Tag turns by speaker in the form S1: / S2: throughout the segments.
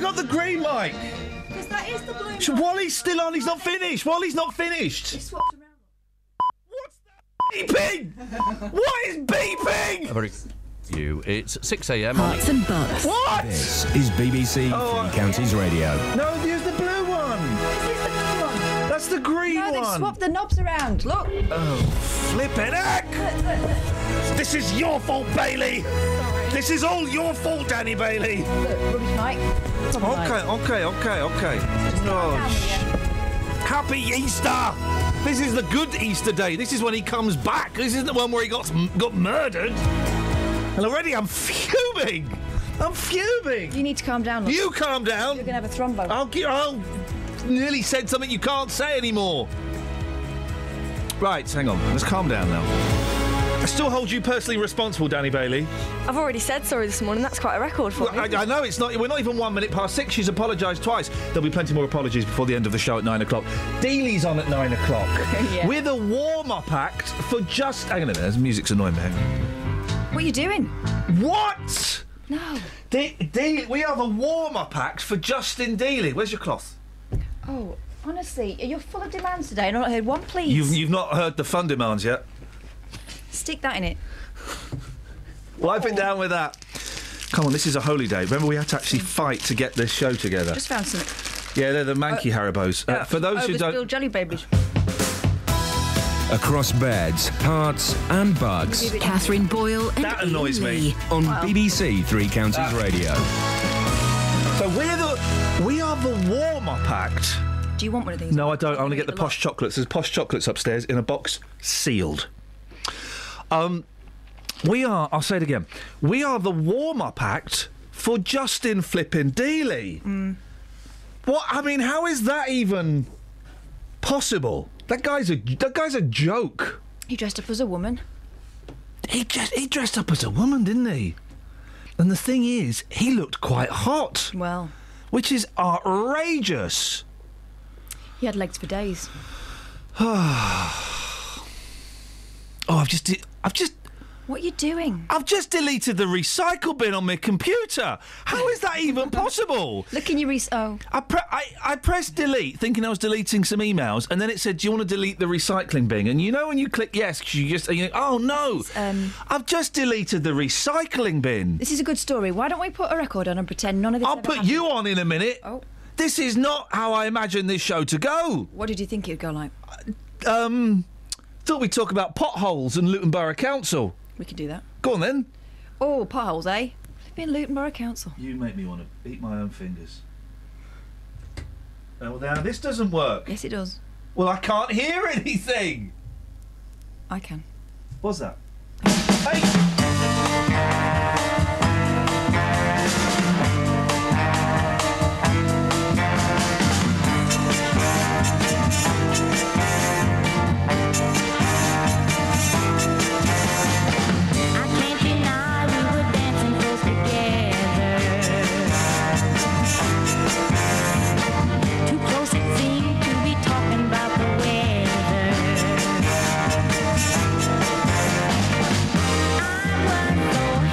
S1: got the green light.
S2: Because that is the blue.
S1: Sh- Wally's still on. He's not finished. Wally's not finished.
S2: It's swapped around.
S1: Beeping. What is beeping?
S3: Very you. It's 6 a.m. on
S4: Hearts and bucks.
S1: What?
S5: This is BBC
S1: Oh,
S5: Three Counties Radio.
S1: No, here's the blue one.
S2: This is the blue one.
S1: That's the green
S2: No, they've
S1: one. Oh,
S2: swapped the knobs around. Look.
S1: Flippin' heck! This is your fault, Bailey. This is all your fault, Danny Bailey.
S2: Look, rubbish mic. It's on the mic.
S1: Okay, okay, okay, okay. Oh, sh- Happy Easter! This is the good Easter day. This is when he comes back. This isn't the one where he got got murdered. And already I'm fuming. I'm fuming.
S2: You need to calm down. Look.
S1: You calm down.
S2: You're going to have a thrombo.
S1: I'll gi- I'll oh, nearly said something you can't say anymore. Right, hang on. Let's calm down now. I still hold you personally responsible, Danny Bailey.
S6: I've already said sorry this morning. That's quite a record for
S1: Well,
S6: me.
S1: I, I know it's not. We're not even one minute past six. She's apologised twice. There'll be plenty more apologies before the end of the show at nine o'clock. Dealey's on at nine o'clock.
S2: Yeah.
S1: With a warm-up act for just. Hang on a minute. This music's annoying me. Hang on.
S2: What are you doing?
S1: What?
S2: No.
S1: De- De- we have a warm-up act for Justin Dealey. Where's your cloth?
S2: Oh, honestly, you're full of demands today, and I've not heard one please.
S1: You've you've not heard the fun demands yet.
S2: Stick that in it.
S1: Wipe it down with that. Come on, this is a holy day. Remember, we had to actually fight to get this show together.
S2: Just found something.
S1: Yeah, they're the Mankey Haribos. Uh, for those who
S2: Overspilled
S1: don't,
S2: jelly babies.
S5: Across beds, hearts, and bugs
S4: Catherine Boyle and
S1: That annoys
S4: Ian
S1: me. Ah.
S4: Lee.
S5: on BBC Three Counties Radio.
S1: so we're the we are the warm-up act.
S2: Do you want one of these?
S1: No, I don't. I want to
S2: Eat
S1: get the
S2: a lot.
S1: posh chocolates. There's posh chocolates upstairs in a box sealed. Um, we are. I'll say it again. We are the warm-up act for Justin flipping Dealey. What? I mean, how is that even possible? That guy's a that guy's a joke.
S2: He dressed up as a woman.
S1: He just he dressed up as a woman, didn't he? And the thing is, he looked quite hot,
S2: Well,
S1: which is outrageous.
S2: he had legs for days.
S1: Oh, I've just de- I've just
S2: What are you doing?
S1: I've just deleted the recycle bin on my computer. How is that even possible?
S2: Look in your re- oh.
S1: I, pre- I I pressed delete thinking I was deleting some emails, and then it said, "Do you want to delete the recycling bin?" And you know when you click yes, 'cause you just you oh no,
S2: um,
S1: I've just deleted the recycling bin.
S2: This is a good story. Why don't we put a record on and pretend none of this
S1: I'll
S2: ever
S1: put
S2: happened?
S1: you on in a minute.
S2: Oh.
S1: This is not how I imagined this show to go.
S2: What did you think it would go like?
S1: Um, thought we'd talk about potholes and Luton Borough Council.
S2: We could do that.
S1: Go on then.
S2: Oh, potholes, eh? Flipping Luton Borough Council.
S1: You make me want to eat my own fingers. Oh, now this doesn't work.
S2: Yes, it does.
S1: Well, I can't hear anything.
S2: I can.
S1: What's that? Hey!
S7: I can't deny we were dancing close together. Too close it seemed to be talking about the weather. I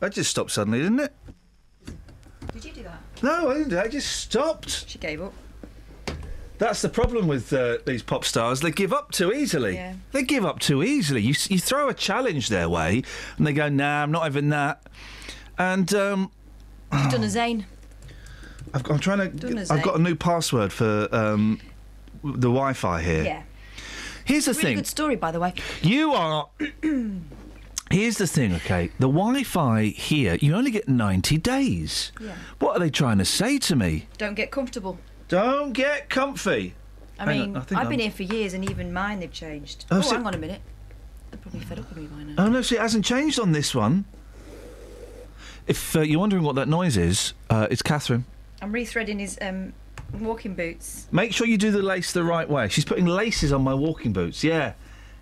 S1: That just stopped suddenly, didn't it?
S2: Did you do that?
S1: No, I didn't do that. It just stopped.
S2: She gave up.
S1: That's the problem with uh, these pop stars. They give up too easily.
S2: Yeah.
S1: They give up too easily. You, s- you throw a challenge their way, and they go, nah, I'm not having that. And um,
S2: You've done a Zane.
S1: I've, I'm trying
S2: Done as
S1: to. I've got a new password for um, w- the Wi Fi here.
S2: Yeah.
S1: Here's the
S2: really
S1: thing.
S2: good story, by the way.
S1: You are. Here's the thing, okay? The Wi Fi here, you only get 90 days.
S2: Yeah.
S1: What are they trying to say to me?
S2: Don't get comfortable.
S1: Don't get comfy.
S2: I
S1: Hang on,
S2: mean,
S1: I think
S2: I've been
S1: I'm-
S2: here for years, and even mine they've changed.
S1: Oh,
S2: Oh,
S1: so-
S2: hang on a minute. They're probably fed up with me by now.
S1: Oh, no, see, it hasn't changed on this one. If uh, you're wondering what that noise is, uh, it's Catherine.
S2: I'm rethreading his um, walking boots.
S1: Make sure you do the lace the right way. She's putting laces on my walking boots. Yeah,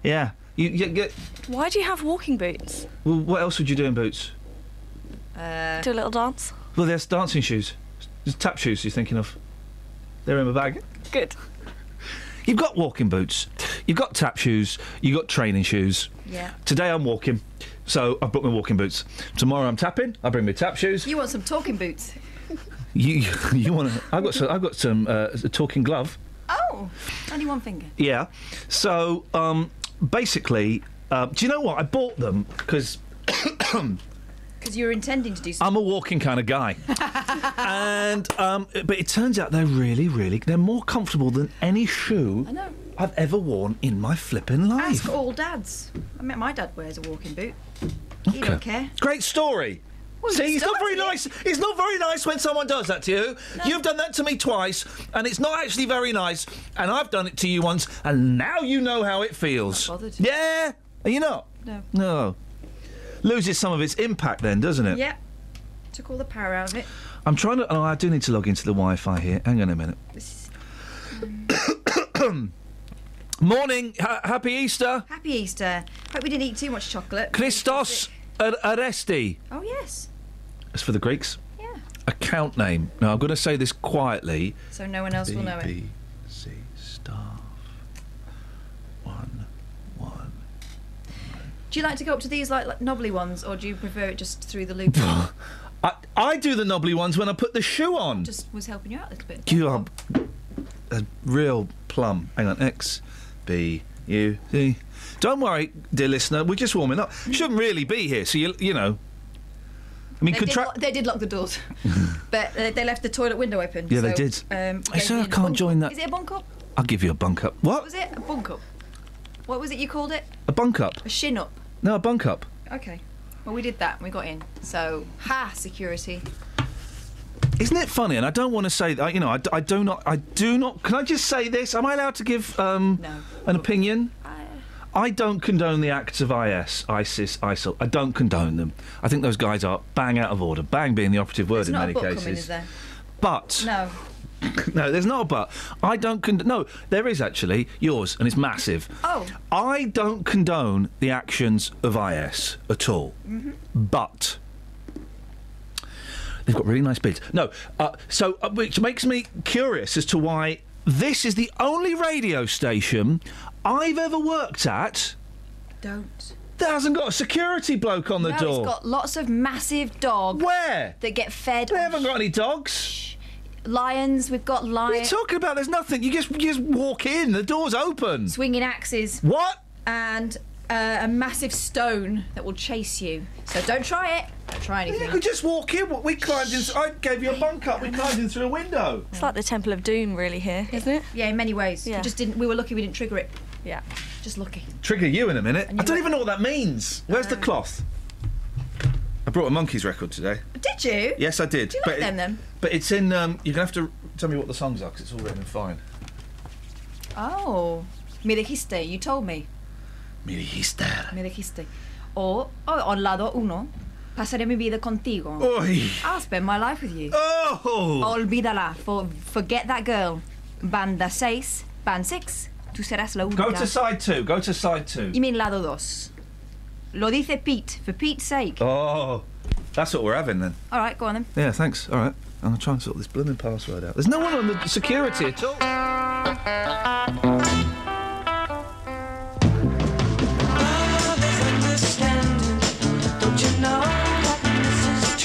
S1: yeah. You, you get.
S6: Why do you have walking boots?
S1: Well, what else would you do in boots?
S2: Uh,
S6: Do a little dance.
S1: Well, there's dancing shoes. There's tap shoes you're thinking of. They're in my bag.
S6: Good.
S1: You've got walking boots, you've got tap shoes, you've got training shoes.
S2: yeah.
S1: Today I'm walking, so I've brought my walking boots. Tomorrow I'm tapping, I bring my tap shoes.
S2: You want some talking boots?
S1: You, you want to? I've got some. I've got some uh, a talking glove.
S2: Oh, only one finger.
S1: Yeah. So um, basically, uh, do you know what? I bought them because
S2: Because you were intending to do something.
S1: I'm a walking kind of guy. and um, but it turns out they're really, really they're more comfortable than any shoe
S2: I know.
S1: I've ever worn in my flipping life.
S2: Ask all dads. I mean, my dad wears a walking boot. He don't care.
S1: Great story. See, it's not
S2: start
S1: very
S2: it.
S1: nice. It's not very nice when someone does that to you. You've done that to me twice, and it's not actually very nice. And I've done it to you once, and now you know how it feels.
S2: not bothered.
S1: Yeah, are you not?
S2: No.
S1: No. Loses some of its impact, then, doesn't it?
S2: Yep. Took all the power out of it.
S1: I'm trying to. Oh, I do need to log into the Wi-Fi here. Hang on a minute.
S2: This is
S1: Morning. Ha- happy Easter.
S2: happy Easter. Hope we didn't eat too much chocolate.
S1: Christos ar- Aresti.
S2: Oh yes.
S1: That's for the Greeks.
S2: Yeah.
S1: Account name. Now I'm going to say this quietly.
S2: So no one else will know it.
S1: BBC staff. One, one.
S2: Do you like to go up to these like, like knobbly ones, or do you prefer it just through the loop?
S1: I, I do the knobbly ones when I put the shoe on.
S2: just was helping you out a little bit.
S1: you are a real plum. Hang on, X, B, U, C. Don't worry, dear listener. We're just warming up. Shouldn't really be here. So you you know. I mean,
S2: They
S1: could
S2: did,
S1: tra-
S2: lo- they did lock the doors, but uh, they left the toilet window open.
S1: Yeah, they
S2: so,
S1: did.
S2: Um,
S1: I
S2: gave
S1: said
S2: me
S1: I
S2: a
S1: can't
S2: bunk
S1: join
S2: up. Is
S1: that.
S2: it a bunk up?
S1: I'll give you a bunk up.
S2: What
S1: What?
S2: was it? A bunk up. What was it you called it?
S1: A bunk up?
S2: A shin up.
S1: No, a bunk up.
S2: Okay. Well, we did that and we got in. So, ha, security.
S1: Isn't it funny? And I don't want to say that. You know, I, d- I do not. I do not. Can I just say this? Am I allowed to give um,
S2: No.
S1: an opinion? I don't condone the acts of IS, ISIS, ISIL. I don't condone them. I think those guys are bang out of order. Bang being the operative word
S2: There's
S1: in
S2: not
S1: many
S2: a book
S1: cases.
S2: coming, is there?
S1: But
S2: No.
S1: no, there's not a but. I don't condone. No, there is actually yours, and it's massive.
S2: Oh.
S1: I don't condone the actions of IS at all.
S2: Mm-hmm.
S1: But they've got really nice beards. No, uh, so uh, which makes me curious as to why this is the only radio station I've ever worked at
S2: Don't.
S1: that hasn't got a security bloke on the
S2: no,
S1: door.
S2: it's got lots of massive dogs
S1: Where?
S2: that get fed.
S1: They
S2: on
S1: haven't got any dogs.
S2: Lions, we've got
S1: What are you
S2: lions.
S1: talking about? There's nothing. You just you just walk in. The door's open.
S2: swinging axes
S1: What?
S2: and uh, a massive stone that will chase you. So don't try it. Don't try
S1: You
S2: anything.
S1: could just walk in. We climbed in. I gave you a bunk up. We climbed in through a window.
S6: It's like the Temple of Doom, really, here, isn't it?
S2: Yeah, in many ways.
S6: Yeah.
S2: We just didn't. We were lucky we didn't trigger it.
S6: Yeah.
S2: Just lucky.
S1: Trigger you in a minute. I
S2: you
S1: don't
S2: were-
S1: even know what that means. Where's the cloth? I brought a monkey's record today.
S2: Did you?
S1: Yes, I did.
S2: Do you like them, then?
S1: But it's in. Um, you're gonna have to tell me what the songs are because it's all written fine.
S2: Oh, me dijiste. You told me.
S1: Me dijiste.
S2: Me dijiste. Or oh, on lado uno, pasaré mi vida contigo.
S1: Oi.
S2: I'll spend my life with you.
S1: Oh.
S2: Olvídala. For, forget that girl. Banda 6, band 6, tú serás la única.
S1: Go to side two. Go to side two.
S2: you mean lado dos. Lo dice Pete, for Pete's sake.
S1: Oh. That's what we're having then.
S2: All right, go on then.
S1: Yeah, thanks. All right. I'm going to try and sort this blooming password out. There's no one on the security at all.
S4: Don't you know that this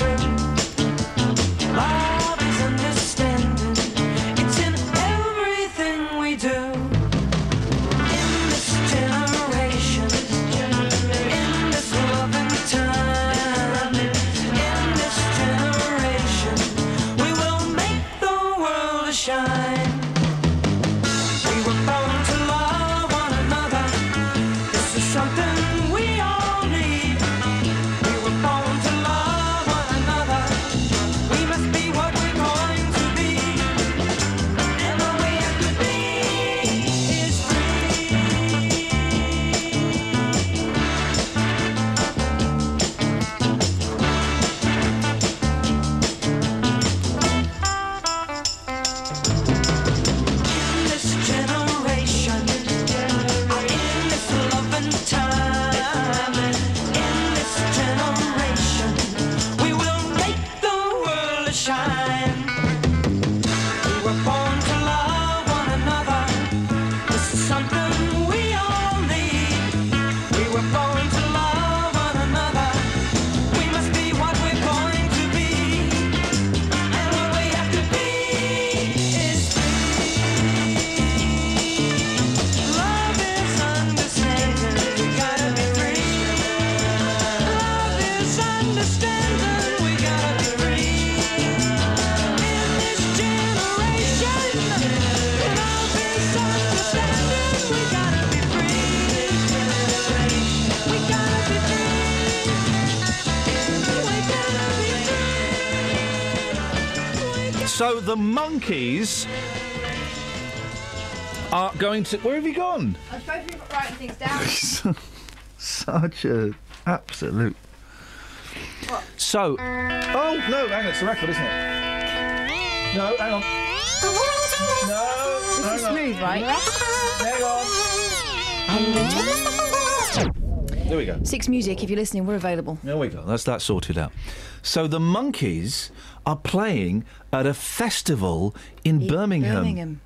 S1: So the monkeys are going to. Where have you gone?
S8: I'm supposed to be writing things down.
S1: Such a absolute. So, oh no, hang on, it's a record, isn't it? No, hang on. No,
S2: This is
S1: hang on.
S2: smooth, right?
S1: Hang on. There we go.
S2: Six Music, if you're listening, we're available.
S1: There we go. That's that sorted out. So the monkeys are playing at a festival in Birmingham.
S2: Birmingham.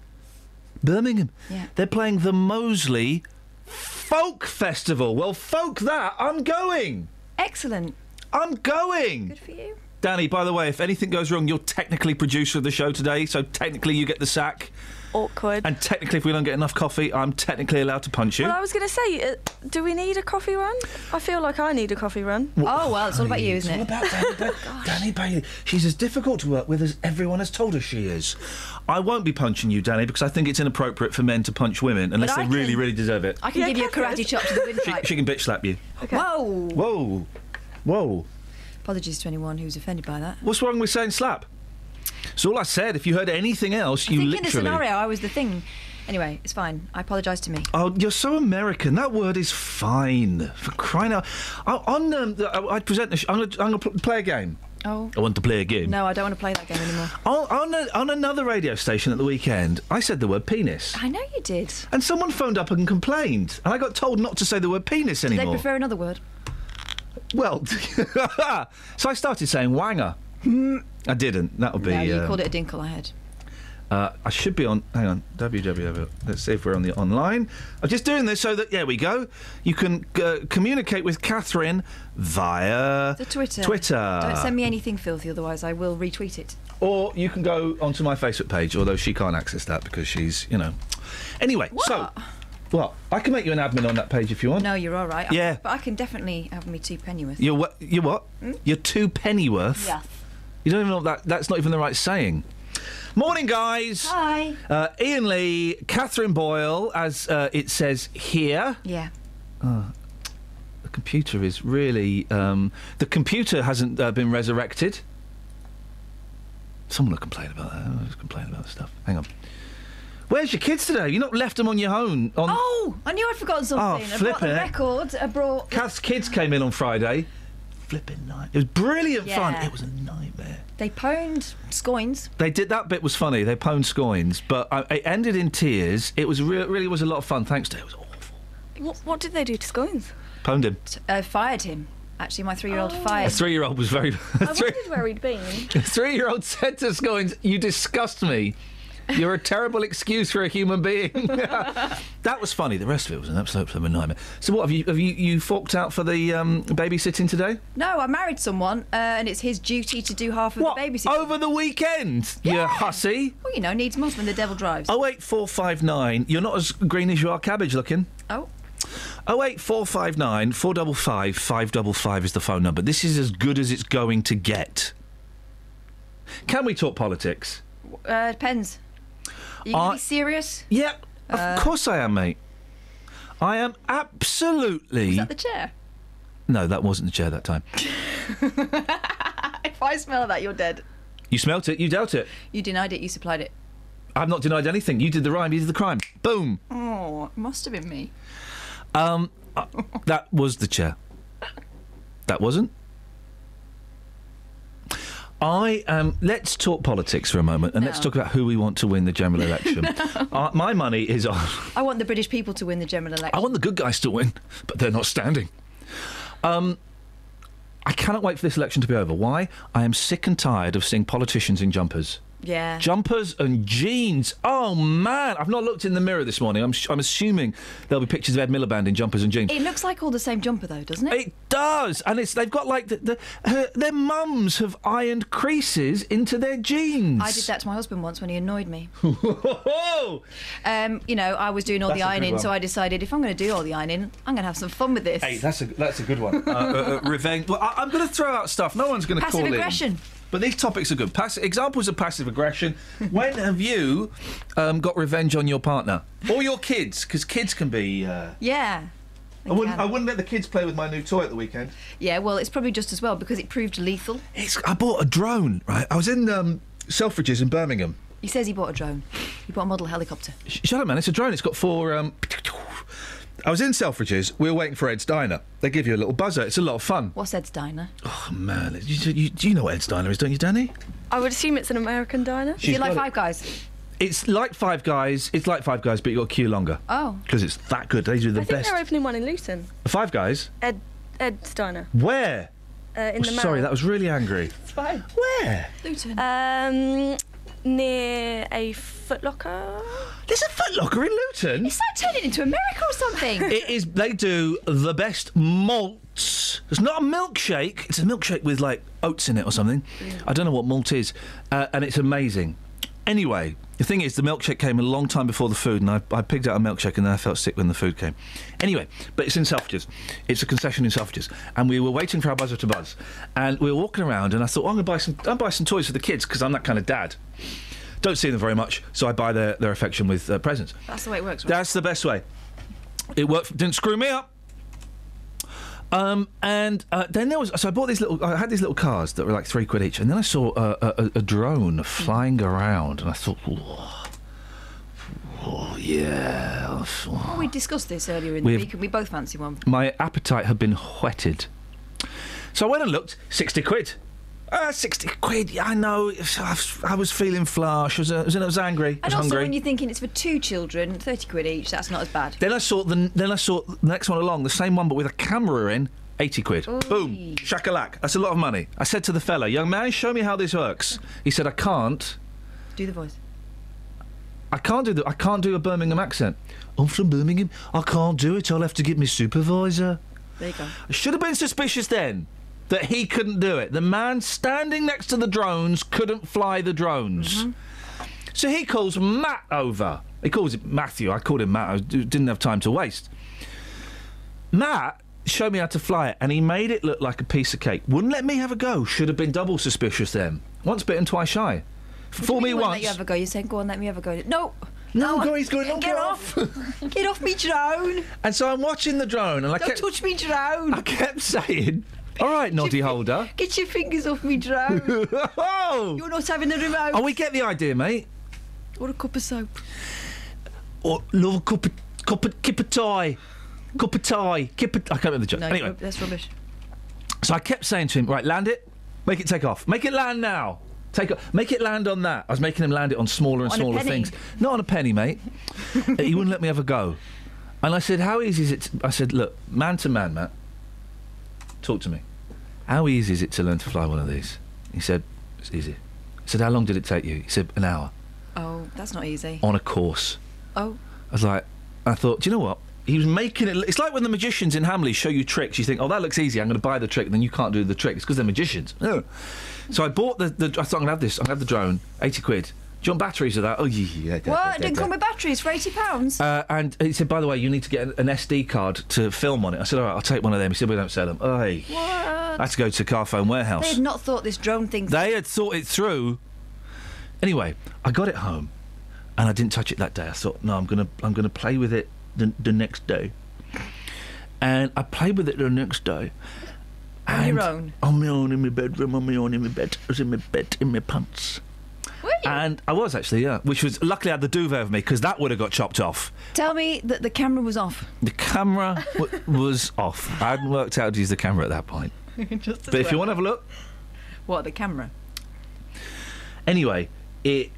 S1: Birmingham.
S2: Yeah.
S1: They're playing the Mosley Folk Festival. Well, folk that. I'm going.
S8: Excellent.
S1: I'm going.
S8: Good for you.
S1: Danny, by the way, if anything goes wrong, you're technically producer of the show today, so technically you get the sack.
S6: Awkward.
S1: And technically, if we don't get enough coffee, I'm technically allowed to punch you.
S6: well, I was going to say, uh, do we need a coffee run? I feel like I need a coffee run.
S2: Oh, well, it's all about you, isn't it?
S1: about Danny,
S2: oh
S1: ba- Danny Bailey. She's as difficult to work with as everyone has told us she is. I won't be punching you, Danny, because I think it's inappropriate for men to punch women unless
S2: But
S1: they
S2: I
S1: really,
S2: can-
S1: really deserve it.
S2: I can
S6: Yeah,
S2: give you a
S6: Catherine.
S2: karate chop to the windpipe.
S1: She can bitch slap you.
S2: Whoa!
S1: Whoa. Whoa.
S2: Apologies to anyone who's offended by that.
S1: What's wrong with saying slap? It's all I said. If you heard anything else,
S2: I
S1: you
S2: think in the
S1: literally.
S2: scenario, I was the thing. Anyway, it's fine. I apologise to me.
S1: Oh, you're so American. That word is fine. For crying out. I, on um, the- I, I present the. Sh- I'm going to I'm gonna pl- play a game.
S2: Oh.
S1: I want to play a game.
S2: No, I don't want to play that game anymore.
S1: On, on, a, on another radio station at the weekend, I said the word penis.
S2: I know you did.
S1: And someone phoned up and complained. And I got told not to say the word penis
S2: They
S1: anymore.
S2: prefer another word.
S1: well, so I started saying wanger. I didn't. That would be.
S2: no, you
S1: Mm. uh,
S2: called it a dinkle, I heard.
S1: Uh, I should be on. Hang on, www. Let's see if we're on the online. I'm just doing this so that there we go. You can uh, communicate with Catherine via
S2: The Twitter.
S1: Twitter.
S2: Don't send me anything filthy, otherwise I will retweet it.
S1: Or you can go onto my Facebook page, although she can't access that because she's, you know. Anyway, so what? I can make you an admin on that page if you want.
S2: No, you're all right. I-
S1: Yeah.
S2: but I can definitely have me two pennyworth.
S1: You're what? You're what? You're two pennyworth.
S2: Hmm? Yeah.
S1: You don't even know what that. That's not even the right saying. Morning, guys.
S2: Hi.
S1: Uh, Ian Lee, Catherine Boyle, as uh, it says here.
S2: Yeah.
S1: The computer is really. Um, the computer hasn't uh, been resurrected. Someone will complain about that. I was complaining about stuff. Hang on. Where's your kids today? You not left them on your own. On
S2: Oh, I knew I'd forgotten something.
S1: Oh,
S2: I brought the
S1: flippin' it.
S2: record. I brought.
S1: Kath's kids came in on Friday. Flipping night. It was brilliant fun.
S2: Yeah.
S1: It was a nightmare.
S2: They pwned scoins.
S1: They did that bit was funny. They pwned scoins, but I, it ended in tears. It was re- really was a lot of fun. Thanks to it was awful.
S6: What, what did they do to Scones?
S1: Pwned him.
S2: Uh, fired him. Actually, my three-year-old fired.
S1: A three-year-old was very.
S6: I
S1: three,
S6: wondered where he'd been.
S1: three-year-old said to Scoins, "You disgust me. You're a terrible excuse for a human being." that was funny. The rest of it was an absolute flipping nightmare. So what have you have you you forked out for the um, babysitting today?
S2: No, I married someone, uh, and it's his duty to do half of
S1: What
S2: the babysitting.
S1: over the weekend? You
S2: Yeah.
S1: hussy.
S2: Well, you know, needs must when the devil drives.
S1: 08459. You're not as green as you are cabbage looking.
S2: Oh.
S1: 08459 455 555 is the phone number. This is as good as it's going to get. Can we talk politics?
S2: Uh, depends. Are you gonna
S1: I-
S2: be serious?
S1: Yep. Of course I am, mate. I am absolutely.
S2: The chair.
S1: No, that wasn't the chair that time.
S2: If I smell that, you're dead.
S1: You smelt it, you dealt it.
S2: You denied it. You supplied it.
S1: I've not denied anything. You did the rhyme, you did the crime. Boom. Um,
S2: Oh, it must have been me.
S1: uh, That was the chair. That wasn't. I um, let's talk politics for a moment, and let's
S2: No.
S1: talk about who we want to win the general election. uh, my money is on.
S2: I want the British people to win the general election.
S1: I want the good guys to win, but they're not standing. Um, I cannot wait for this election to be over. Why? I am sick and tired of seeing politicians in jumpers,
S2: yeah.
S1: jumpers and jeans. Oh man, I've not looked in the mirror this morning. I'm sh- I'm assuming there'll be pictures of Ed Miliband in jumpers and jeans.
S2: it looks like all the same jumper, though, doesn't it?
S1: It does, and it's they've got like the, the her, their mums have ironed creases into their jeans.
S2: I did that to my husband once when he annoyed me.
S1: that.
S2: Um, you know, I was doing all
S1: That's
S2: the
S1: a good
S2: ironing,
S1: one.
S2: so I decided if I'm going to do all the ironing, I'm going to have some fun with this.
S1: hey, that's a that's a good one. Uh, uh, uh, revenge. Well, I, I'm going to throw out stuff. No one's going to
S2: Passive
S1: call in.
S2: aggression.
S1: But these topics are good. Pass- examples of passive aggression. when have you um, got revenge on your partner or your kids? Because kids can be. Uh,
S2: Yeah.
S1: I wouldn't.
S2: can.
S1: I wouldn't let the kids play with my new toy at the weekend.
S2: Yeah, well, it's probably just as well because it proved lethal.
S1: It's, I bought a drone, right? I was in um, Selfridges in Birmingham.
S2: He says he bought a drone. He bought a model helicopter.
S1: Sh- Shut up, man. It's a drone. It's got four. Um... I was in Selfridges. We were waiting for Ed's Diner. They give you a little buzzer. It's a lot of fun.
S2: What's Ed's diner?
S1: Oh, man. You, you, you know what Ed's Diner is, don't you, Danny?
S6: I would assume it's an American diner.
S1: She's
S2: like
S1: got it.
S2: Five Guys?
S1: It's like Five Guys. It's like Five Guys, but you got to queue longer.
S2: Oh.
S1: Because it's that good. They do the
S6: I think
S1: best.
S6: they're opening one in Luton.
S1: Five Guys?
S6: Ed Ed's diner.
S1: Where?
S6: Uh, in
S1: Oh,
S6: the
S1: sorry,
S6: Mall.
S1: that was really angry.
S6: It's fine.
S1: Where?
S2: Luton.
S6: Um, near a Footlocker.
S1: There's a footlocker in Luton.
S2: It's like turning into America or something.
S1: It is. They do the best malts. It's not a milkshake. It's a milkshake with like oats in it or something. I don't know what malt is, uh, and it's amazing. Anyway, the thing is, the milkshake came a long time before the food, and I, I picked out a milkshake, and then I felt sick when the food came. Anyway, but it's in Selfridges. It's a concession in Selfridges, and we were waiting for our buzzer to buzz, and we were walking around, and I thought, oh, I'm gonna buy some. I'll buy some toys for the kids because I'm that kind of dad. Don't see them very much, so I buy their, their affection with uh, presents.
S2: That's the way it works, right?
S1: That's the best way. It worked. Didn't screw me up. Um, and uh, then there was so I bought these little. I had these little cars that were like three quid each, and then I saw a, a, a- a drone flying around, and I thought, oh, oh yeah.
S2: Well, we discussed this earlier in
S1: We
S2: the
S1: have-
S2: week, and we both fancy one.
S1: My appetite had been whetted, so I went and looked. Sixty quid. Uh, sixty quid. I know. I was feeling flush. I was, I was, I was angry.
S2: And
S1: I was
S2: also,
S1: hungry.
S2: when you're thinking it's for two children, thirty quid each, that's not as bad.
S1: Then I saw the then I saw the next one along, the same one but with a camera in, eighty quid. Boom, shakalak. That's a lot of money. I said to the fella, "Young man, show me how this works." He said, "I can't.
S2: Do the voice.
S1: I can't do that. I can't do a Birmingham accent. I'm from Birmingham. I can't do it. I'll have to get my supervisor."
S2: There you go.
S1: I should have been suspicious then that he couldn't do it. The man standing next to the drones couldn't fly the drones.
S2: Mm-hmm.
S1: So he calls Matt over. He calls it Matthew. I called him Matt. I d- didn't have time to waste. Matt showed me how to fly it, and he made it look like a piece of cake. Wouldn't let me have a go. Should have been double suspicious then. Once bitten, twice shy. For me
S2: You wouldn't Let
S1: once.
S2: you have a go. You're saying, go on, let me have a go. No,
S1: No, go, he's going. "No,
S2: get off, get off me drone.
S1: And so I'm watching the drone, and I
S2: Don't
S1: kept,
S2: touch me drone.
S1: I kept saying, "All right, noddy holder."
S2: Get your fingers off me drone.
S1: oh,
S2: You're not having the remote.
S1: oh, we get the idea, mate.
S2: Or a cup of soap.
S1: or love a cup of cup of kip of tie, cup of tie, kip of, I can't remember the joke.
S2: No,
S1: anyway,
S2: rub- that's rubbish.
S1: so I kept saying to him, right, land it, make it take off, make it land now, take off, make it land on that. I was making him land it on smaller and
S2: On a
S1: smaller
S2: penny.
S1: things, not on a penny, mate. Uh, he wouldn't let me have a go, and I said, how easy is it? To, I said, look, man to man, Matt, talk to me. How easy is it to learn to fly one of these? He said, it's easy. I said, how long did it take you? He said, an hour
S2: Oh, that's not easy.
S1: on a course.
S2: Oh,
S1: I was like, I thought, do you know what? He was making it. It's like when the magicians in Hamley show you tricks. You think, oh, that looks easy. I'm going to buy the trick. Then you can't do the trick. It's because they're magicians. No. So I bought the, the. I thought I'm going to have this. I'm going to have the drone. 80 quid. Do you want batteries of that? Oh, yeah. yeah, yeah, yeah,
S2: what?
S1: yeah,
S2: Didn't
S1: yeah.
S2: come with batteries for eighty pounds.
S1: Uh, and he said, by the way, you need to get an, an SD card to film on it. I said, all right, I'll take one of them. He said, we don't sell them. Aye. I had to go to Carphone Warehouse.
S2: they had not thought this drone thing.
S1: They had thought it through. Anyway, I got it home, and I didn't touch it that day. I thought, no, I'm gonna, I'm gonna play with it the, the next day. And I played with it the next day.
S2: On your
S1: and-
S2: own?
S1: On my own in my bedroom. On my own in my bed. I was in my bed in my pants.
S2: Were you?
S1: And I was actually, yeah. Which was luckily I had the duvet over me because that would have got chopped off.
S2: Tell me that the camera was off.
S1: The camera w- was off. I hadn't worked out how to use the camera at that point.
S2: Just as
S1: But if you want to have a look,
S2: what the camera?
S1: Anyway, it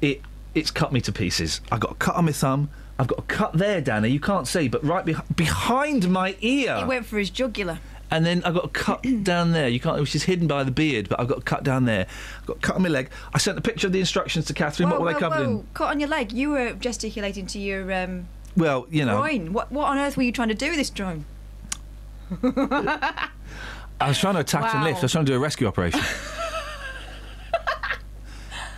S1: it it's cut me to pieces. I got a cut on my thumb. I've got a cut there, Danny. You can't see, but right beh- behind my
S2: It
S1: ear.
S2: went for his jugular.
S1: and then I got a cut down there. You can't, which is hidden by the beard, but I've got a cut down there. I've got a cut on my leg. I sent a picture of the instructions to Catherine. what were they covered in?
S2: Caught on your leg. You were gesticulating to your um,
S1: Well, you know,
S2: groin. What, what on earth were you trying to do with this drone?
S1: I was trying to attack and
S2: Wow.
S1: lift. I was trying to do a rescue operation.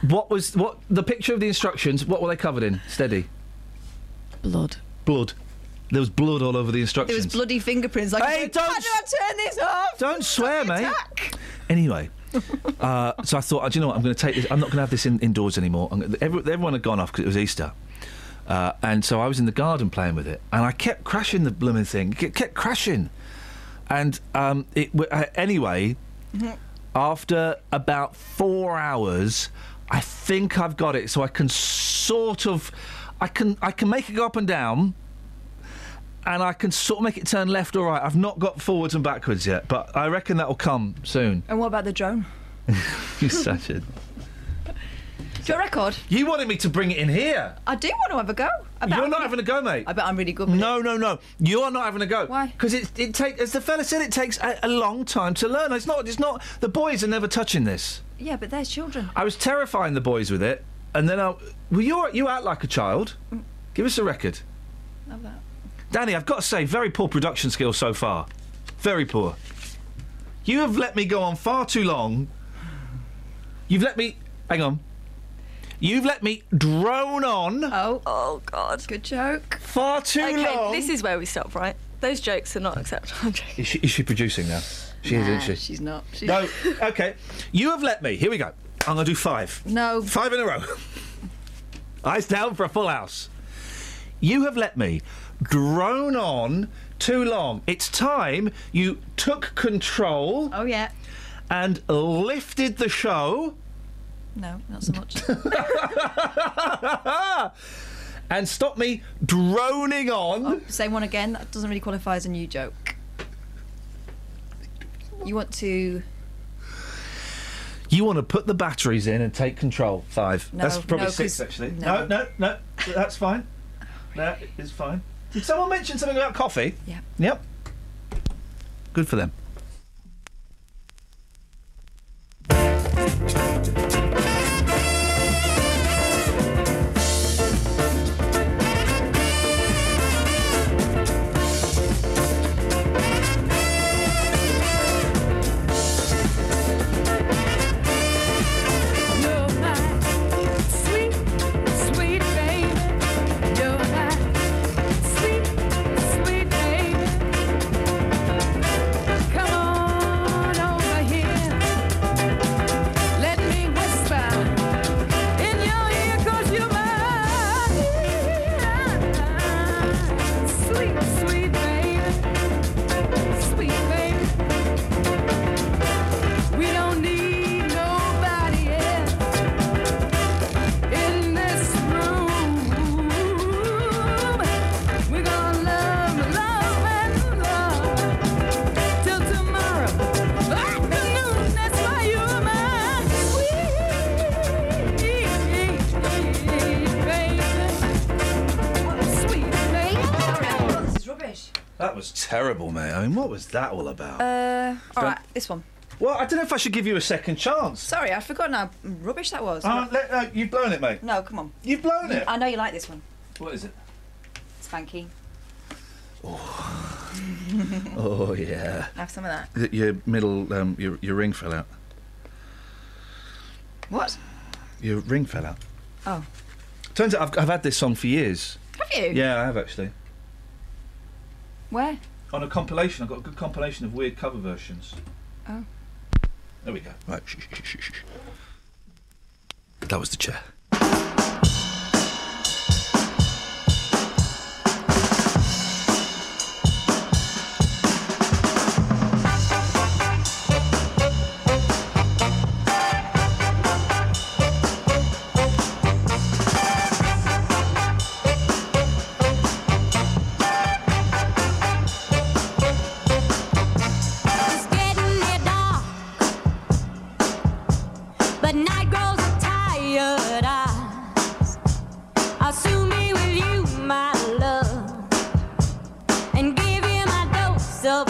S1: what was what the picture of the instructions? What were they covered in? Steady.
S2: Blood.
S1: Blood. There was blood all over the
S2: There
S1: instructions.
S2: was bloody fingerprints. Like,
S1: Hey,
S2: how
S1: don't-
S2: do I turn this off?
S1: Don't swear, mate. Anyway, uh, so I thought, "Oh, do you know what? I'm going to take this. I'm not going to have this in, indoors anymore. I'm, gonna- every, everyone had gone off because it was Easter. Uh, and so I was in the garden playing with it, and I kept crashing the blooming thing. It kept crashing, and um, it. w- Uh, anyway, after about four hours, I think I've got it, so I can sort of, I can I can make it go up and down, and I can sort of make it turn left or right. I've not got forwards and backwards yet, but I reckon that will come soon.
S2: And what about the drone?
S1: you such a-
S2: Your record?
S1: You wanted me to bring it in here.
S2: I do want to have a go. I bet
S1: You're
S2: I'm
S1: not
S2: really-
S1: having a go, mate.
S2: I bet I'm really good. With
S1: No, no, no. You are not having a go.
S2: Why?
S1: Because it it take as the fella said, it takes a, a long time to learn. It's not. It's not. The boys are never touching this.
S2: it. Yeah, but they're children.
S1: I was terrifying the boys with it, and then I. Well, you you act like a child. Give us a record,
S2: Love that.
S1: Danny. I've got to say, very poor production skills so far. Very poor. You have let me go on far too long. You've let me. Hang on. You've let me drone on
S2: Oh,
S6: Oh God.
S2: good joke.
S1: far too
S6: Okay,
S1: long.
S6: this is where we stop, right? Those jokes are not acceptable. I'm joking.
S1: Is she, is she producing now? She is,
S2: Nah,
S1: isn't she?
S2: She's not. She's...
S1: No. Okay. You have let me. Here we go. I'm going to do five.
S2: No.
S1: Five in a row. Eyes down for a full house. You have let me drone on too long. It's time you took control
S2: Oh yeah.
S1: and lifted the show
S2: No, not so much.
S1: and stopped me droning on.
S2: Same Oh, one again. That doesn't really qualify as a new joke. You want to?
S1: You want to put the batteries in and take control. Five.
S2: No,
S1: that's probably
S2: no,
S1: six,
S2: 'cause-
S1: actually. No,
S2: no.
S1: no, no. That's fine. No, it's fine. Did someone mention something about coffee?
S2: Yeah.
S1: Yep. Good for them.
S9: We don't need nobody else in this room. We're gonna love, love, and love till tomorrow afternoon. That's why you're mine, sweet baby, sweet baby.
S2: Oh, this is rubbish.
S1: That was terrible, mate. I mean, what was that all about?
S2: Uh, all right, this one.
S1: well, I don't know if I should give you a second chance.
S2: Sorry, I forgot how rubbish that was.
S1: Uh, let- uh, you've blown it, mate.
S2: Oh, no, come on.
S1: You've blown it.
S2: I know you like this one.
S1: What is it?
S2: Spanky,
S1: Oh yeah.
S2: have some of that.
S1: That your middle, um, your your ring fell out.
S2: What?
S1: Your ring fell out.
S2: Oh.
S1: Turns out I've, I've had this song for years.
S2: Have you?
S1: Yeah, I have actually.
S2: Where?
S1: on a compilation. I've got a good compilation of weird cover versions.
S2: Oh.
S1: There we go. Right. Shh, shh, shh, shh, shh. That was the chair.
S10: It's getting near dark, but night grows tired. I
S9: Oh,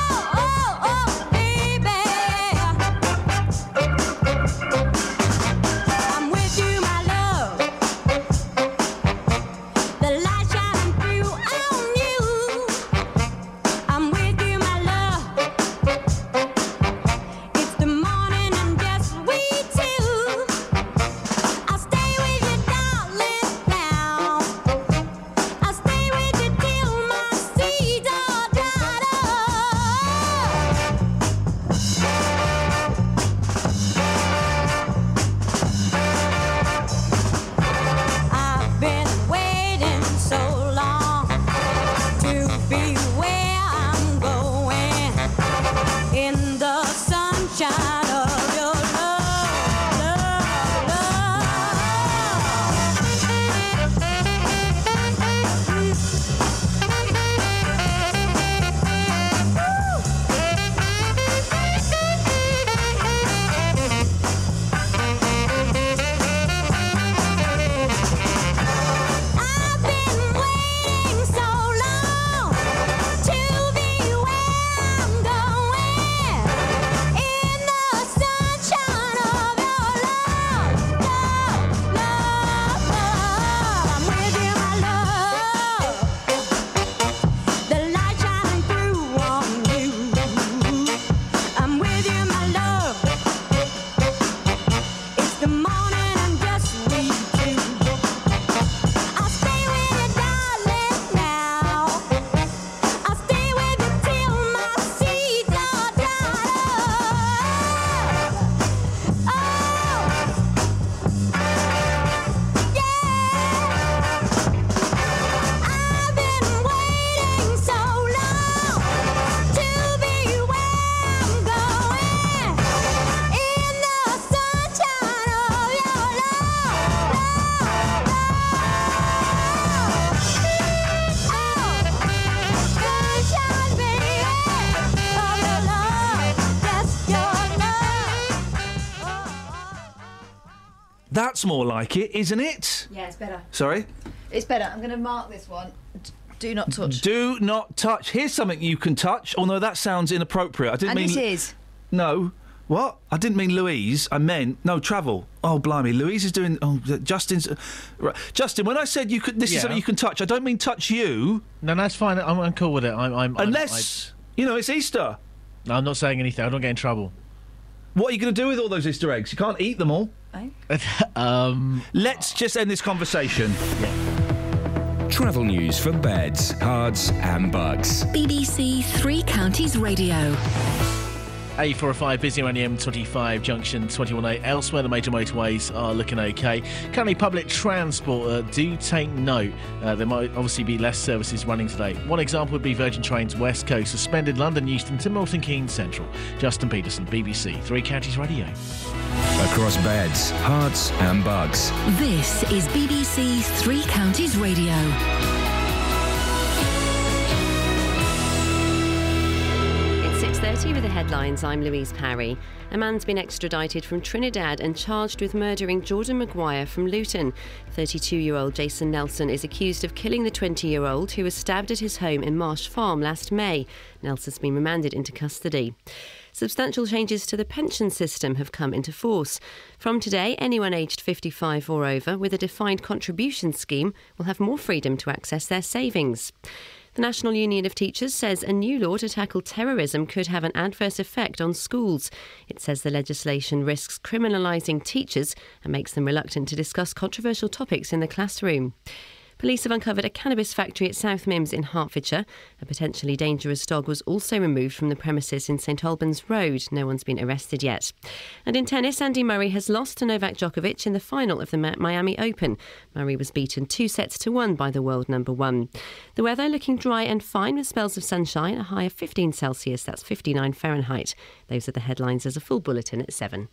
S9: Oh, Oh,
S1: That's more like it, isn't it?
S2: Yeah, it's better.
S1: Sorry?
S2: It's better. I'm going to mark this one. D- Do not touch.
S1: Do not touch. Here's something you can touch, although that sounds inappropriate. I didn't
S2: and
S1: mean.
S2: it is.
S1: No. What? I didn't mean Louise. I meant no travel. Oh blimey, Louise is doing. Oh, th- Justin's. Right. Justin, when I said you could, this
S11: Yeah.
S1: is something you can touch. I don't mean touch you.
S11: No, that's fine. I'm, I'm cool with it. I'm, I'm
S1: Unless you know it's Easter.
S11: I'm, I'm not saying anything. I don't get in trouble.
S1: What are you going to do with all those Easter eggs? You can't eat them all.
S11: um,
S1: Let's just end this conversation.
S3: Travel news for beds, cards, and bugs.
S12: BBC Three Counties Radio.
S11: A405 busy around the M25 junction 21A. Elsewhere, the major motorways are looking okay. Currently, public transport uh, do take note. Uh, there might obviously be less services running today. One example would be Virgin Trains West Coast suspended London Euston to Milton Keynes Central. Justin Peterson, BBC Three Counties Radio.
S3: Across beds, hearts, and bugs.
S12: This is BBC Three Counties Radio.
S13: It's 6.30 with the headlines. I'm Louise Parry. A man's been extradited from Trinidad and charged with murdering Jordan Maguire from Luton. 32-year-old Jason Nelson is accused of killing the 20-year-old who was stabbed at his home in Marsh Farm last May. Nelson's been remanded into custody. Substantial changes to the pension system have come into force. From today, anyone aged 55 or over with a defined contribution scheme will have more freedom to access their savings. The National Union of Teachers says a new law to tackle terrorism could have an adverse effect on schools. It says the legislation risks criminalising teachers and makes them reluctant to discuss controversial topics in the classroom. Police have uncovered a cannabis factory at South Mims in Hertfordshire. A potentially dangerous dog was also removed from the premises in St Albans Road. No one's been arrested yet. And in tennis, Andy Murray has lost to Novak Djokovic in the final of the Ma- Miami Open. Murray was beaten two sets to one by the world number one. The weather looking dry and fine with spells of sunshine, a high of 15 Celsius, that's 59 Fahrenheit. Those are the headlines. There's a full bulletin at 7.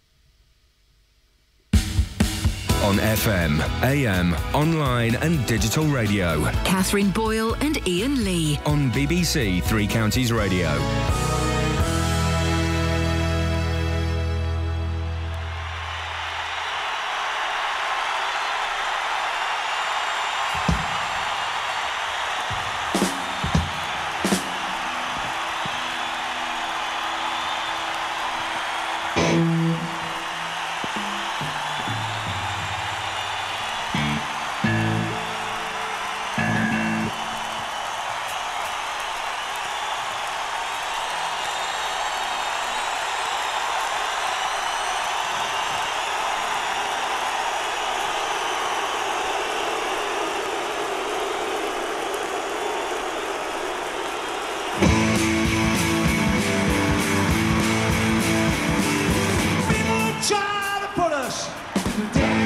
S3: On FM, AM, online, and digital radio.
S12: Catherine Boyle and Ian Lee.
S3: On BBC Three Counties Radio.
S9: People try to put us down.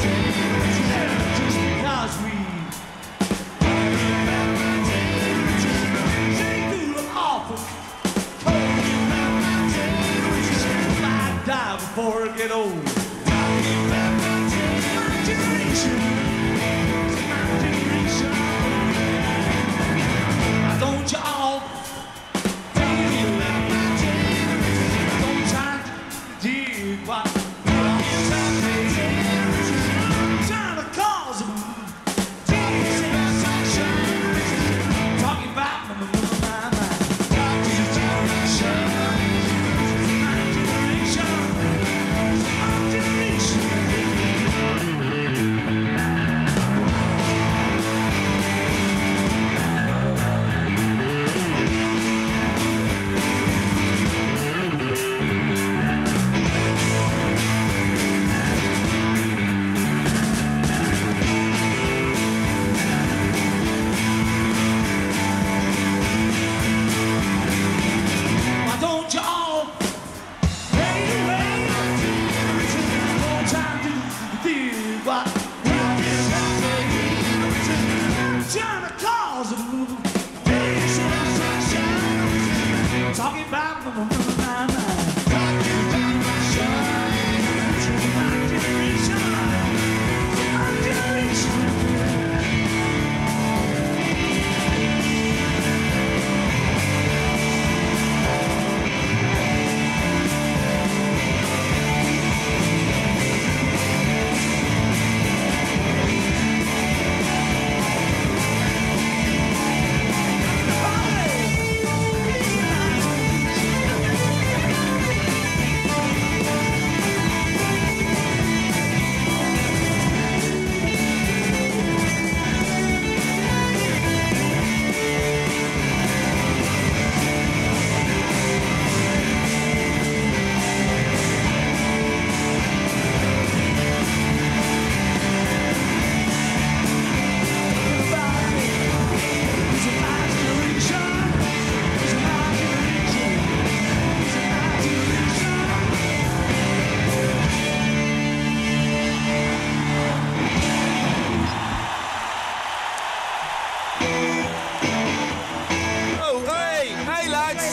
S9: Just because we Shake through an awful cold. I die before I get old. My generation. My generation. Why Don't you all feel that generation? Don't try to dig what Trying to cause a sensation. Talking about my, my, my, my, my generation. My generation. My generation. Why don't you all fade away? Don't try to do what we did. Trying to cause a big sensation. Talking about my my- my- my- my generation. My generation. Thank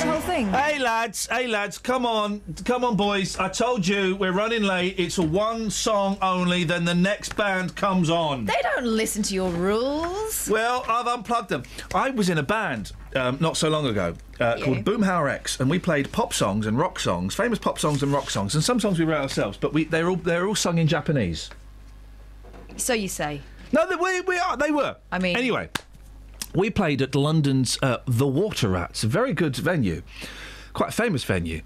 S1: Oh, lads, hey lads, come on, come on, boys. I told you we're running late. It's a one song only. Then the next band comes on.
S14: They don't listen to your rules.
S1: Well, I've unplugged them. I was in a band um, not so long ago uh, called Boomhauer X, and we played pop songs and rock songs, famous pop songs and rock songs, and some songs we wrote ourselves, but we, they're all they're all sung in Japanese.
S14: So you say.
S1: No, they, we, we are. They were. I mean. Anyway, we played at London's uh, The Water Rats, a very good venue, quite a famous venue.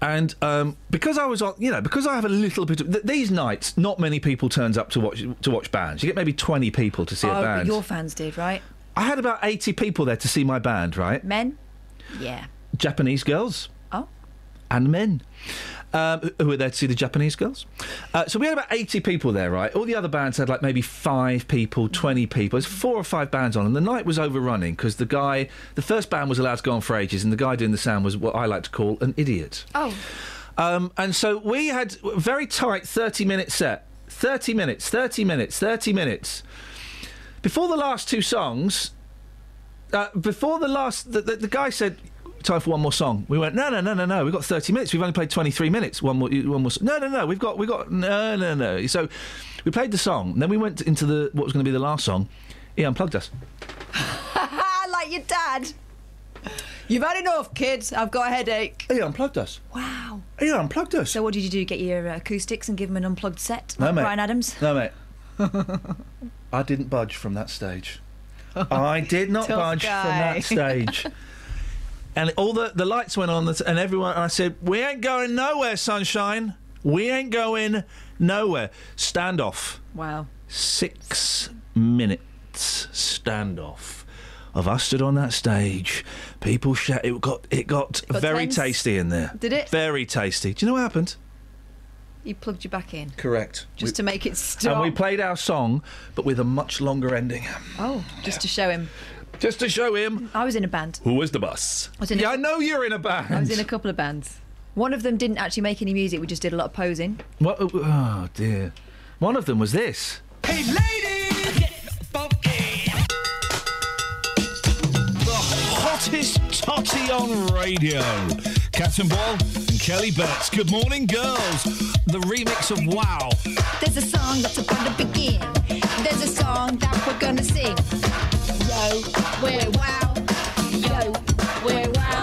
S1: And um, because I was on, you know, because I have a little bit of th- these nights, not many people turns up to watch to watch bands. You get maybe twenty people to see
S14: oh,
S1: a
S14: but
S1: band.
S14: your fans did, right?
S1: I had about eighty people there to see my band, right?
S14: Men? Yeah.
S1: Japanese girls.
S14: Oh.
S1: And men. Um, who- who were there to see the Japanese girls? Uh, so we had about 80 people there, right? All the other bands had like maybe five people, 20 people. There's four or five bands on, and the night was overrunning because the guy, the first band was allowed to go on for ages, and the guy doing the sound was what I like to call an idiot.
S14: Oh.
S1: Um, and so we had a very tight 30 minute set. 30 minutes, 30 minutes, 30 minutes. Before the last two songs, uh, before the last, the, the, the guy said, "Time for one more song." We went, "No, no, no, no, no. We've got thirty minutes. We've only played twenty-three minutes. One more, one more. s- No, no, no. We've got, we got. No, no, no." So we played the song. Then we went into the what was going to be the last song. He unplugged us.
S14: like your dad. You've had enough, kids. I've got a headache.
S1: He unplugged us.
S14: Wow.
S1: He unplugged us.
S14: So what did you do? Get your uh, acoustics and give him an unplugged set?
S1: No,
S14: like
S1: mate.
S14: Brian Adams.
S1: No, mate. I didn't budge from that stage. I did not
S14: Tough
S1: budge from
S14: guy.
S1: that stage. and all the, the lights went on, and everyone, and I said, We ain't going nowhere, sunshine. We ain't going nowhere. Standoff.
S14: Wow.
S1: Six minutes standoff. Of us stood on that stage, people shout. It got it got,
S14: got
S1: very
S14: tense.
S1: tasty in there.
S14: Did it?
S1: Very tasty. Do you know what happened?
S14: You plugged you back in
S1: Correct.
S14: just to make it stop.
S1: And we played our song, but with a much longer ending.
S14: oh, just to show him.
S1: Just to show him.
S14: I was in a band.
S1: Who was the boss?
S14: I was in a-
S1: yeah, I know you're in a band.
S14: I was in a couple of bands. One of them didn't actually make any music. We just did a lot of posing.
S1: What? Oh dear. One of them was this.
S2: Hey, ladies, get funky.
S1: The hottest totty on radio. Captain Ball and Kelly Betts. Good morning, girls. The remix of Wow.
S2: There's a song that's about to begin. There's a song that we're gonna sing. Yo, we're wow. Yo, we're wow.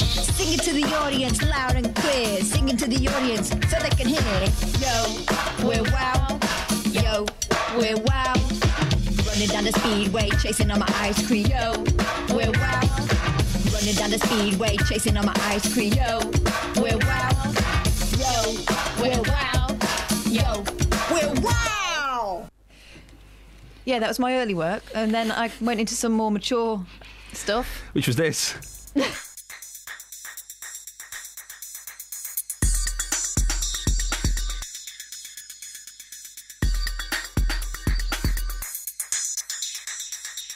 S2: Sing it to the audience loud and clear. Sing it to the audience so they can hear. Yo, we're wow. Yo, we're wow. Running down the speedway, chasing on my ice cream. Yo, we're wow. Running down the speedway, chasing on my ice cream. Yo, we're wow. Yo, we're wow. Yo, we're wow.
S14: Yeah, that was my early work, and then I went into some more mature stuff.
S1: Which was this.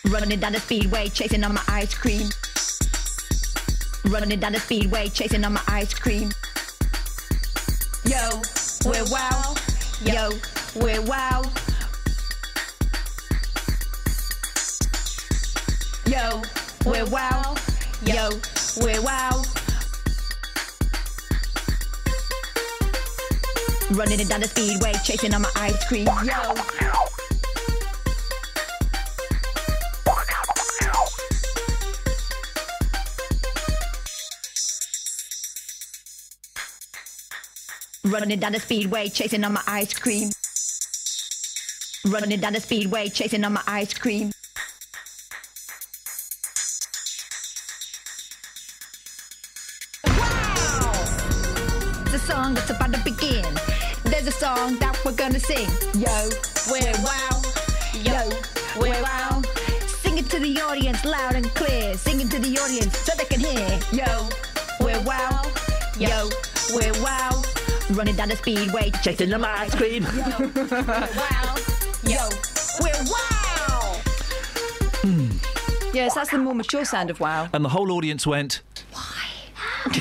S2: Running down the speedway, chasing on my ice cream. Running down the speedway, chasing on my ice cream. Yo, we're wow. Yo, we're wow. Yo, we're wow. Yo, we're wow. Running down the speedway, chasing on my ice cream. Yo. Running down the speedway, chasing on my ice cream. Running down the speedway, chasing on my ice cream. It's a song that's about to begin. There's a song that we're gonna sing. Yo, we're wow. Yo, we're wow. Sing it to the audience loud and clear. Sing it to the audience so they can hear. Yo, we're wow. Yo, we're wow. Running down the speedway, chasing the ice cream. Yo, we're wow. Yo, we're wow. Hmm.
S14: Yes, that's the more mature sound of wow.
S1: And the whole audience went. Why?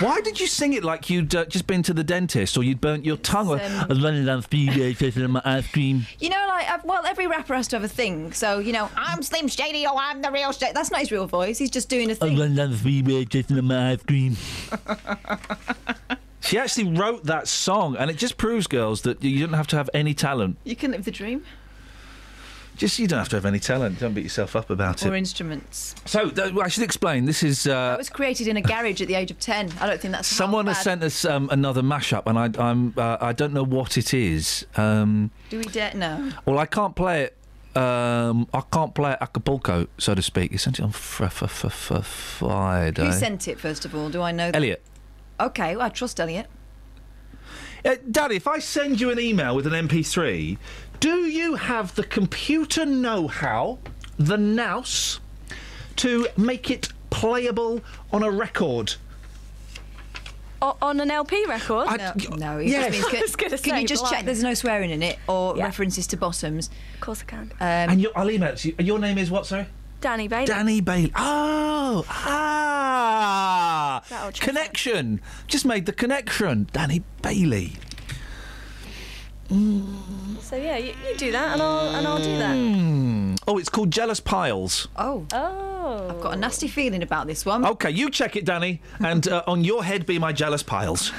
S1: Why did you sing it like you'd uh, just been to the dentist or you'd burnt your tongue? Or,
S2: um,
S1: I really love BJ's and my ice cream.
S2: You know, like, I've, well, every rapper has to have a thing. So, you know, I'm Slim Shady or I'm the real Shady. That's not his real voice. He's just doing a thing.
S1: love BJ's and my ice cream. she actually wrote that song, and it just proves, girls, that you don't have to have any talent.
S2: You can live the dream.
S1: Just you don't have to have any talent. Don't beat yourself up about
S2: Or
S1: it.
S2: instruments.
S1: So th- I should explain. This is. Uh,
S2: I was created in a garage at the age of 10. I don't think that's half
S1: Someone has
S2: bad.
S1: sent us um, another mashup, and I, I'm uh, I don't know what it is. Um,
S2: Do we dare? No.
S1: well, I can't play it. Um, I can't play it Acapulco, so to speak. He sent it on fr- fr- fr- fr- Friday.
S2: Who sent it, first of all? Do I know that?
S1: Elliot.
S2: Okay, well, I trust Elliot.
S1: Uh, Daddy, if I send you an email with an MP3, do you have the computer know-how, the nous, to make it playable on a record?
S6: O- on an LP record?
S2: no, no he just means,
S6: I was
S2: can,
S6: gonna
S2: can
S6: say,
S2: you just
S6: blimey.
S2: check there's no swearing in it or references to bottoms? Um, Of
S6: course I can.
S1: and your, I'll email it to you. Your name is what? Sorry.
S6: Danny Bailey.
S1: Danny Bailey. Oh, ah,
S6: That'll change
S1: connection. Just made the connection. Danny Bailey.
S6: So yeah, you, you do that, and I'll and I'll do
S2: Mm.
S6: that.
S1: Hmm. Oh, it's called Jealous Piles.
S2: Oh.
S6: Oh.
S2: I've got a nasty feeling about this one.
S1: Okay, you check it, Danny, and uh, on your head be my jealous piles.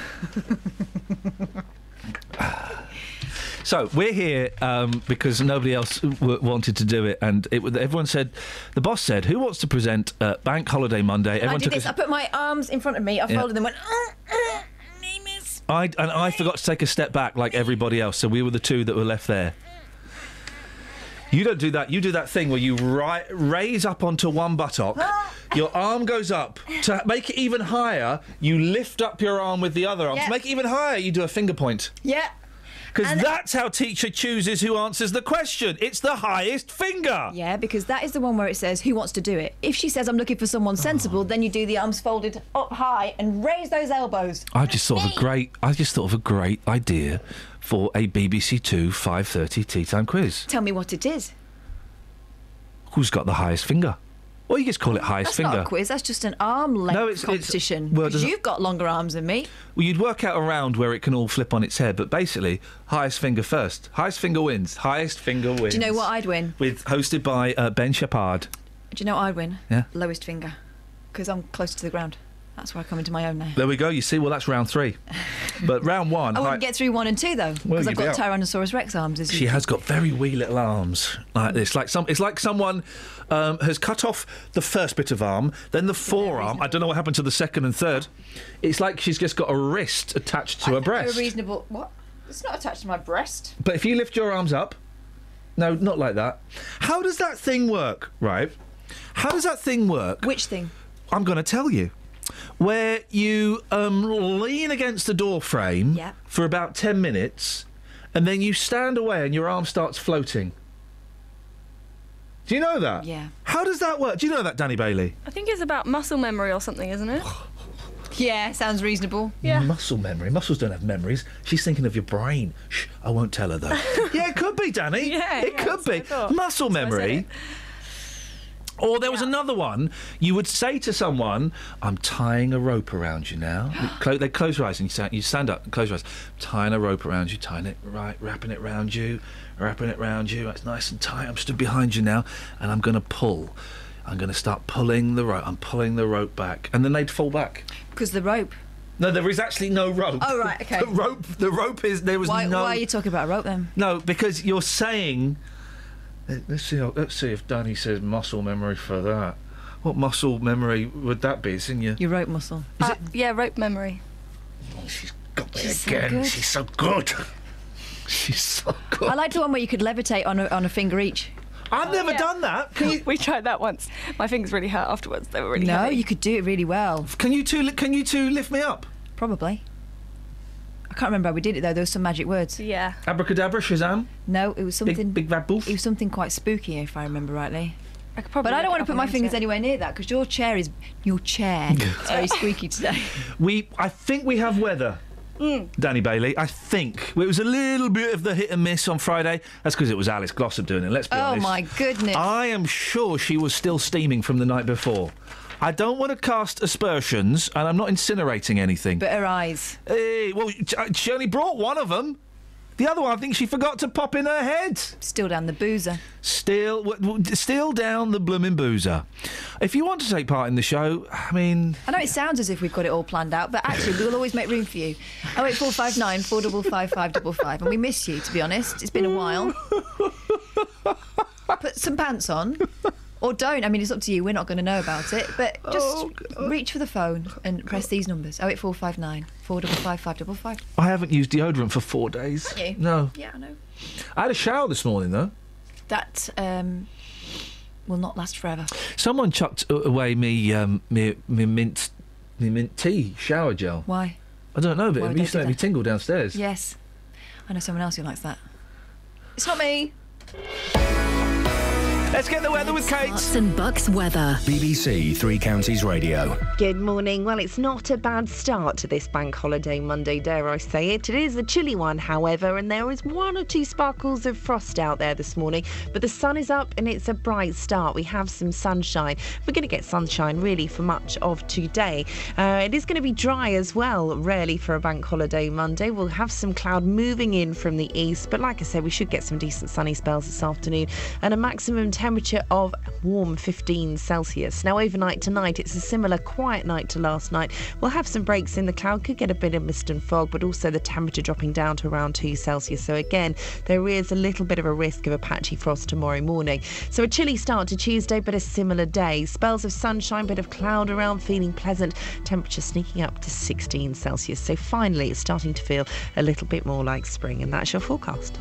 S1: So we're here um, because nobody else w- wanted to do it, and it, was- everyone said, the boss said, "Who wants to present uh, Bank Holiday Monday?" Everyone
S2: I did
S1: took
S2: this.
S1: a-
S2: I put my arms in front of me. I
S1: Yeah.
S2: folded them. Went. "Oh."
S1: I and I forgot to take a step back like everybody else, so we were the two that were left there. You don't do that. You do that thing where you ri- raise up onto one buttock, your arm goes up to make it even higher. You lift up your arm with the other arm
S2: Yeah.
S1: to make it even higher. You do a finger point
S2: Yeah.
S1: because that's how teacher chooses who answers the question. It's the highest finger.
S2: Yeah, because that is the one where it says who wants to do it. If she says I'm looking for someone
S1: Oh.
S2: sensible, then you do the arms folded up high and raise those elbows.
S1: I just thought of a great. I just thought of a great idea for a BBC Two five thirty tea time quiz.
S2: Tell me what it is.
S1: Who's got the highest finger? Or you just call it highest
S2: That's
S1: finger.
S2: not a quiz. That's just an arm length competition.
S1: well,
S2: 'Cause
S1: does it-
S2: you've got longer arms than me.
S1: Well, you'd work out a round where it can all flip on its head, but basically, highest finger first. Highest finger wins. Highest finger wins.
S2: Do you know what I'd win?
S1: With hosted by uh, Ben Shepard.
S2: Do you know what I'd win?
S1: Yeah.
S2: Lowest finger, because I'm closer to the ground. That's where I come into my own now.
S1: There we go. You see, well, that's round three, but round one.
S2: I
S1: hi-
S2: wouldn't get through one and two though, because
S1: Well, you'd
S2: I've
S1: be
S2: got
S1: out.
S2: Tyrannosaurus Rex arms. As
S1: She
S2: you
S1: has got very wee little arms like this. Like some, it's like someone um, has cut off the first bit of arm, then the forearm. I don't know what happened to the second and third. It's like she's just got a wrist attached to her breast.
S2: A reasonable what? It's not attached to my breast.
S1: But if you lift your arms up, no, not like that. How does that thing work, right? How does that thing work?
S2: Which thing?
S1: I'm going to tell you. Where you um, lean against the door frame
S2: Yeah.
S1: for about 10 minutes and then you stand away and your arm starts floating. Do you know that?
S6: Yeah.
S1: How does that work? Do you know that, Danny Bailey?
S6: I think it's about muscle memory or something, isn't it?
S2: yeah, sounds reasonable.
S1: Yeah. Muscle memory. Muscles don't have memories. She's thinking of your brain. Shh, I won't tell her though. yeah, it could be, Danny.
S6: Yeah,
S1: it
S6: yeah,
S1: could
S6: that's what I
S1: be.
S6: thought.
S1: Muscle memory. Or there was another one. You would say to someone, "I'm tying a rope around you now." You clo- they close your eyes and you stand, you stand up. and Close your eyes. Tying a rope around you. Tying it right. Wrapping it round you. Wrapping it round you. It's nice and tight. I'm stood behind you now, and I'm going to pull. I'm going to start pulling the rope. I'm pulling the rope back, and then they'd fall back.
S2: Because the rope.
S1: No, there is actually no rope.
S2: Oh, right, okay.
S1: The rope. The rope is there was
S2: Why,
S1: no.
S2: why are you talking about rope then?
S1: No, because you're saying. Let- Let's see. how- Let's see if Danny says muscle memory for that. What muscle memory would that be? It's in your.
S2: Your rope muscle.
S6: Uh, yeah, rope memory.
S1: Oh, Got me
S2: She's so
S1: again.
S2: good.
S1: She's so good. She's so good.
S2: I liked the one where you could levitate on a, on a finger each.
S1: I've never done that. Can you,
S6: we tried that once. My fingers really hurt afterwards. They were really
S2: no,
S6: heavy.
S2: you could do it really well.
S1: Can you two? li- Can you two lift me up?
S2: Probably. I can't remember how we did it though. There were some magic words.
S6: Yeah.
S1: Abracadabra, Shazam.
S2: No, it was something.
S1: big red boof.
S2: It was something quite spooky, if I remember rightly.
S6: I could probably
S2: but I
S6: look
S2: don't
S6: it
S2: want to
S6: up
S2: put
S6: on
S2: my
S6: the
S2: fingers
S6: internet.
S2: anywhere near that because your chair is your chair. it's very squeaky today.
S1: We. I think we have weather.
S6: Mm.
S1: Danny Bailey, I think it was a little bit of the hit and miss on Friday. That's because it was Alice Glossop doing it. Let's be
S2: Oh
S1: honest.
S2: my goodness.
S1: I am sure she was still steaming from the night before. I don't want to cast aspersions, and I'm not incinerating anything.
S2: But her eyes.
S1: Eh, well, she only brought one of them. The other one, I think she forgot to pop in her head.
S2: Still down the boozer.
S1: Still, w- w- still down the blooming boozer. If you want to take part in the show, I mean,
S2: I know it sounds as if we've got it all planned out, but actually we'll always make room for you. Oh eight four five nine four double five five double five, and we miss you to be honest. It's been a while. Put some pants on, or don't. I mean, it's up to you. We're not going to know about it, but just reach for the phone and press these numbers: oh eight four five nine four double five five double five.
S1: I haven't used deodorant for four days.
S2: You?
S1: No,
S2: Yeah, I know.
S1: I had a shower this morning though.
S2: That um, will not last forever.
S1: Someone chucked a- away me um me, me mint me mint tea shower gel.
S2: Why?
S1: I don't know, but
S2: Why
S1: it
S2: would
S1: used to
S2: they
S1: make
S2: do
S1: me
S2: that?
S1: tingle downstairs.
S2: Yes, I know someone else who likes that. It's not me.
S1: Let's get the weather with Kate.
S15: and Bucks weather.
S3: BBC Three Counties Radio.
S16: Good morning. Well, it's not a bad start to this bank holiday Monday, dare I say it. It is a chilly one, however, and there is one or two sparkles of frost out there this morning, but the sun is up and it's a bright start. We have some sunshine. We're going to get sunshine really for much of today. Uh, it is going to be dry as well, rarely for a bank holiday Monday. We'll have some cloud moving in from the east, but like I said, we should get some decent sunny spells this afternoon and a maximum temperature of warm 15 Celsius. Now, overnight tonight, it's a similar quiet night to last night. We'll have some breaks in the cloud, could get a bit of mist and fog, but also the temperature dropping down to around 2 Celsius. So, again, there is a little bit of a risk of a patchy frost tomorrow morning. So, a chilly start to Tuesday, but a similar day. Spells of sunshine, bit of cloud around, feeling pleasant. Temperature sneaking up to 16 Celsius. So, finally, it's starting to feel a little bit more like spring, and that's your forecast.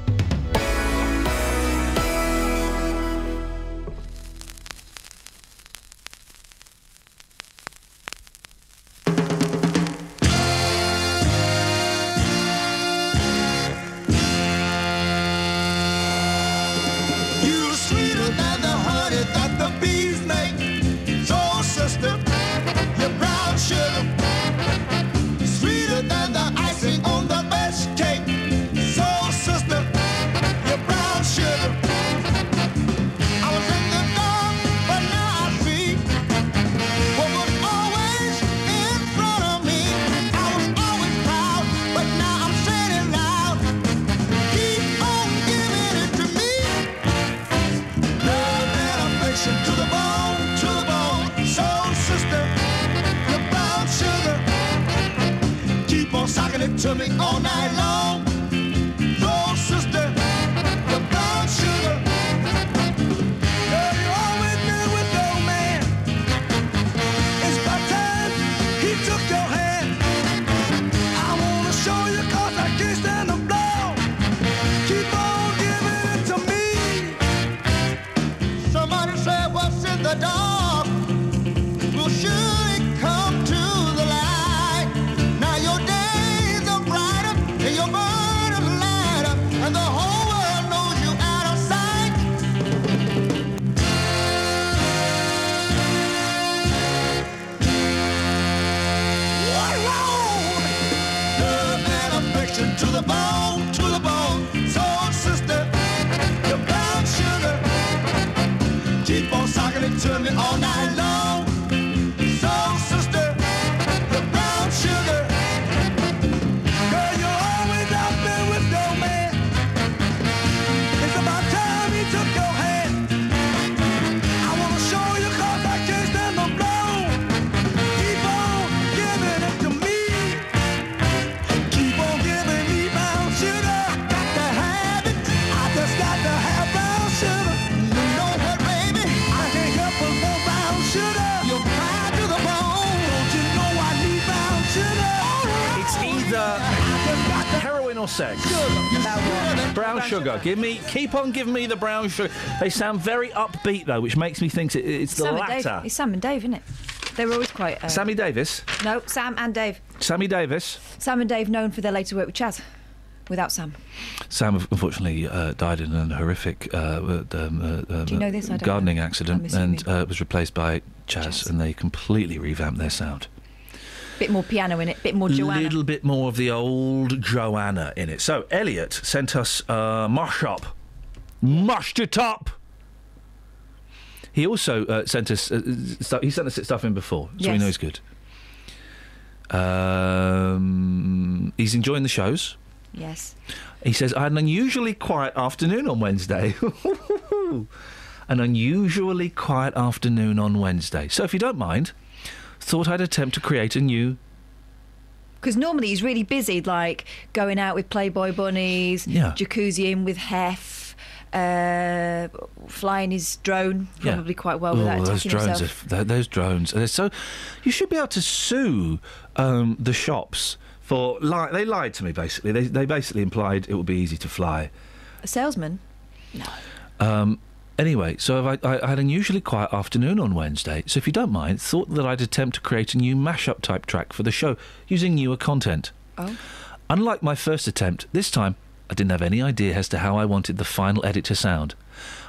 S9: You're sweeter than the honey that the bees make. So, sister, your brown sugar. Sweeter than the icing on the best cake. So, sister, your brown sugar. I was in the dark, but now I see what was always in front of me. I was always proud, but now I'm saying it loud. Keep on giving it to me. Love and affection to the bone, to the bone. Soul sister, you're brown sugar. Keep on socking it to me all night long. Soul sister, you're brown sugar. Girl, you always knew with no man. It's about time he took your hand. I wanna show you 'cause I can't stand the blow. Keep on giving it to me. Somebody said what's in the dark will surely come to the light. Now your days are brighter and your burden is lighter, and the whole world knows you out of sight. What road? Love and affection to the bone, to the bone. Soul sister, your brown sugar. Keep on socking it to me all night long. Soul sister, the brown sugar. Girl, you're always out there with your man. It's about time he took your hand. I wanna show you 'cause I can't stand the blow. Keep on giving it to me. Keep on giving me brown sugar. Got to have it. I just got to have brown sugar. You know what, baby? I can't help but want brown sugar. You're proud to the bone. Don't you know I need brown sugar?
S1: It's either heroin or sex. Brown sugar. Give me, keep on giving me the brown sugar. They sound very upbeat though, which makes me think it, it's the
S2: Sam and
S1: latter.
S2: Dave. It's Sam and Dave, isn't it? They were always quite. Uh,
S1: Sammy Davis.
S2: No, Sam and Dave.
S1: Sammy Davis.
S2: Sam and Dave known for their later work with Chaz. Without Sam.
S1: Sam unfortunately uh, died in an horrific uh, uh, um, uh,
S2: Do you know this? I don't
S1: gardening
S2: know. I'm
S1: accident
S2: assuming.
S1: and uh, was replaced by Chaz, and they completely revamped their sound.
S2: Bit more piano in it, bit more Joanna.
S1: little bit more of the old Joanna in it. So Elliot sent us uh, mush up, mushed it up. He also uh, sent us uh, stuff. He sent us stuff in before, so we
S17: Yes.
S1: know he's good. Um, he's enjoying the shows.
S2: Yes.
S1: He says, I had an unusually quiet afternoon on Wednesday. an unusually quiet afternoon on Wednesday. So, if you don't mind, thought I'd attempt to create a new.
S2: Because normally he's really busy, like going out with Playboy bunnies,
S1: Yeah.
S2: jacuzzi in with Hef, uh, flying his drone
S1: Yeah.
S2: probably quite well without
S1: Ooh, those
S2: attacking
S1: drones
S2: himself.
S1: Are, f- tho- those drones. They're so. You should be able to sue um, the shops for. Li- they lied to me, basically. They, they basically implied it would be easy to fly.
S2: A salesman.
S1: Um, anyway, so I've, I, I had an unusually quiet afternoon on Wednesday, so if you don't mind, thought that I'd attempt to create a new mashup type track for the show using newer content.
S2: Oh.
S1: Unlike my first attempt, this time I didn't have any idea as to how I wanted the final edit to sound.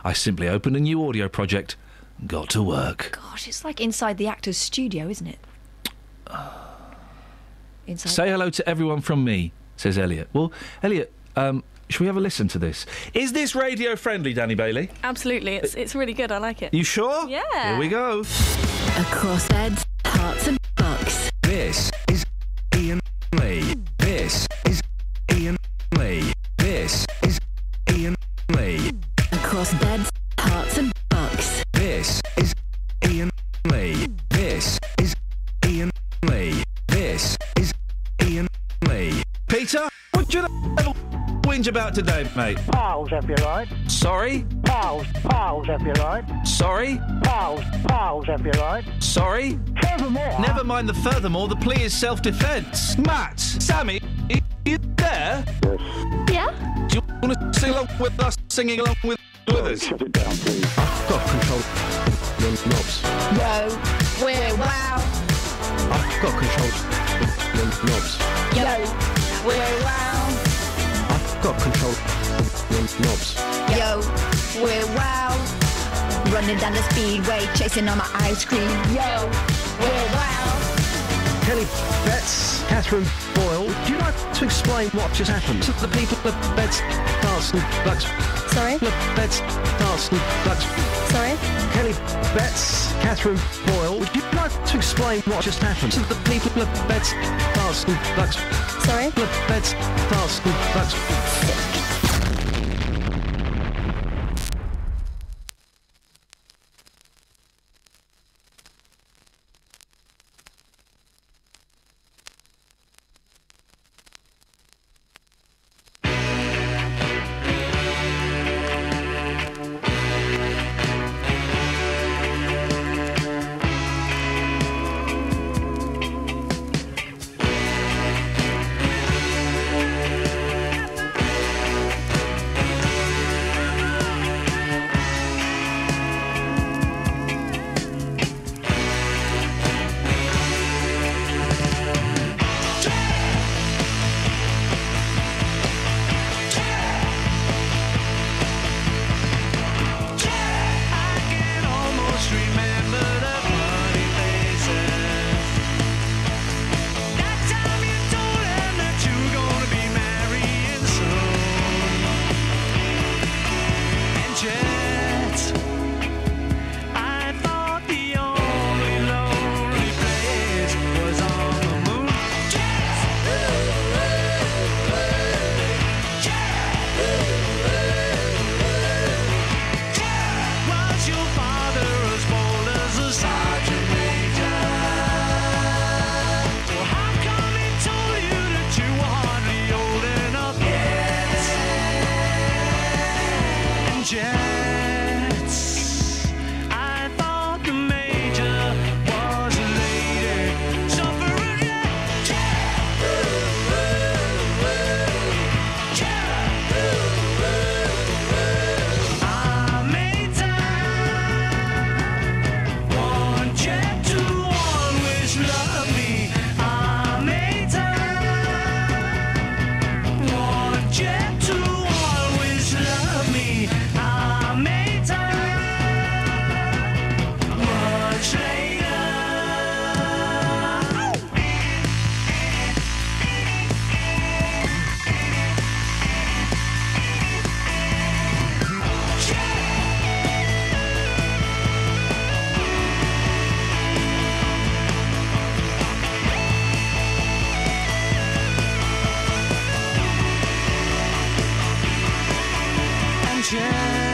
S1: I simply opened a new audio project and got to work.
S2: Gosh, it's like inside the actor's studio, isn't it? Inside.
S1: Say hello to everyone from me, says Elliot. Well, Elliot, um, should we have a listen to this? Is this radio friendly, Danny Bailey?
S6: Absolutely, it's it's really good. I like it.
S1: You sure?
S6: Yeah.
S1: Here we go.
S18: Across beds, hearts, and bucks.
S3: This is Ian Lee. This is Ian Lee. This is Ian Lee.
S18: Across beds, hearts, and bucks.
S3: This is Ian Lee. This is Ian Lee. This is Ian Lee.
S1: Peter, what you ever whinge about today, mate?
S19: Pals, if you like.
S1: Sorry?
S19: Pals, pals, if you like.
S1: Sorry?
S19: Pals, pals, if you like.
S1: Sorry?
S19: Furthermore.
S1: Never mind the furthermore, the plea is self defence. Matt, Sammy, i- you there?
S9: Yeah?
S1: Do you want to sing along with us? Singing along with, with us? Shut it down, please. I've got control of the knobs.
S20: Yo, we're wow.
S1: I've got control of the knobs.
S20: Yo, we're wow.
S1: I've got control of the knobs.
S20: Yo, we're wow. Running down the speedway, chasing on my ice cream. Yo, we're wow.
S21: Kelly Betts, Catherine Boyle, do you like to explain what just happened to the people of Betts, Darson, Bucks? Sorry? Betts, Darson, Bucks. Sorry? Kelly Betts, Catherine Boyle, would you like to explain what just happened to the people of Betts, Darson, Bucks? Sorry? Betts, Darson, Bucks.
S9: Yo,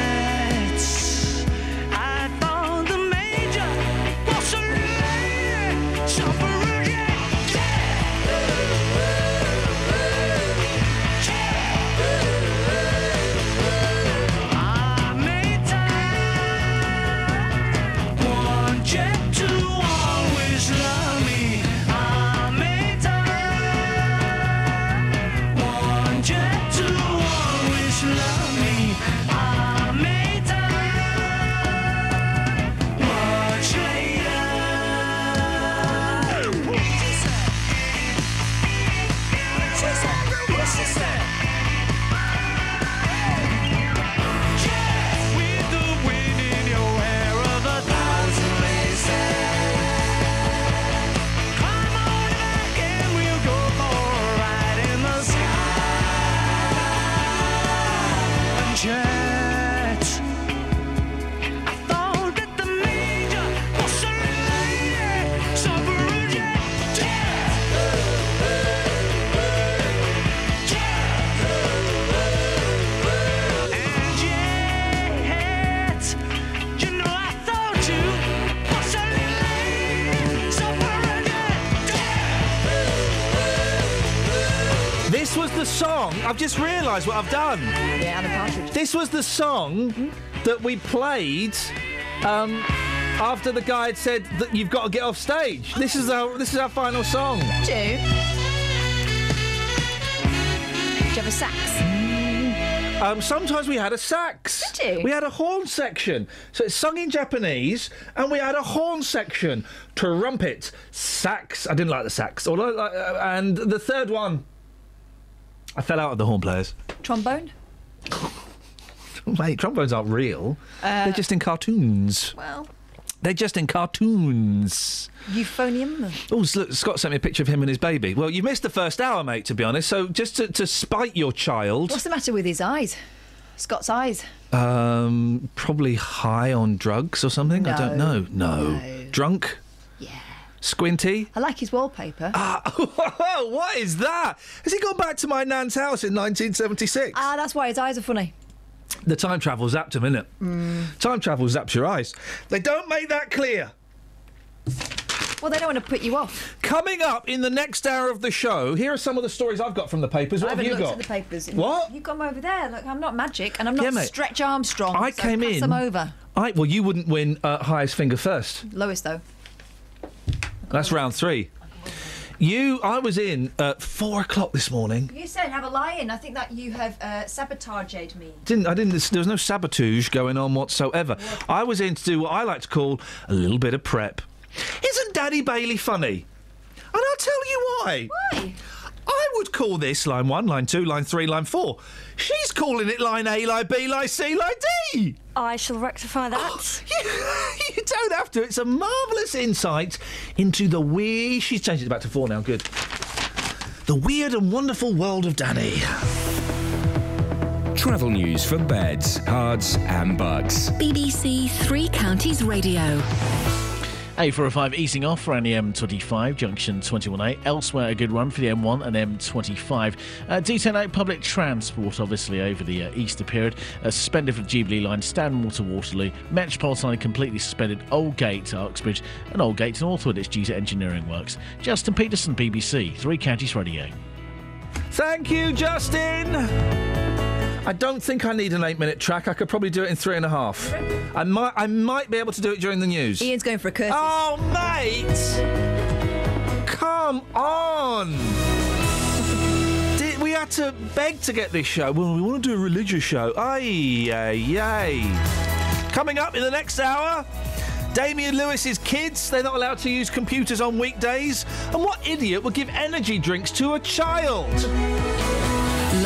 S9: chance. I found the major was a lady, suffering. I made time. One jet to always love me. I made time. One jet to always love me. I made time. Much later. What she said? What she said? What she said? With the wind in your hair of a thousand places. Come on back and we'll go for a ride in the sky. Jet. I thought that the major was a lady, sovereign jet.
S1: This was the song. I've just realised what I've done. Yeah, Anna Partridge. This was the song that we played um, after the guy had said that you've got to get off stage. This is our this is our final song.
S4: Do you? Do you have a
S20: Mm.
S4: sax?
S1: Um, sometimes we had a sax.
S4: Did you?
S1: We had a horn section. So it's sung in Japanese, and we had a horn section. Trumpet, sax. I didn't like the sax. Although, like, uh, and the third one, I fell out of the horn players.
S2: Trombone?
S1: Mate, trombones aren't real.
S2: Uh,
S1: They're just in cartoons.
S2: Well,
S1: They're just in cartoons.
S2: euphonium?
S1: Oh, s- look, Scott sent me a picture of him and his baby. Well, you missed the first hour, mate, to be honest. So just to, to spite your child,
S2: What's the matter with his eyes? Scott's eyes.
S1: um, probably high on drugs or something. I don't
S2: No.
S1: know. No. Drunk? Yeah. Squinty?
S2: I like his wallpaper.
S1: Ah, what is that? Has he gone back to my nan's house in 1976?
S2: Ah, that's why his eyes are funny.
S1: The time travel zapped him, innit?
S2: Mm.
S1: Time travel zaps your eyes. They don't make that clear.
S2: Well, they don't want to put you off.
S1: Coming up in the next hour of the show, here are some of the stories I've got from the papers.
S2: I
S1: What have
S2: haven't
S1: you
S2: looked
S1: got?
S2: at the papers.
S1: What?
S2: You've got 'em over there. Look, I'm not magic and I'm not
S1: Yeah, mate.
S2: Stretch Armstrong.
S1: I
S2: so
S1: came
S2: pass
S1: in.
S2: them over.
S1: I well, you wouldn't win uh, highest finger first.
S2: Lowest, though.
S1: That's round three. You, I was in at four o'clock this morning.
S2: You said have a lie in. I think that you have uh, sabotaged me.
S1: Didn't I? Didn't there was no sabotage going on whatsoever. I was in to do what I like to call a little bit of prep. Isn't Daddy Bailey funny? And I'll tell you why. Why? I would call this line one, line two, line three, line four. She's calling it line A, line B, line C, line D.
S6: I shall rectify that.
S1: you, you don't have to. It's a marvellous insight into the wee. She's changed it back to four now. Good. The weird and wonderful world of Danny.
S5: Travel news for beds, cards, and bugs.
S12: BBC Three Counties Radio.
S11: A405 easing off around the M25, junction 21A. Elsewhere, a good run for the M1 and M25. Uh, D108 public transport, obviously, over the uh, Easter period. Uh, suspended for the Jubilee line, Stanwater Waterloo. Metropolitan line completely suspended. Oldgate to Uxbridge and Oldgate to Northwood. It's due to engineering works. Justin Peterson, BBC, Three Counties Radio.
S1: Thank you, Justin. I don't think I need an eight-minute track. I could probably do it in three and a half. I might, I might be able to do it during the news.
S2: Ian's going for a curse.
S1: Oh, mate! Come on! Did, we had to beg to get this show. Well, we want to do a religious show. Ay, yay, yay. Coming up in the next hour, Damien Lewis's kids, they're not allowed to use computers on weekdays. And what idiot would give energy drinks to a child?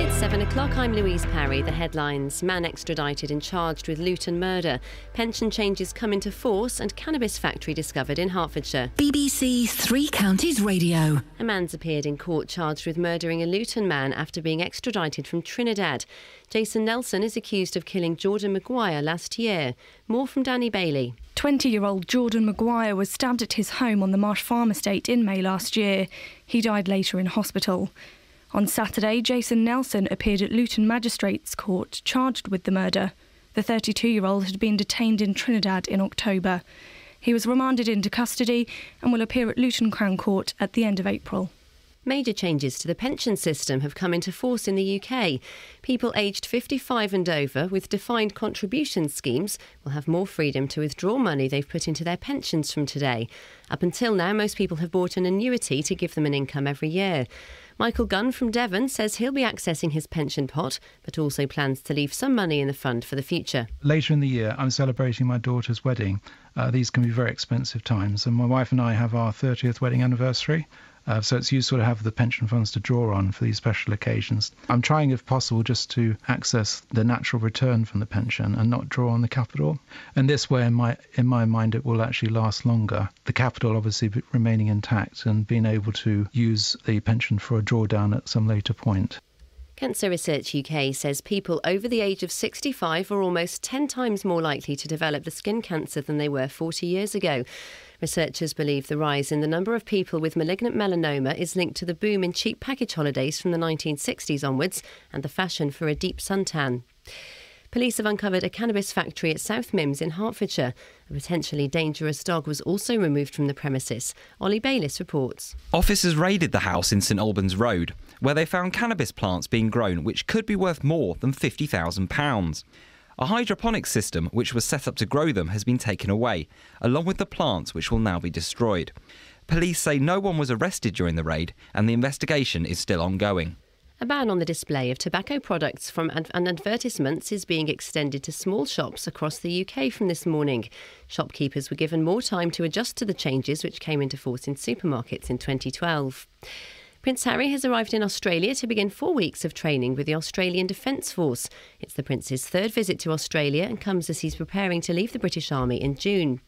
S13: It's 7 o'clock. o'clock, I'm Louise Parry. The headlines Man extradited and charged with loot and murder. Pension changes come into force, and cannabis factory discovered in Hertfordshire.
S12: BBC Three Counties Radio.
S13: A man's appeared in court charged with murdering a Luton man after being extradited from Trinidad. Jason Nelson is accused of killing Jordan Maguire last year. More from Danny Bailey.
S6: 20 year old Jordan Maguire was stabbed at his home on the Marsh Farm estate in May last year. He died later in hospital. On Saturday, Jason Nelson appeared at Luton Magistrates Court charged with the murder. The 32 year old had been detained in Trinidad in October. He was remanded into custody and will appear at Luton Crown Court at the end of April.
S13: Major changes to the pension system have come into force in the UK. People aged 55 and over with defined contribution schemes will have more freedom to withdraw money they've put into their pensions from today. Up until now, most people have bought an annuity to give them an income every year. Michael Gunn from Devon says he'll be accessing his pension pot, but also plans to leave some money in the fund for the future.
S22: Later in the year, I'm celebrating my daughter's wedding. Uh, these can be very expensive times, and my wife and I have our 30th wedding anniversary. Uh, so it's useful to have the pension funds to draw on for these special occasions. I'm trying, if possible, just to access the natural return from the pension and not draw on the capital. And this way, in my in my mind, it will actually last longer. The capital, obviously, be- remaining intact and being able to use the pension for a drawdown at some later point.
S13: Cancer Research UK says people over the age of 65 are almost 10 times more likely to develop the skin cancer than they were 40 years ago. Researchers believe the rise in the number of people with malignant melanoma is linked to the boom in cheap package holidays from the 1960s onwards and the fashion for a deep suntan. Police have uncovered a cannabis factory at South Mims in Hertfordshire. A potentially dangerous dog was also removed from the premises. Ollie Bayliss reports.
S23: Officers raided the house in St Albans Road, where they found cannabis plants being grown which could be worth more than £50,000. A hydroponic system which was set up to grow them has been taken away, along with the plants which will now be destroyed. Police say no one was arrested during the raid and the investigation is still ongoing.
S13: A ban on the display of tobacco products from ad- and advertisements is being extended to small shops across the UK from this morning. Shopkeepers were given more time to adjust to the changes which came into force in supermarkets in 2012. Prince Harry has arrived in Australia to begin four weeks of training with the Australian Defence Force. It's the Prince's third visit to Australia and comes as he's preparing to leave the British Army in June.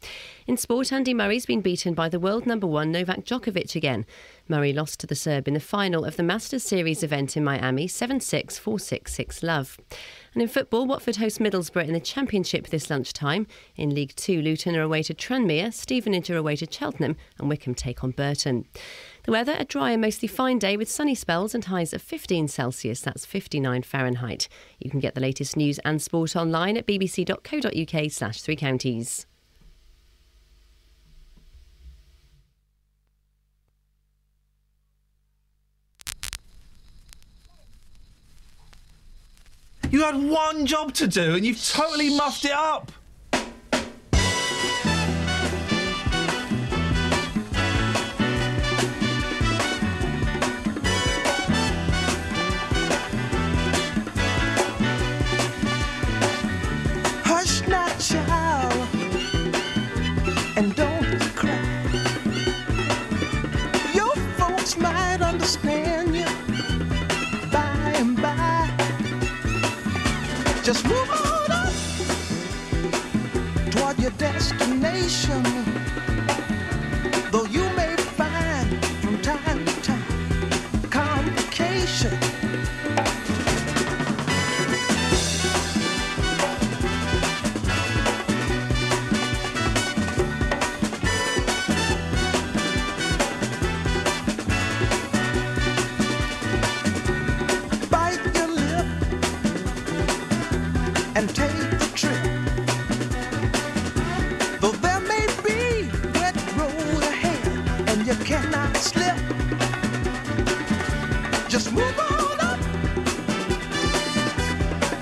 S13: In sport, Andy Murray's been beaten by the world number one Novak Djokovic again. Murray lost to the Serb in the final of the Masters Series event in Miami 7 6 4 6 6 love. And in football, Watford host Middlesbrough in the Championship this lunchtime. In League Two, Luton are away to Tranmere, Stevenage are away to Cheltenham, and Wickham take on Burton. The weather, a dry and mostly fine day with sunny spells and highs of 15 Celsius, that's 59 Fahrenheit. You can get the latest news and sport online at bbc.co.uk slash three counties.
S1: You had one job to do and you've totally muffed it up.
S20: Hush not, child, and don't cry. Your folks might understand you by and by. Just move on up toward your destination. Though you may find from time to time complications. bite your lip and take the trip. Though there may be wet road ahead and you cannot slip, just move on up.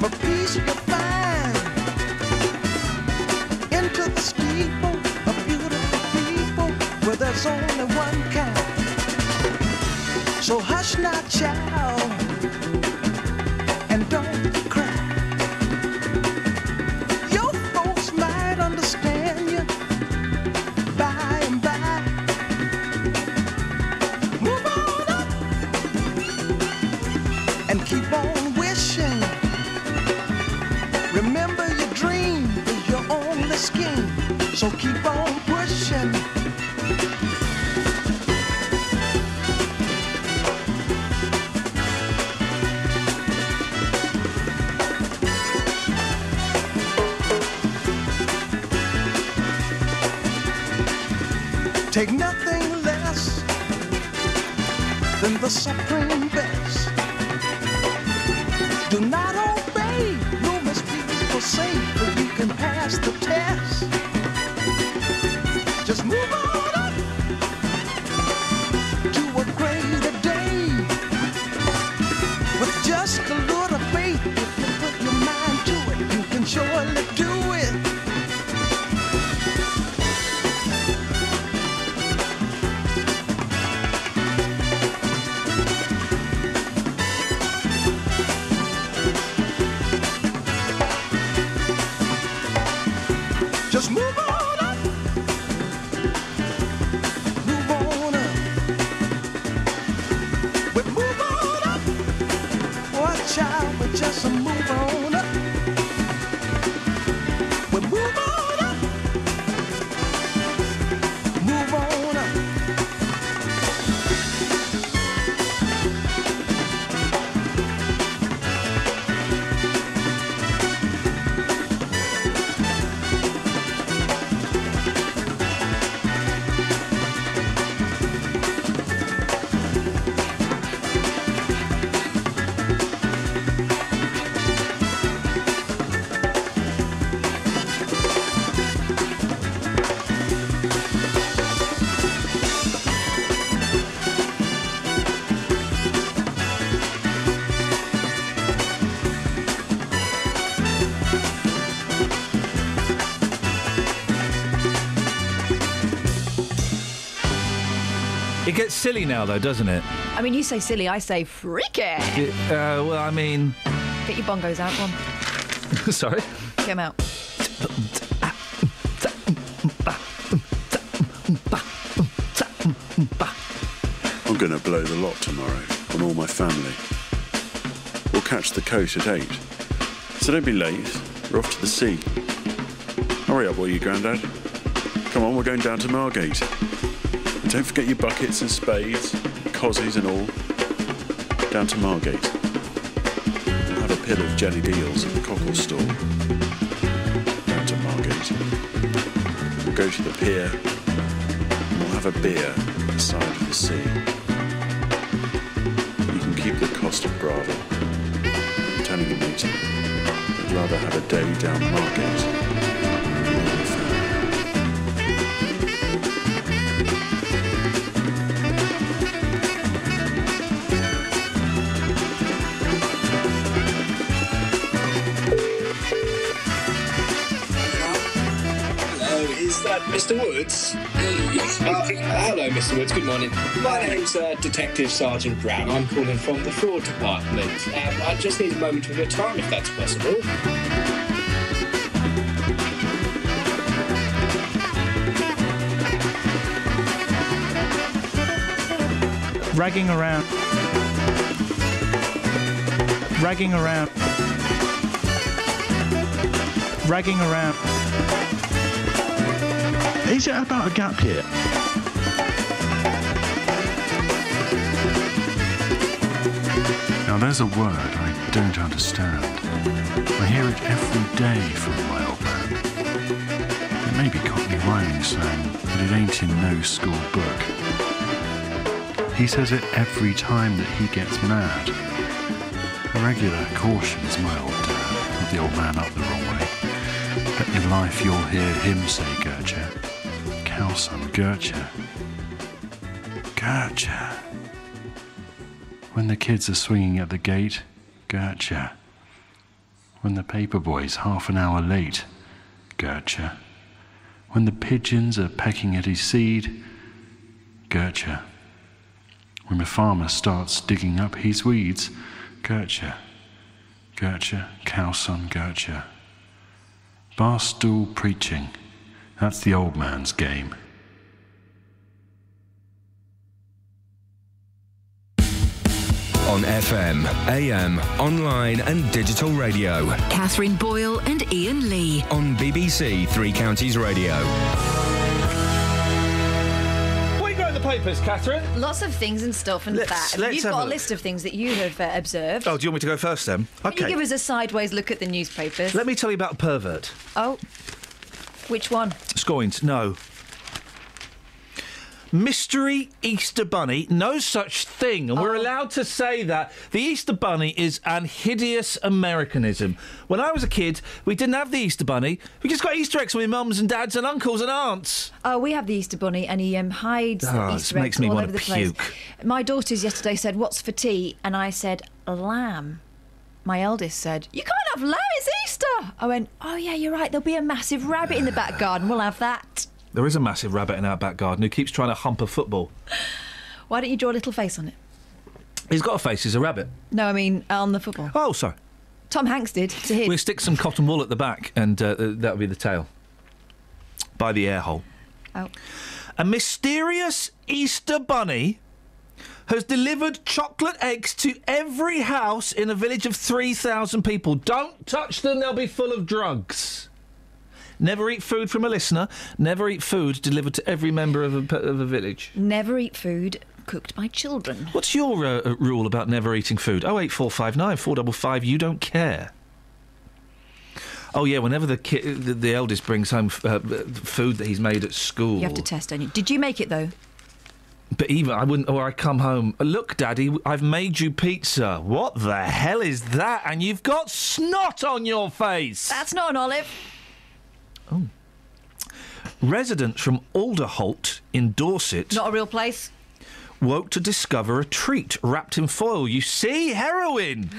S20: For peace you'll find into the steeple of beautiful people where there's only one kind. So hush not, child and don't cry. Your folks might understand you by and by. Move on up and keep on wishing so keep on pushing. Take nothing less than the supreme best. Do not obey, numerous people say, but you can pass the test. Just move on up to a greater day. With just a little faith, if you put your mind to it, you can surely do it. Just move on up. Move on up. We move on up. Oh, child, we just move on up. We move on up. Move on up.
S1: It gets silly now, though, doesn't it?
S2: I mean, you say silly, I say freaky.
S1: It- uh, well, I mean,
S2: Get your bongos out, one.
S1: sorry.
S2: Get 'em out.
S24: I'm going to blow the lot tomorrow on all my family. We'll catch the coast at eight. So don't be late. We're off to the sea. Hurry up, will you, Grandad? Come on, we're going down to Margate. And don't forget your buckets and spades, cozzies and all. Down to Margate. And have a pill of jelly deals at the cockle stall. Down to Margate. We'll go to the pier. And we'll have a beer at the side of the sea. You can keep the cost of Bravo. I'm telling you, mate, I'd rather have a day down Margate.
S3: Hello, is that Mr. Woods? Yes. hello, Mr. Woods. Good morning. My name's uh, Detective Sergeant Brown. I'm calling from the fraud department. Um, I just need a moment of your time, if that's possible.
S11: Ragging around. Ragging around. Ragging around.
S20: Is it about a gap year?
S25: Now there's a word I don't understand. I hear it every day from my old man. It may be Cockney rhyming slang, but it ain't in no school book. He says it every time that he gets mad. A regular caution is my old dad, not the old man up the wrong way. But in life you'll hear him say Gertrude. Cowson Gertrude. Gertrude. When the kids are swinging at the gate, Gertcha. When the paperboy's half an hour late, Gertcha. When the pigeons are pecking at his seed, Gertcha. When the farmer starts digging up his weeds, Gertcha. Gertcha, cowson Gertcha. Barstool preaching. That's the old man's game.
S1: Oh,
S3: On FM, AM, online, and digital radio.
S12: Catherine Boyle and Ian Lee.
S3: On BBC Three Counties Radio.
S1: What you got in the papers, Catherine?
S2: Lots of things and stuff and
S1: Let's-
S2: that.
S1: let's
S2: You've
S1: have
S2: got
S1: a
S2: a
S1: look.
S2: list of things that you have uh, observed.
S1: Oh, do you want me to go first then?
S2: Can you give us a sideways look at the newspapers?
S1: Let me tell you about a pervert.
S2: Oh, which one?
S1: Scoins, no. Mystery Easter Bunny, no such thing. And we're allowed to say that. The Easter Bunny is an hideous Americanism. When I was a kid, we didn't have the Easter Bunny. We just got Easter eggs from my mums and dads and uncles and aunts.
S2: Oh, we have the Easter Bunny, and he um, hides
S1: Ah,
S2: the
S1: this
S2: Easter eggs
S1: makes me
S2: all
S1: wanna
S2: over the place.
S1: puke.
S2: My daughters yesterday said, "What's for tea?" and I said, "Lamb." My eldest said, "You can't have lamb; it's Easter." I went, "Oh yeah, you're right. There'll be a massive rabbit in the
S1: Ah.
S2: back garden. We'll have that.
S1: There is a massive rabbit in our back garden who keeps trying to hump a football.
S2: Why don't you draw a little face on it?"
S1: He's got a face, he's a rabbit.
S2: No, I mean on the football.
S1: Oh, sorry.
S2: Tom Hanks did to his.
S1: We'll stick some cotton wool at the back, and uh, that'll be the tail. By the air hole.
S2: Oh.
S1: A mysterious Easter bunny has delivered chocolate eggs to every house in a village of 3,000 people. Don't touch them, they'll be full of drugs. Never eat food from a listener. Never eat food delivered to every member of a, p- of a village.
S2: Never eat food cooked by children.
S1: What's your uh, uh, rule about never eating food? Oh eight four five nine four double five. You don't care. Oh yeah, whenever the ki- the, the eldest brings home f- uh, b- food that he's made at school,
S2: You have to test, don't you? Did you make it though?
S1: but even I wouldn't. Or I come home. "Uh, Look, Daddy, I've made you pizza. What the hell is that? And you've got snot on your face.
S2: That's not an olive.
S1: Residents from Alderholt in Dorset
S2: Not a real place.
S1: woke to discover a treat wrapped in foil. You see, heroin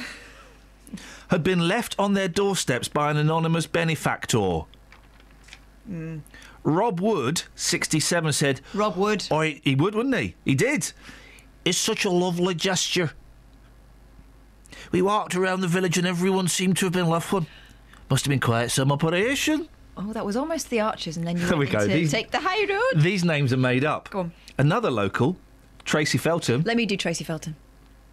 S1: had been left on their doorsteps by an anonymous benefactor.
S2: Mm.
S1: Rob Wood, 67, said.
S2: Rob Wood.
S1: Oh, he, he would, wouldn't he? He did. It's such a lovely gesture. We walked around the village and everyone seemed to have been left one. Must have been quite some operation.
S2: Oh, that was almost the archers, and then you
S1: There we
S2: went
S1: go,
S2: to
S1: these-
S2: take the high road.
S1: These names are made up.
S2: Go on.
S1: Another local, Tracy Felton.
S2: Let me do Tracy Felton.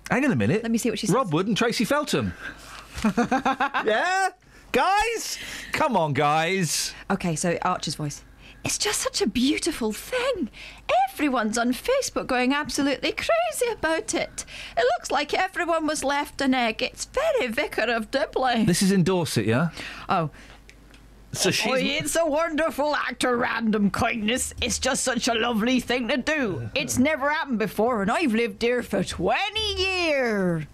S1: Hang on a minute. Let me
S2: see what she
S1: says. Rob Wood and Tracy Felton. yeah? Guys? Come on, guys.
S2: Okay, so Archer's voice. It's just such a beautiful thing. Everyone's on Facebook going absolutely crazy about it. It looks like everyone was left an egg. It's very Vicar of Dibley.
S1: This is in Dorset, yeah?
S4: Oh.
S1: So she's.
S4: Oh, it's a wonderful act of random kindness. It's just such a lovely thing to do. It's never happened before, and I've lived here for 20 years.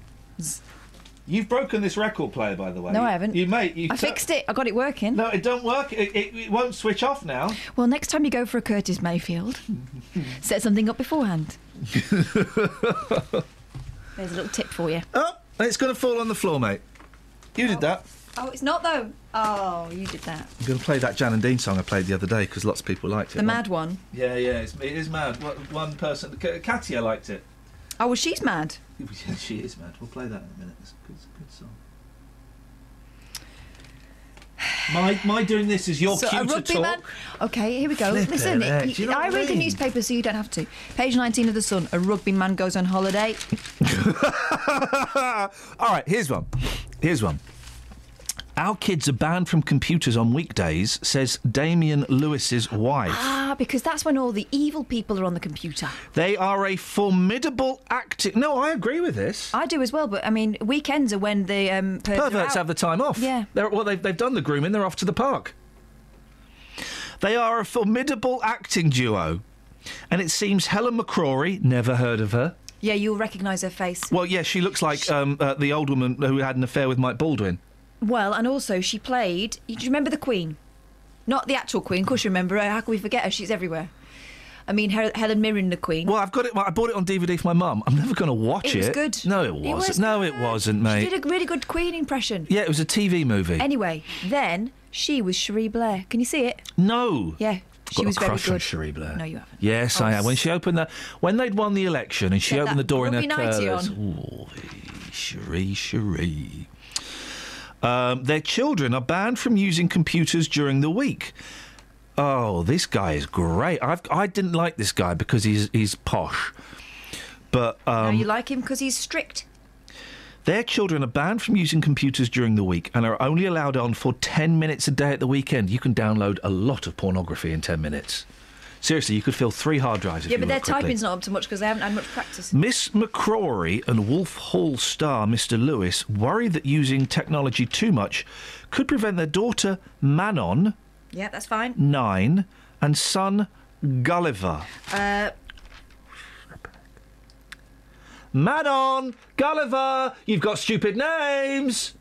S1: You've broken this record player, by the way.
S2: No, I haven't.
S1: You, mate, you.
S2: I fixed it. I got it working.
S1: No, it don't work. It, it, it won't switch off now.
S2: Well, next time you go for a Curtis Mayfield, set something up beforehand. There's a little tip for you.
S1: Oh, it's going to fall on the floor, mate. You did that.
S2: Oh, it's not though. Oh, you did that.
S1: I'm going to play that Jan and Dean song I played the other day because lots of people liked it.
S2: The mad one.
S1: Yeah, yeah, it's, it is mad. What, one person, K- Katia liked it.
S2: Oh, well, she's mad.
S1: Yeah, she is mad. We'll play that in a minute. It's a good, good song. My, my doing this is your
S2: so
S1: cue
S2: a
S1: to
S2: rugby
S1: talk.
S2: man. Okay, here we go.
S1: Flippin'
S2: Listen,
S1: heck,
S2: you-
S1: do you know
S2: I
S1: what I
S2: read the
S1: mean?
S2: newspaper, so you don't have to. Page 19 of the Sun. A rugby man goes on holiday.
S1: All right, here's one. Here's one. Our kids are banned from computers on weekdays, says Damien Lewis's wife.
S2: ah, because that's when all the evil people are on the computer.
S1: They are a formidable active. No, I agree with this.
S2: I do as well, but I mean, weekends are when the um, pervs are
S1: Perverts
S2: out.
S1: have the time off.
S2: Yeah.
S1: They're, well, they've, they've done the grooming, they're off to the park. They are a formidable acting duo. And it seems Helen McCrory, never heard of her.
S2: Yeah, you'll recognise her face.
S1: Well, yeah, she looks like um, uh, the old woman who had an affair with Mike Baldwin.
S2: Well, and also she played. Do you remember the Queen? Not the actual Queen, of course you remember her. How can we forget her? She's everywhere. I mean, Hel- Helen Mirren, the Queen.
S1: Well, I've got it. well, I bought it on DVD for my mum. I'm never going to watch it.
S2: It was good.
S1: No, it
S2: It
S1: wasn't.
S2: was
S1: no, it wasn't, mate.
S2: She did a really good Queen impression.
S1: Yeah, it was a TV movie.
S2: Anyway, then she was Cherie Blair. Can you see it?
S1: no.
S2: Yeah,
S1: I've
S2: she
S1: got
S2: was
S1: a
S2: very
S1: crush on
S2: good.
S1: Cherie Blair.
S2: No, you haven't.
S1: Yes, I am. When she opened the, when they'd won the election and she
S2: Oh, Get
S1: opened
S2: that
S1: the door in her
S2: rugby nightie
S1: curls. Ooh, Cherie, Cherie. Um, their children are banned from using computers during the week. Oh, this guy is great. I've, I didn't like this guy because he's he's posh, but um,
S2: now you like him because he's strict.
S1: Their children are banned from using computers during the week and are only allowed on for 10 minutes a day at the weekend. You can download a lot of pornography in 10 minutes. Seriously, you could fill three hard drives if
S2: yeah,
S1: you
S2: but
S1: were
S2: their
S1: quickly.
S2: typing's not up to much because they haven't had much practice.
S1: Miss McCrory and Wolf Hall star Mr. Lewis worry that using technology too much could prevent their daughter Manon,
S2: Yeah, that's fine.
S1: nine, and son Gulliver.
S2: Uh,
S1: Manon, Gulliver, you've got stupid names.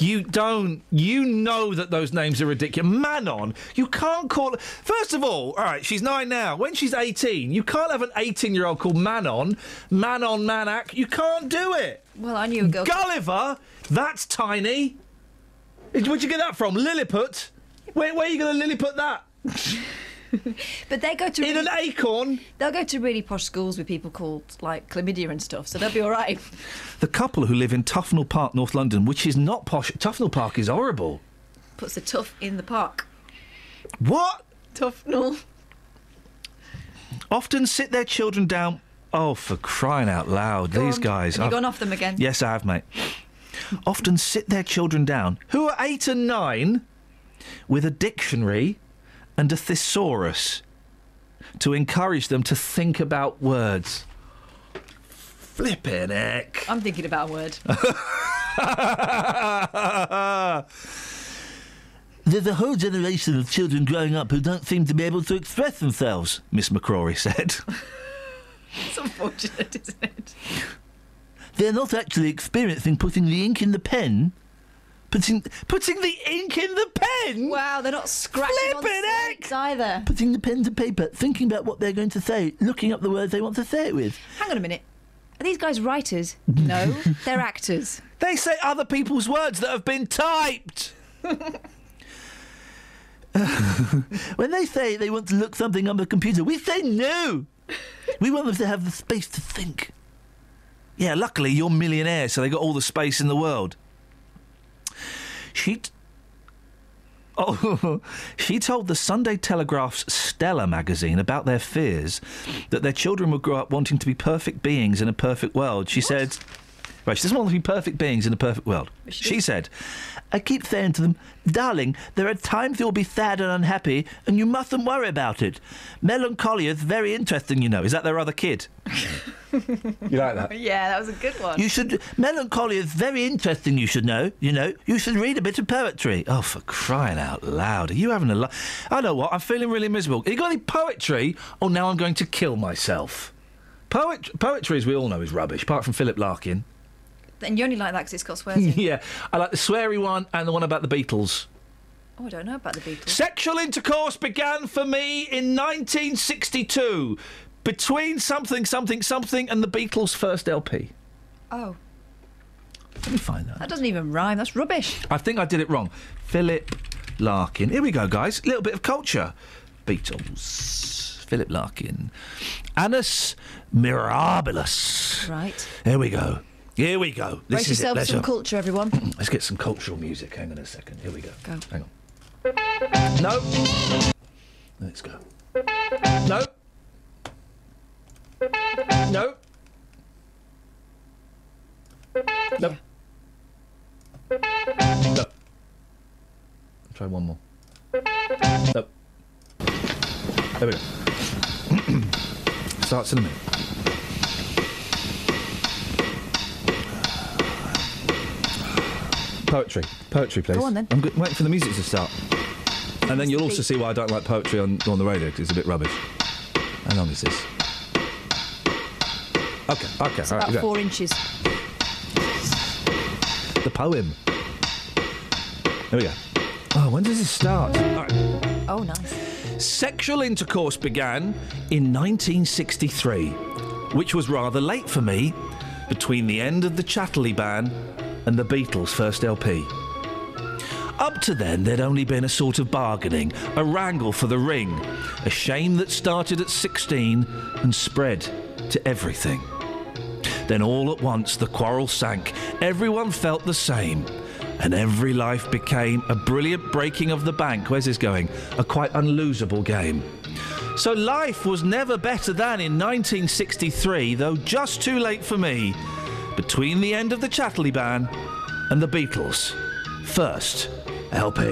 S1: You don't. You know that those names are ridiculous. Manon, you can't call. First of all, all right, she's nine now. When she's 18, you can't have an 18 year old called Manon. Manon Manak. You can't do it.
S2: well, I knew a girl.
S1: Gulliver, that's tiny. Where'd you get that from? Lilliput? Where, where are you going to Lilliput that?
S2: But they go to
S1: in an acorn.
S2: They'll go to really posh schools with people called like chlamydia and stuff, so they'll be all right.
S1: The couple who live in Tufnell Park, North London, which is not posh. Tufnell Park is horrible.
S2: Puts the tough in the park.
S1: What?
S2: Tough null.
S1: Often sit their children down. Oh, for crying out loud,
S2: Go
S1: these
S2: on.
S1: guys.
S2: Have you
S1: I've-
S2: gone off them again?
S1: Yes, I have, mate. Often sit their children down, who are eight and nine, with a dictionary and a thesaurus to encourage them to think about words. Flippin' heck.
S2: I'm thinking about a word.
S1: There's a whole generation of children growing up who don't seem to be able to express themselves, Miss McCrory said.
S2: it's unfortunate, isn't it?
S1: They're not actually experiencing putting the ink in the pen. Putting, putting the ink in the pen?
S2: Wow, they're not scratching on slates either.
S1: Putting the pen to paper, thinking about what they're going to say, looking up the words they want to say it with.
S2: Hang on a minute. Are these guys writers? No, they're actors.
S1: They say other people's words that have been typed. when they say they want to look something on the computer, we say no. we want them to have the space to think. Yeah, luckily you're millionaire, so they got all the space in the world. She. T- Oh, she told the Sunday Telegraph's Stella magazine about their fears that their children would grow up wanting to be perfect beings in a perfect world. She said, Right, she doesn't want them to be perfect beings in a perfect world. She said, I keep saying to them, darling, there are times you'll be sad and unhappy, and you mustn't worry about it. Melancholia is very interesting, you know. Is that their other kid? you like that?
S2: yeah, that was a good one.
S1: You should. Melancholy is very interesting, you should know. You know, you should read a bit of poetry. Oh, for crying out loud. Are you having a laugh? I know what, I'm feeling really miserable. You got any poetry? Or now I'm going to kill myself. Poet- poetry, as we all know, is rubbish, apart from Philip Larkin.
S2: And you only like that because it's got swears in.
S1: yeah, I like the sweary one and the one about the Beatles.
S2: Oh, I don't know about the Beatles.
S1: Sexual intercourse began for me in 1962 between something, something, something and the Beatles' first LP.
S2: Oh,
S1: Let me find that.
S2: that doesn't even rhyme. That's rubbish.
S1: I think I did it wrong. Philip Larkin. Here we go, guys. little bit of culture. Beatles. Philip Larkin. Annus Mirabilis.
S2: Right.
S1: Here we go. Here we go. This
S2: Brace
S1: is it.
S2: yourself
S1: Let's,
S2: some
S1: have-
S2: culture, everyone.
S1: let's get some cultural music. Hang on a second. Here we go.
S2: Go.
S1: Hang on. No. Let's go. No. No. No. No. Try one more. No. There we go. Starts in a minute. Poetry. Poetry, please.
S2: Go on then.
S1: I'm go- waiting for the music to start. And then you'll also see why I don't like poetry on, on the radio, 'cause it's a bit rubbish. How long is this? Okay, okay. all right,
S2: About
S1: okay.
S2: four inches.
S1: The poem. There we go. Oh, when does this start? All right.
S2: Oh, nice.
S1: Sexual intercourse began in 1963, which was rather late for me, between the end of the Chatterley ban and the Beatles' first LP. Up to then, there'd only been a sort of bargaining, a wrangle for the ring, a shame that started at 16 and spread to everything. Then all at once the quarrel sank. Everyone felt the same. And every life became a brilliant breaking of the bank. Where's this going? A quite unlosable game. So life was never better than in 1963, though just too late for me. between the end of the Chatterley ban and the Beatles. First LP.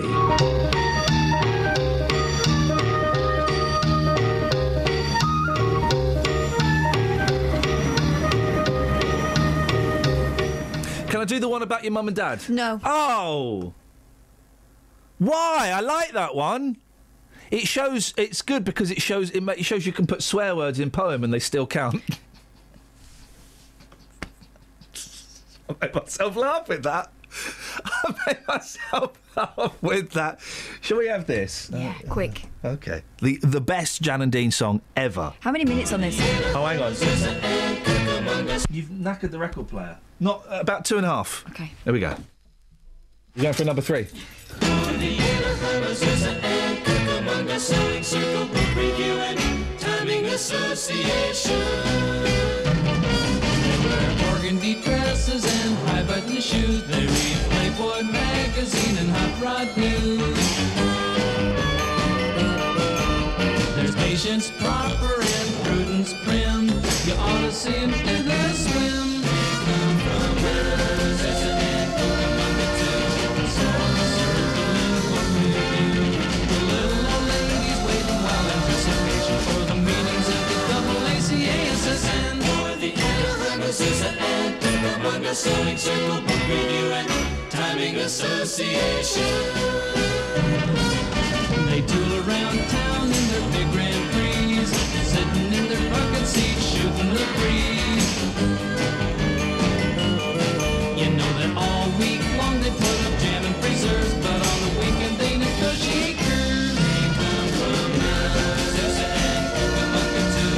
S1: Can I do the one about your mum and dad?
S2: No.
S1: Oh! Why? I like that one. It shows it's good because it shows it, ma- it shows you can put swear words in poem and they still count. I made myself laugh with that. I made myself laugh with that. Shall we have this?
S2: Yeah, quick.
S1: Okay. The the best Jan and Dean song ever.
S2: How many minutes on this?
S1: Oh, hang on. You've knackered the record player. Not uh, about two and a half.
S2: Okay.
S1: There we go. You going for number three?
S9: Burgundy dresses and high button shoes. They read Playboy magazine and Hot Rod News. There's patience proper and prudence prim. You ought to see 'em do their swim. They come from Massachusetts and Pocahontas too. So I'm circling for review. The little old ladies waiting while anticipation for the meetings of the AACASSN. For the Anahamazusa and Pocahontas Sewing Circle Book Review and Timing Association. They tool around town in their big grand prix, sitting in their bucket seats, shooting the breeze. You know that all week long they put up jam and freezers, but on the weekend they negotiate curves. They come from Massachusetts and Pocahontas too,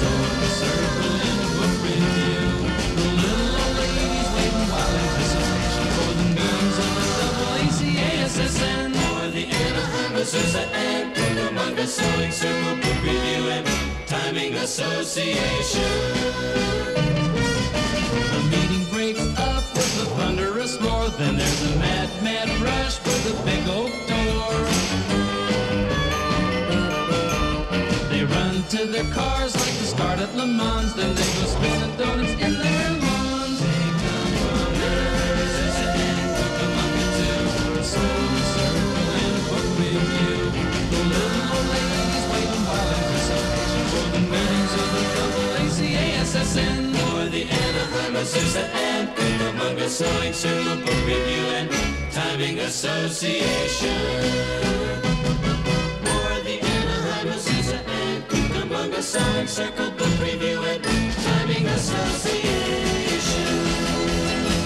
S9: so the circle in the book review. The little old ladies waiting while anticipation for the meetings of the double ACASSN. For the Anaheim Azusa and Pocahontas Sewing Circle Book Review and Timing Association. The meeting breaks up with a thunderous roar, then there's a mad, mad rush for the big oak door. They run to their cars like the start at Le Mans, then they go spinning donuts in their lawns. They come from Massachusetts and Pocahontas too. So we circle and book review. The little old ladies waiting while anticipation for the meetings of the AACASSN for the Anaheim Azusa and Pocahontas Sewing Circle Book Review and Timing Association for the Anaheim Azusa and Cucamonga Sonic Circle Book Review and Timing Association.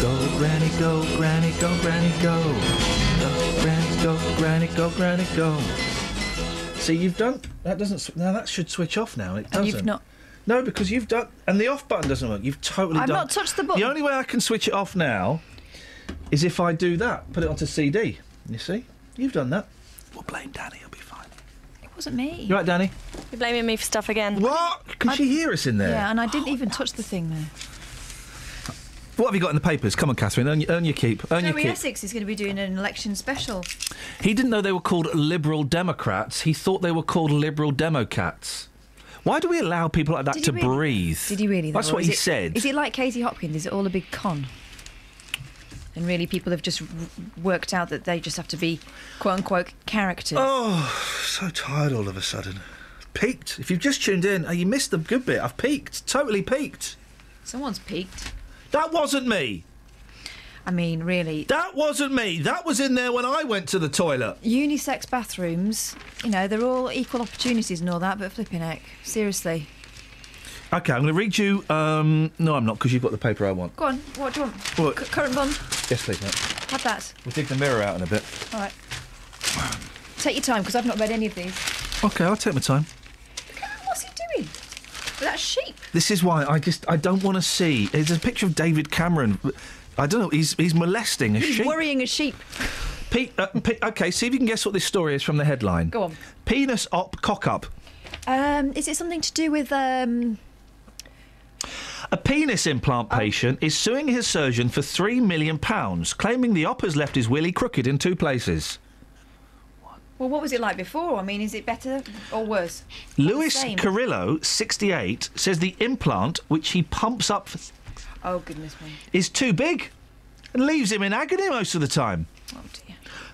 S1: Go granny, go granny, go granny, go. Go granny, go granny, go granny, go. See, you've done that. Doesn't sw- now that should switch off now. It doesn't.
S2: And you've not-
S1: No, because you've done, and the off button doesn't work. You've totally.
S2: I've
S1: done.
S2: not touched the button.
S1: The only way I can switch it off now is if I do that. Put it onto CD. You see, you've done that. We'll blame Danny. It'll be fine.
S2: It wasn't me.
S1: You right, Danny?
S6: You're blaming me for stuff again.
S1: What? Can she hear us in there?
S2: Yeah, and I didn't even touch the thing there.
S1: What have you got in the papers? Come on, Catherine. Earn, earn your keep. Earn your
S2: Jeremy
S1: keep.
S2: Essex is going to be doing an election special.
S1: He didn't know they were called Liberal Democrats. He thought they were called Liberal Democrats. Why do we allow people like that
S2: Did
S1: to
S2: he really-
S1: breathe?
S2: Did he really? though,
S1: That's
S2: or
S1: what
S2: is
S1: he
S2: it-
S1: said.
S2: Is it like Katie Hopkins? Is it all a big con? And really, people have just r- worked out that they just have to be quote unquote characters.
S1: Oh, so tired all of a sudden. Peaked. If you've just tuned in, oh, you missed the good bit. I've peaked. Totally peaked.
S2: Someone's peaked.
S1: That wasn't me.
S2: I mean, really.
S1: That wasn't me. That was in there when I went to the toilet.
S2: Unisex bathrooms, you know, they're all equal opportunities and all that, but flipping heck, seriously.
S1: Okay, I'm going to read you. Um, no, I'm not, because you've got the paper I want.
S2: Go on, what do you want?
S1: What?
S2: C- current bond,
S1: Yes, please, mate.
S2: have that.
S1: We'll dig the mirror out in a bit.
S2: All right. Take your time, because I've not read any of these.
S1: Okay, I'll take my time.
S2: What's he doing? With that sheep.
S1: This is why I just I don't want to see. There's a picture of David Cameron. I don't know. He's he's molesting a
S2: He's
S1: sheep.
S2: worrying a sheep.
S1: Pe- uh, pe- okay, see if you can guess what this story is from the headline.
S2: Go on.
S1: Penis op cock up.
S2: Um, is it something to do with um,
S1: A penis implant
S2: Oh.
S1: patient is suing his surgeon for three million pounds, claiming the op has left his willy crooked in two places.
S2: Well, what was it like before? I mean, is it better or worse? Or the
S1: Luis
S2: same?
S1: Carrillo, 68, says the implant which he pumps up f-
S2: Oh, goodness me.
S1: is too big and leaves him in agony most of the time.
S2: Oh,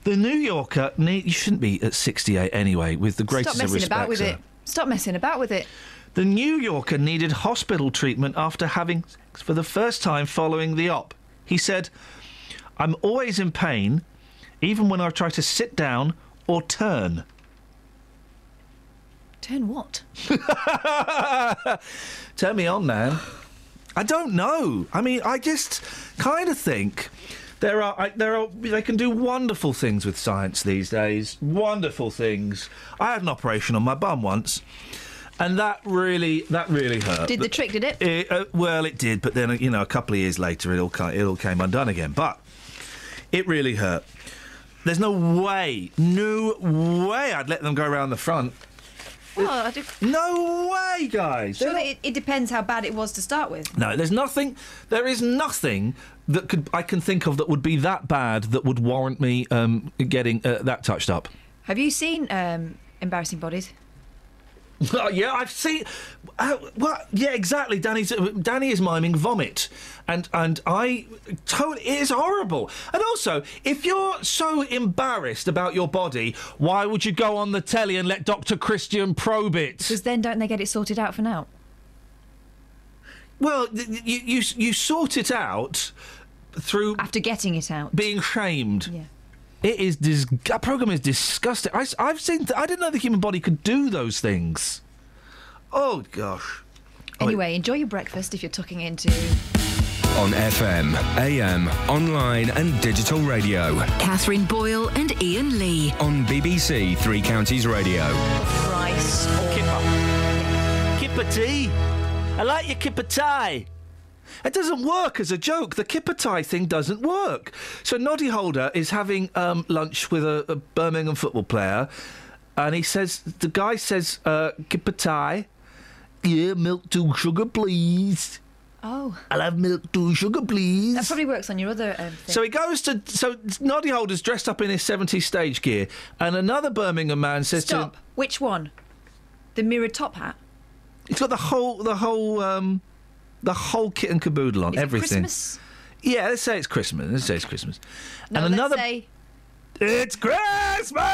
S1: The New Yorker, need, you shouldn't be at 68 anyway, with the greatest
S2: Stop
S1: of
S2: messing
S1: respect.
S2: about with
S1: sir.
S2: it. Stop messing about with it.
S1: The New Yorker needed hospital treatment after having sex for the first time following the op. He said, I'm always in pain, even when I try to sit down or turn.
S2: Turn what?
S1: Turn me on, man. I don't know. I mean, I just kind of think there are I, there are they can do wonderful things with science these days. Wonderful things. I had an operation on my bum once, and that really that really hurt.
S2: Did the trick, did it?
S1: Uh, It, uh, well, it did, but then uh, you know, a couple of years later, it all ca- it all came undone again. But it really hurt. There's no way, no way, I'd let them go around the front.
S2: Well, I do.
S1: No way, guys. They're
S2: Surely it, it depends how bad it was to start with.
S1: no, there's nothing. There is nothing that could I can think of that would be that bad that would warrant me um, getting uh, that touched up.
S2: Have you seen um, Embarrassing Bodies?
S1: Oh, yeah, I've seen. Uh, well, yeah, exactly. Danny's uh, Danny is miming vomit, and and I totally it is horrible. And also, if you're so embarrassed about your body, why would you go on the telly and let Doctor Christian probe it?
S2: Because then don't they get it sorted out for now?
S1: Well, th- th- you, you s- you sort it out through
S2: after getting it out,
S1: being shamed. Yeah. It is dis- that program is disgusting. I, have seen. Th- I didn't know the human body could do those things. Oh gosh. Oh,
S2: Anyway, enjoy your breakfast if you're tucking into.
S3: On FM, AM, online and digital radio.
S12: Catherine Boyle and Ian Lee.
S3: On BBC Three Counties Radio.
S2: Rice or
S1: Kipper. Kipper tea. I like your kipper tie. It doesn't work as a joke. The kipper tie thing doesn't work. So Noddy Holder is having um, lunch with a, a Birmingham football player, and he says the guy says uh, kipper tie. Yeah, milk two sugar, please.
S2: Oh,
S1: I'll have milk two sugar, please.
S2: that probably works on your other. Um, thing.
S1: So he goes to so Noddy Holder's dressed up in his 70s stage gear, and another Birmingham man says
S2: Stop.
S1: to
S2: Which one? The mirror top hat.
S1: he's got the whole the whole um the whole kit and caboodle on
S2: Is it
S1: everything.
S2: Christmas?
S1: Yeah, let's say it's Christmas. Let's say it's Christmas.
S2: No,
S1: and
S2: let's
S1: another
S2: say
S1: It's Christmas.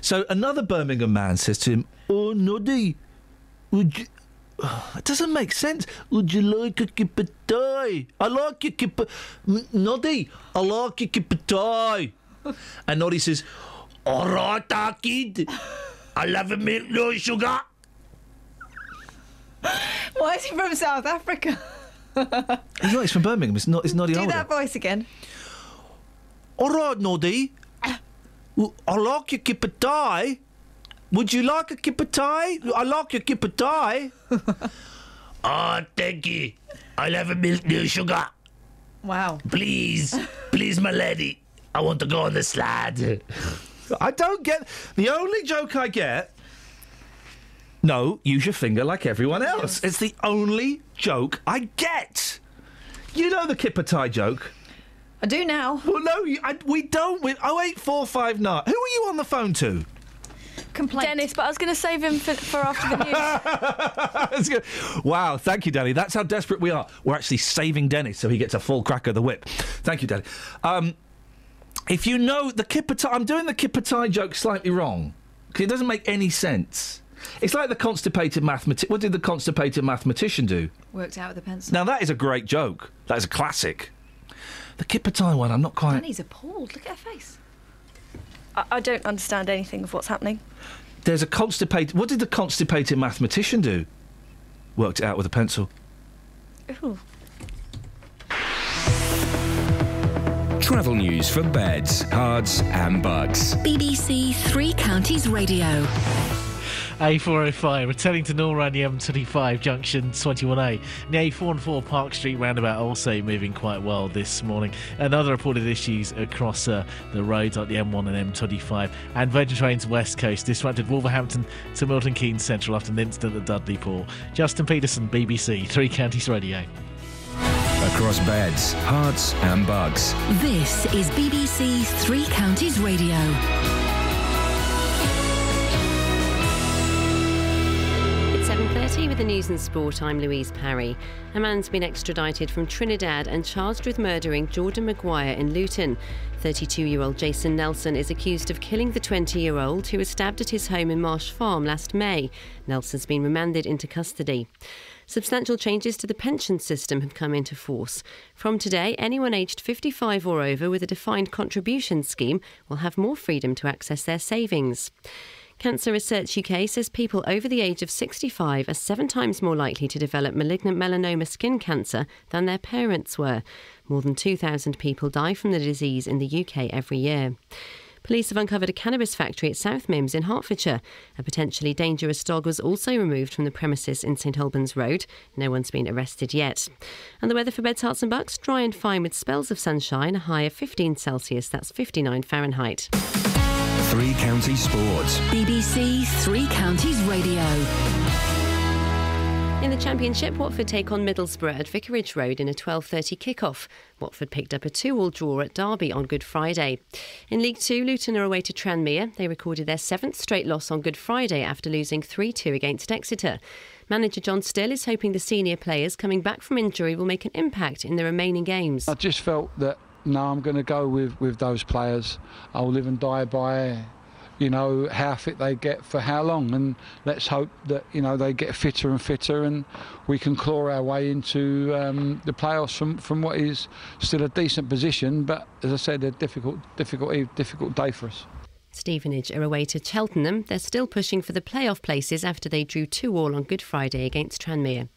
S1: So another Birmingham man says to him, "Oh Noddy, would you?" It doesn't make sense. Would you like a kipper tie? I like a kipper. M- Noddy, I like a kipper tie. And Noddy says, All right, ah, kid. I love a milk, no sugar.
S2: Why is he from South Africa?
S1: He's not, he's from Birmingham. It's not, it's Noddy
S2: Do
S1: Holder.
S2: that voice again.
S1: All right, Noddy. Well, I like your kipper tie. Would you like a kipper tie? I like your kipper tie. oh, thank you. I'll have a milk, no sugar.
S2: Wow.
S1: Please, please, my lady. I want to go on the slide. I don't get the only joke I get. No, use your finger like everyone else. It's the only joke I get. You know the kipper tie joke.
S2: I do now.
S1: Well, no, you, I, we don't. We, 08459. Who are you on the phone to?
S2: Complaint.
S6: Dennis, but I was going to save him for, for after the news.
S1: That's good. Wow, thank you, Danny. That's how desperate we are. We're actually saving Dennis so he gets a full crack of the whip. Thank you, Danny. Um, if you know the kipper tie, I'm doing the kipper tie joke slightly wrong because it doesn't make any sense. It's like the constipated mathematician. What did the constipated mathematician do?
S2: Worked out with a pencil.
S1: Now that is a great joke. That is a classic. The kipper tie one, I'm not quite.
S2: Danny's appalled. Look at her face.
S6: I, I don't understand anything of what's happening.
S1: There's a constipated. What did the constipated mathematician do? Worked it out with a pencil.
S6: Ooh.
S3: Travel news for beds, cards and bugs.
S12: BBC Three Counties Radio.
S11: A405 returning to North around the M25 junction 21A. The A414 Park Street roundabout also moving quite well this morning. And other reported issues across uh, the roads like the M1 and M25 and Virgin Trains West Coast disrupted Wolverhampton to Milton Keynes Central after an incident at Dudley Pool. Justin Peterson, BBC Three Counties Radio.
S3: across beds, hearts, and bugs.
S12: This is BBC Three Counties Radio.
S13: It's 7.30 with the news and sport. I'm Louise Parry. A man's been extradited from Trinidad and charged with murdering Jordan Maguire in Luton. 32-year-old Jason Nelson is accused of killing the 20-year-old who was stabbed at his home in Marsh Farm last May. Nelson's been remanded into custody. Substantial changes to the pension system have come into force. From today, anyone aged 55 or over with a defined contribution scheme will have more freedom to access their savings. Cancer Research UK says people over the age of 65 are seven times more likely to develop malignant melanoma skin cancer than their parents were. More than 2,000 people die from the disease in the UK every year. Police have uncovered a cannabis factory at South Mims in Hertfordshire. A potentially dangerous dog was also removed from the premises in St Albans Road. No one's been arrested yet. And the weather for Beds, Hearts and Bucks dry and fine with spells of sunshine, a high of 15 Celsius, that's 59 Fahrenheit.
S3: Three Counties Sports.
S12: BBC Three Counties Radio.
S13: In the Championship, Watford take on Middlesbrough at Vicarage Road in a 12:30 kick-off. Watford picked up a two-all draw at Derby on Good Friday. In League Two, Luton are away to Tranmere. They recorded their seventh straight loss on Good Friday after losing 3-2 against Exeter. Manager John Still is hoping the senior players coming back from injury will make an impact in the remaining games.
S26: I just felt that no, I'm going to go with, with those players. I'll live and die by, you know, how fit they get for how long, and let's hope that you know they get fitter and fitter, and we can claw our way into um, the playoffs from from what is still a decent position, but as I said, a difficult, difficult, eve- difficult day for us.
S13: Stevenage are away to Cheltenham. They're still pushing for the playoff places after they drew 2 all on Good Friday against Tranmere.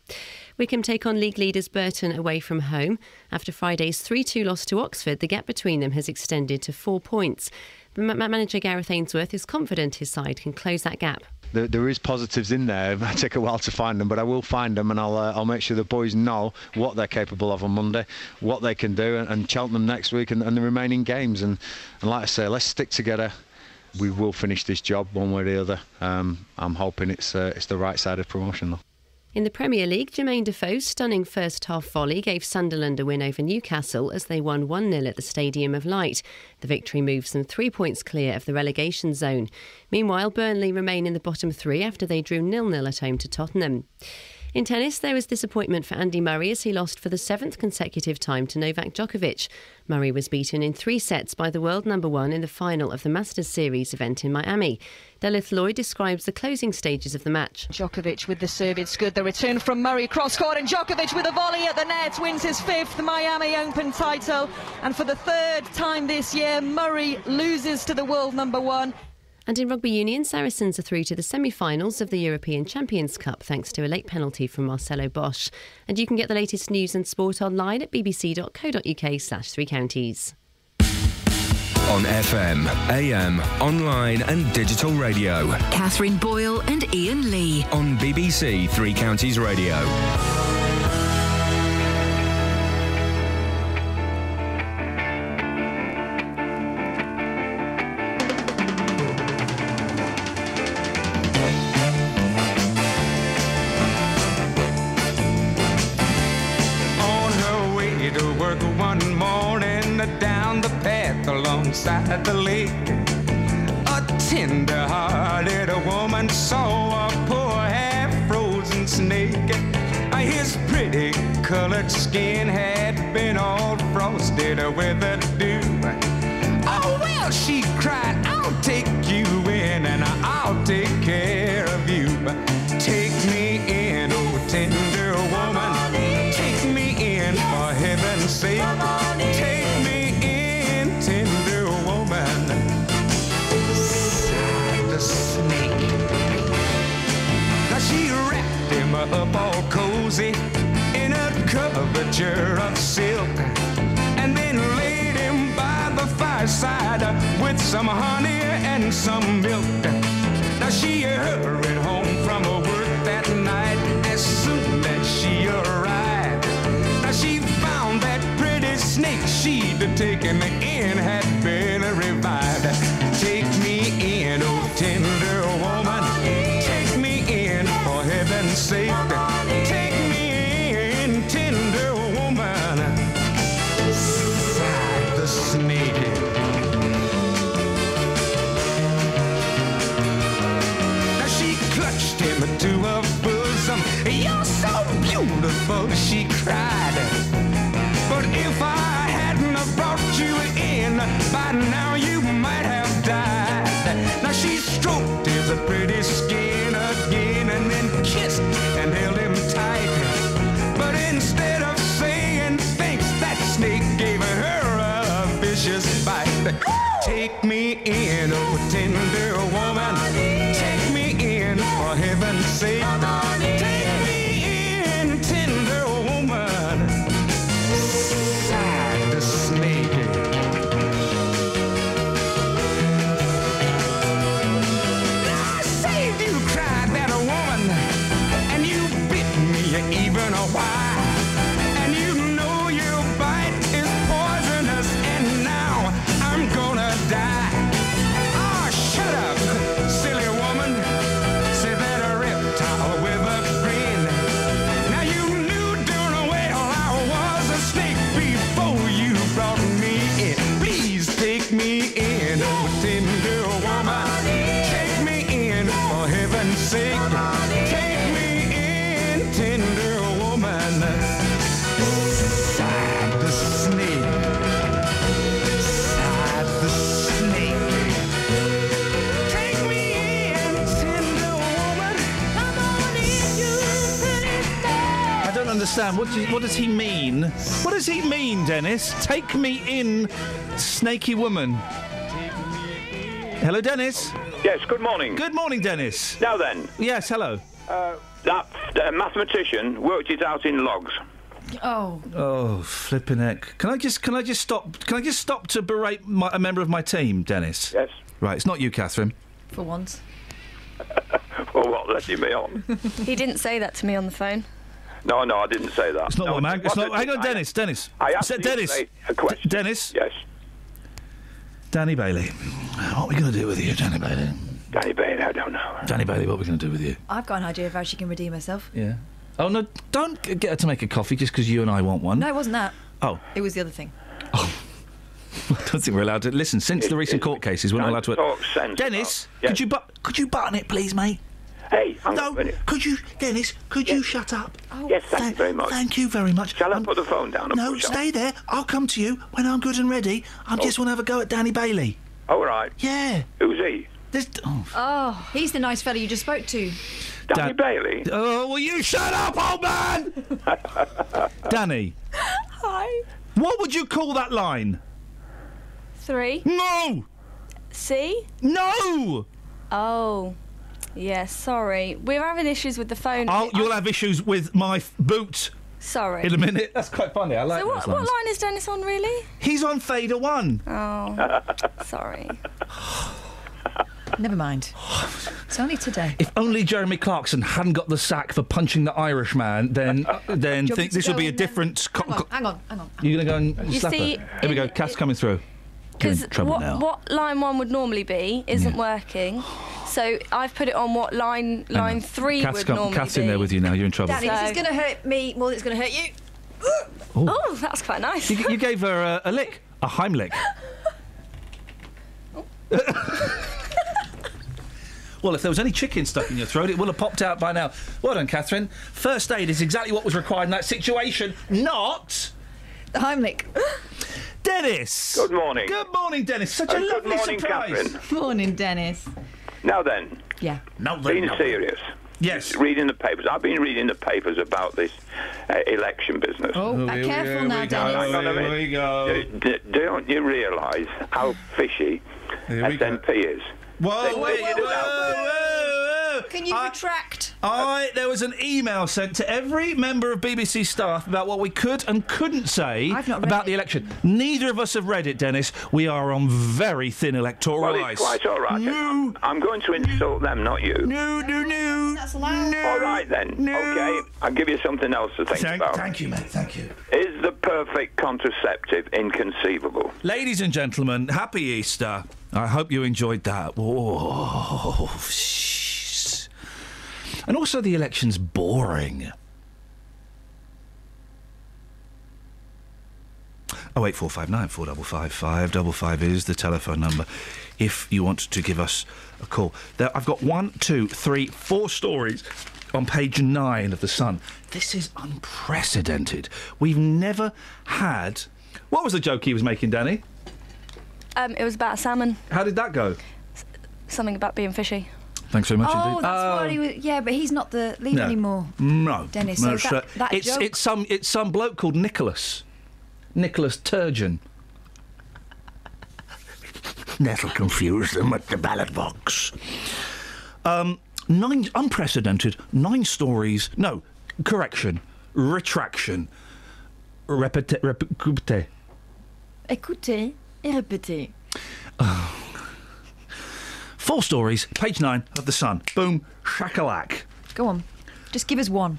S13: Wickham take on league leaders Burton away from home. After Friday's 3 2 loss to Oxford, the gap between them has extended to four points. But ma- manager Gareth Ainsworth is confident his side can close that gap.
S27: There, there is positives in there. It might take a while to find them, but I will find them, and I'll uh, I'll make sure the boys know what they're capable of on Monday, what they can do, and, and Cheltenham next week, and, and the remaining games. And, and like I say, let's stick together. We will finish this job one way or the other. Um, I'm hoping it's uh, it's the right side of promotion though.
S13: In the Premier League, Jermaine Defoe's stunning first half volley gave Sunderland a win over Newcastle as they won 1 0 at the Stadium of Light. The victory moves them three points clear of the relegation zone. Meanwhile, Burnley remain in the bottom three after they drew 0 0 at home to Tottenham. In tennis, there was disappointment for Andy Murray as he lost for the seventh consecutive time to Novak Djokovic. Murray was beaten in three sets by the world number one in the final of the Masters Series event in Miami. Delith Lloyd describes the closing stages of the match.
S28: Djokovic with the serve, it's good. The return from Murray, cross court, and Djokovic with a volley at the net wins his fifth Miami Open title. And for the third time this year, Murray loses to the world number one.
S13: And in rugby union, Saracens are through to the semi finals of the European Champions Cup thanks to a late penalty from Marcelo Bosch. And you can get the latest news and sport online at bbc.co.uk/slash three counties.
S3: On FM, AM, online, and digital radio.
S12: Catherine Boyle and Ian Lee.
S3: On BBC Three Counties Radio.
S29: On her way to work one morning, down the path alongside the lake, a tender-hearted woman saw a poor half-frozen snake. Uh, His pretty colored skin had been all frosted with the dew. Oh well, she cried, I'll take you in and I'll take care of you. Take me in, oh tender woman. Take me in for heaven's sake. Take me in, tender woman. Sighed the snake. Now she wrapped him up all cozy in a curvature of silk, and then laid him by the fireside with some honey and some milk. Now she hurried home from her work that night as soon as she arrived. Now she found that pretty snake she'd taken in had been revived. Take me in, oh tender woman. Take me in, for heaven's sake. Take me in, tender woman. pride. But if I hadn't have brought you in, by now you might have died. Now she stroked his pretty skin again and then kissed and held him tight. But instead of saying thanks, that snake gave her a vicious bite. Take me in, oh tender woman. Take me in, for heaven's sake. Take me in, tender woman. Sighed the snake. I saved you, cried that a woman. And you bit me, you even a why. And you know your bite is poisonous, and now I'm gonna die. Oh, shut up, silly woman. Say that a reptile with a grin. Now you knew darn well I was a snake before you brought me in. Please take me in, oh tender woman. Take me in, for heaven's sake. Take me in, tender woman. Sighed the snake. Sighed the snake. Take me in, tender woman. Come on in, you pretty
S1: I don't understand. What, do, what does he mean? What does he mean, Dennis? Take me in, snaky woman. Hello, Dennis.
S7: Yes, good morning.
S1: Good morning, Dennis.
S7: Now then,
S1: Yes, hello.
S7: uh, that uh, mathematician worked it out in logs.
S1: Oh. Oh, flipping heck! Can I just can I just stop? Can I just stop to berate my, a member of my team, Dennis?
S7: Yes.
S1: Right, it's not you, Catherine.
S6: For once.
S7: Well, Oh, what, letting me on?
S6: he didn't say that to me on the phone.
S7: No, no, I didn't say that.
S1: It's not
S7: no,
S1: what I'm. ang- It's
S7: what
S1: not.
S7: I
S1: Hang
S7: did-
S1: on, Dennis. Dennis.
S7: I
S1: Is that
S7: asked you
S1: Dennis.
S7: to say a question.
S1: Dennis.
S7: Yes.
S1: Danny Bailey. What are we going to do with you, Danny Bailey?
S7: Danny Bailey, I don't know.
S1: Danny Bailey, what are we going to do with you?
S23: I've got an idea of how she can redeem herself.
S1: Yeah. Oh no! Don't g- get her to make a coffee just because you and I want one.
S23: No, it wasn't that.
S1: Oh,
S23: It was the other thing.
S1: I don't think we're allowed to listen. Since the recent court cases, we're not allowed to.
S7: Talk sense.
S1: Dennis,
S7: Oh,
S1: could you but could you button it, please, mate?
S7: Hey, hang
S1: no.
S7: on a minute.
S1: Could you, Dennis? Could you shut up? Oh,
S7: Yes, thank you very much.
S1: Thank you very much. Um,
S7: Shall I put the phone down? and
S1: No,
S7: push Oh. on?
S1: stay there. I'll come to you when I'm good and ready. I just want to have a go at Danny Bailey.
S7: All right.
S1: Yeah.
S7: Who's he?
S1: There's, oh.
S23: Oh, he's the nice fella you just spoke to.
S7: Danny Bailey.
S1: Oh, will you shut up, old man? Danny,
S6: Hi.
S1: what would you call that line?
S6: Three.
S1: No.
S6: C.
S1: No.
S6: Oh. Yeah. Sorry. We're having issues with the phone.
S1: I'll, you'll have issues with my f- boot
S6: Sorry.
S1: in Oh, a minute. That's quite funny. I like
S6: So what,
S1: those
S6: what
S1: lines.
S6: line is Dennis on really?
S1: He's on fader one.
S6: Oh. sorry.
S23: Never mind. It's only today.
S1: If only Jeremy Clarkson hadn't got the sack for punching the Irishman, then uh, then
S23: Do you want me
S1: think
S23: to
S1: this would
S23: go
S1: be a
S23: and then-
S1: different. Co-
S23: Hang on,
S1: co-
S23: hang on, hang on.
S1: You're going to go and
S6: You
S1: slap
S6: see,
S1: her. Here we go. Cass coming through. You're
S6: Because
S1: in trouble
S6: what,
S1: now.
S6: what line one would normally be isn't working, so I've put it on what line
S1: Hang
S6: line
S1: on.
S6: three
S1: Cass
S6: would
S1: come-
S6: normally
S1: Cass
S6: be.
S1: in there with you now. You're in trouble.
S23: Danny, this is going to hurt me more than it's going to hurt you.
S6: Oh, that's quite nice.
S1: You, you gave her a, a lick, a Heimlich. well, if there was any chicken stuck in your throat, it will have popped out by now. Well done, Catherine. First aid is exactly what was required in that situation, not.
S23: The Heimlich.
S1: Dennis!
S7: Good morning.
S1: Good morning, Dennis. Such a
S7: And Oh, good
S1: lovely
S7: morning,
S1: surprise.
S7: Catherine.
S23: Morning, Dennis.
S7: Now then.
S23: Yeah.
S1: Now
S7: Being serious.
S1: Yes.
S7: Reading the papers. I've been reading the papers about this uh, election business.
S23: Oh,
S7: be
S23: be careful now, Dennis.
S7: we go. Uh, D- don't you realise how fishy SNP is?
S1: Whoa,
S7: They
S1: whoa,
S7: figured it out.
S1: Oh,
S23: Can you retract?
S1: I there was an email sent to every member of BBC staff about what we could and couldn't say about the election. Neither of us have read it, Dennis. We are on very thin electoral
S7: Well,
S1: ice.
S7: it's quite all right. I'm, I'm going to insult them, not you.
S1: No, no, no.
S23: That's allowed.
S7: All right then. Okay, I'll give you something else to think about.
S1: Thank you, mate. Thank you.
S7: Is the perfect contraceptive inconceivable?
S1: Ladies and gentlemen, happy Easter. I hope you enjoyed that. Whoa. shh. And also, the election's boring. Oh, 08459 455 555 is the telephone number if you want to give us a call. There, I've got one, two, three, four stories on page nine of The Sun. This is unprecedented. We've never had. What was the joke he was making, Danny?
S6: Um, it was about a salmon,
S1: How did that go?
S6: something about being fishy.
S1: Thanks very much
S2: oh,
S1: indeed.
S2: that's what he was. Yeah, but he's not the lead
S1: No.
S2: anymore.
S1: No,
S2: Dennis,
S1: no,
S2: so
S1: sir.
S2: that- that
S1: it's
S2: joke-
S1: it's some it's some bloke called Nicholas, Nicholas Turgeon. That'll confuse them at the ballot box. Um, nine unprecedented nine stories. No, correction, retraction, repete, repete.
S5: Écoutez et répétez.
S1: Four stories, page nine of the Sun. Boom, shakalak.
S2: Go on. Just give us one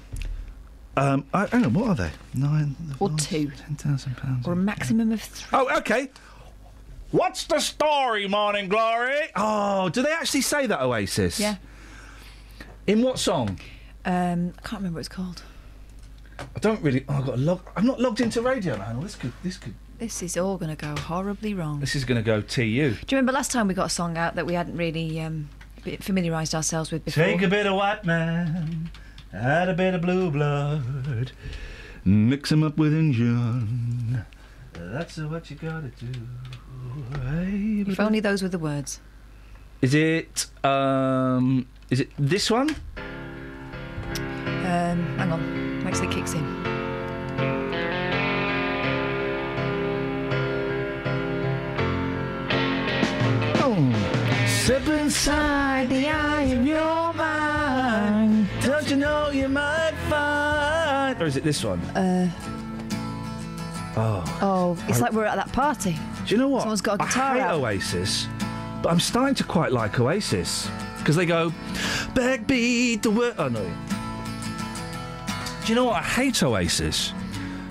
S1: Um, I, hang on, what are they? Nine.
S2: or two.
S1: Ten thousand pounds.
S2: Or a maximum of three.
S1: Oh, okay. What's the story, Morning Glory? Oh, do they actually say that, Oasis?
S2: Yeah.
S1: In what song?
S2: Um, I can't remember what it's called.
S1: I don't really. Oh, I've got to log. I'm not logged into Radio Land. This could. This could.
S2: This is all going to go horribly wrong.
S1: This is going to go TU.
S2: Do you remember last time we got a song out that we hadn't really um, b- familiarised ourselves with before?
S1: Take a bit of white man, add a bit of blue blood, mix 'em up with Indian. That's what you gotta do.
S2: If only those were the words.
S1: Is it? Um. Is it this one?
S2: Um, hang on, wait till it kicks in.
S1: Oh. Step inside the eye of your mind. Don't you know you might find? Or is it this one?
S2: Uh,
S1: Oh.
S2: oh, it's
S1: I-
S2: like we're at that party.
S1: Do you know what?
S2: Someone's got a guitar
S1: I hate
S2: out.
S1: Oasis, but I'm starting to quite like Oasis because they go backbeat the world. Oh no. Do you know what? I hate Oasis,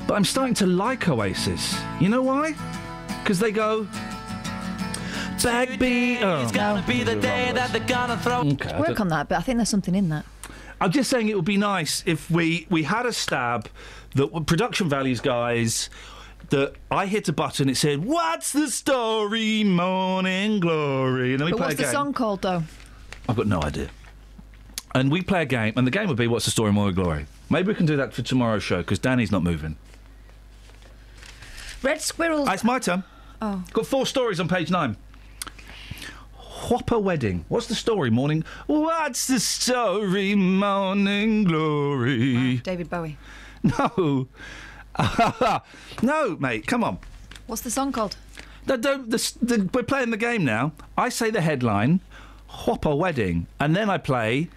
S1: but I'm starting to like Oasis. You know why? Because they go backbeat. Oh, it's gonna be the day that they're gonna throw. Okay, I don't-
S2: Work on that, but I think there's something in that.
S1: I'm just saying it would be nice if we we had a stab that production values guys that I hit a button it said what's the story morning glory and then we
S2: But
S1: play
S2: what's
S1: a game.
S2: the song called though?
S1: I've got no idea. And we play a game and the game would be what's the story morning glory. Maybe we can do that for tomorrow's show because Danny's not moving.
S2: Red Squirrel.
S1: Ah, it's my turn.
S2: Oh.
S1: Got four stories on page nine. Whopper wedding. What's the story morning? What's the story morning glory?
S2: David Bowie.
S1: No. no, mate, come on.
S2: What's the song called?
S1: No, don't, the, s- the, we're playing the game now. I say the headline, Whopper Wedding, and then I play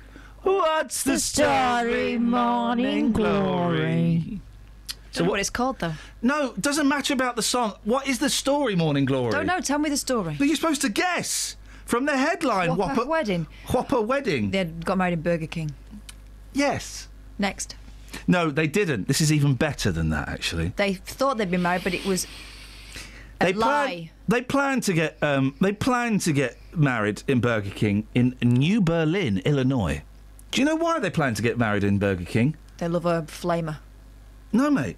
S1: What's the Story Morning Glory?
S2: Don't know what it's called though.
S1: No, doesn't matter about the song. What is the story, Morning Glory?
S2: Don't know. Tell me the story.
S1: But you're supposed to guess from the headline.
S2: Whopper
S1: Whopper,
S2: wedding.
S1: Whopper wedding.
S2: They got married in Burger King.
S1: Yes.
S2: Next,
S1: No, they didn't. This is even better than that, actually.
S2: they thought they'd been married, but it was a
S1: They
S2: lie.
S1: They plan to get um, they plan to get married in Burger King in New Berlin, Illinois. Do you know why they plan to get married in Burger King?
S2: They love a flamer.
S1: No, mate.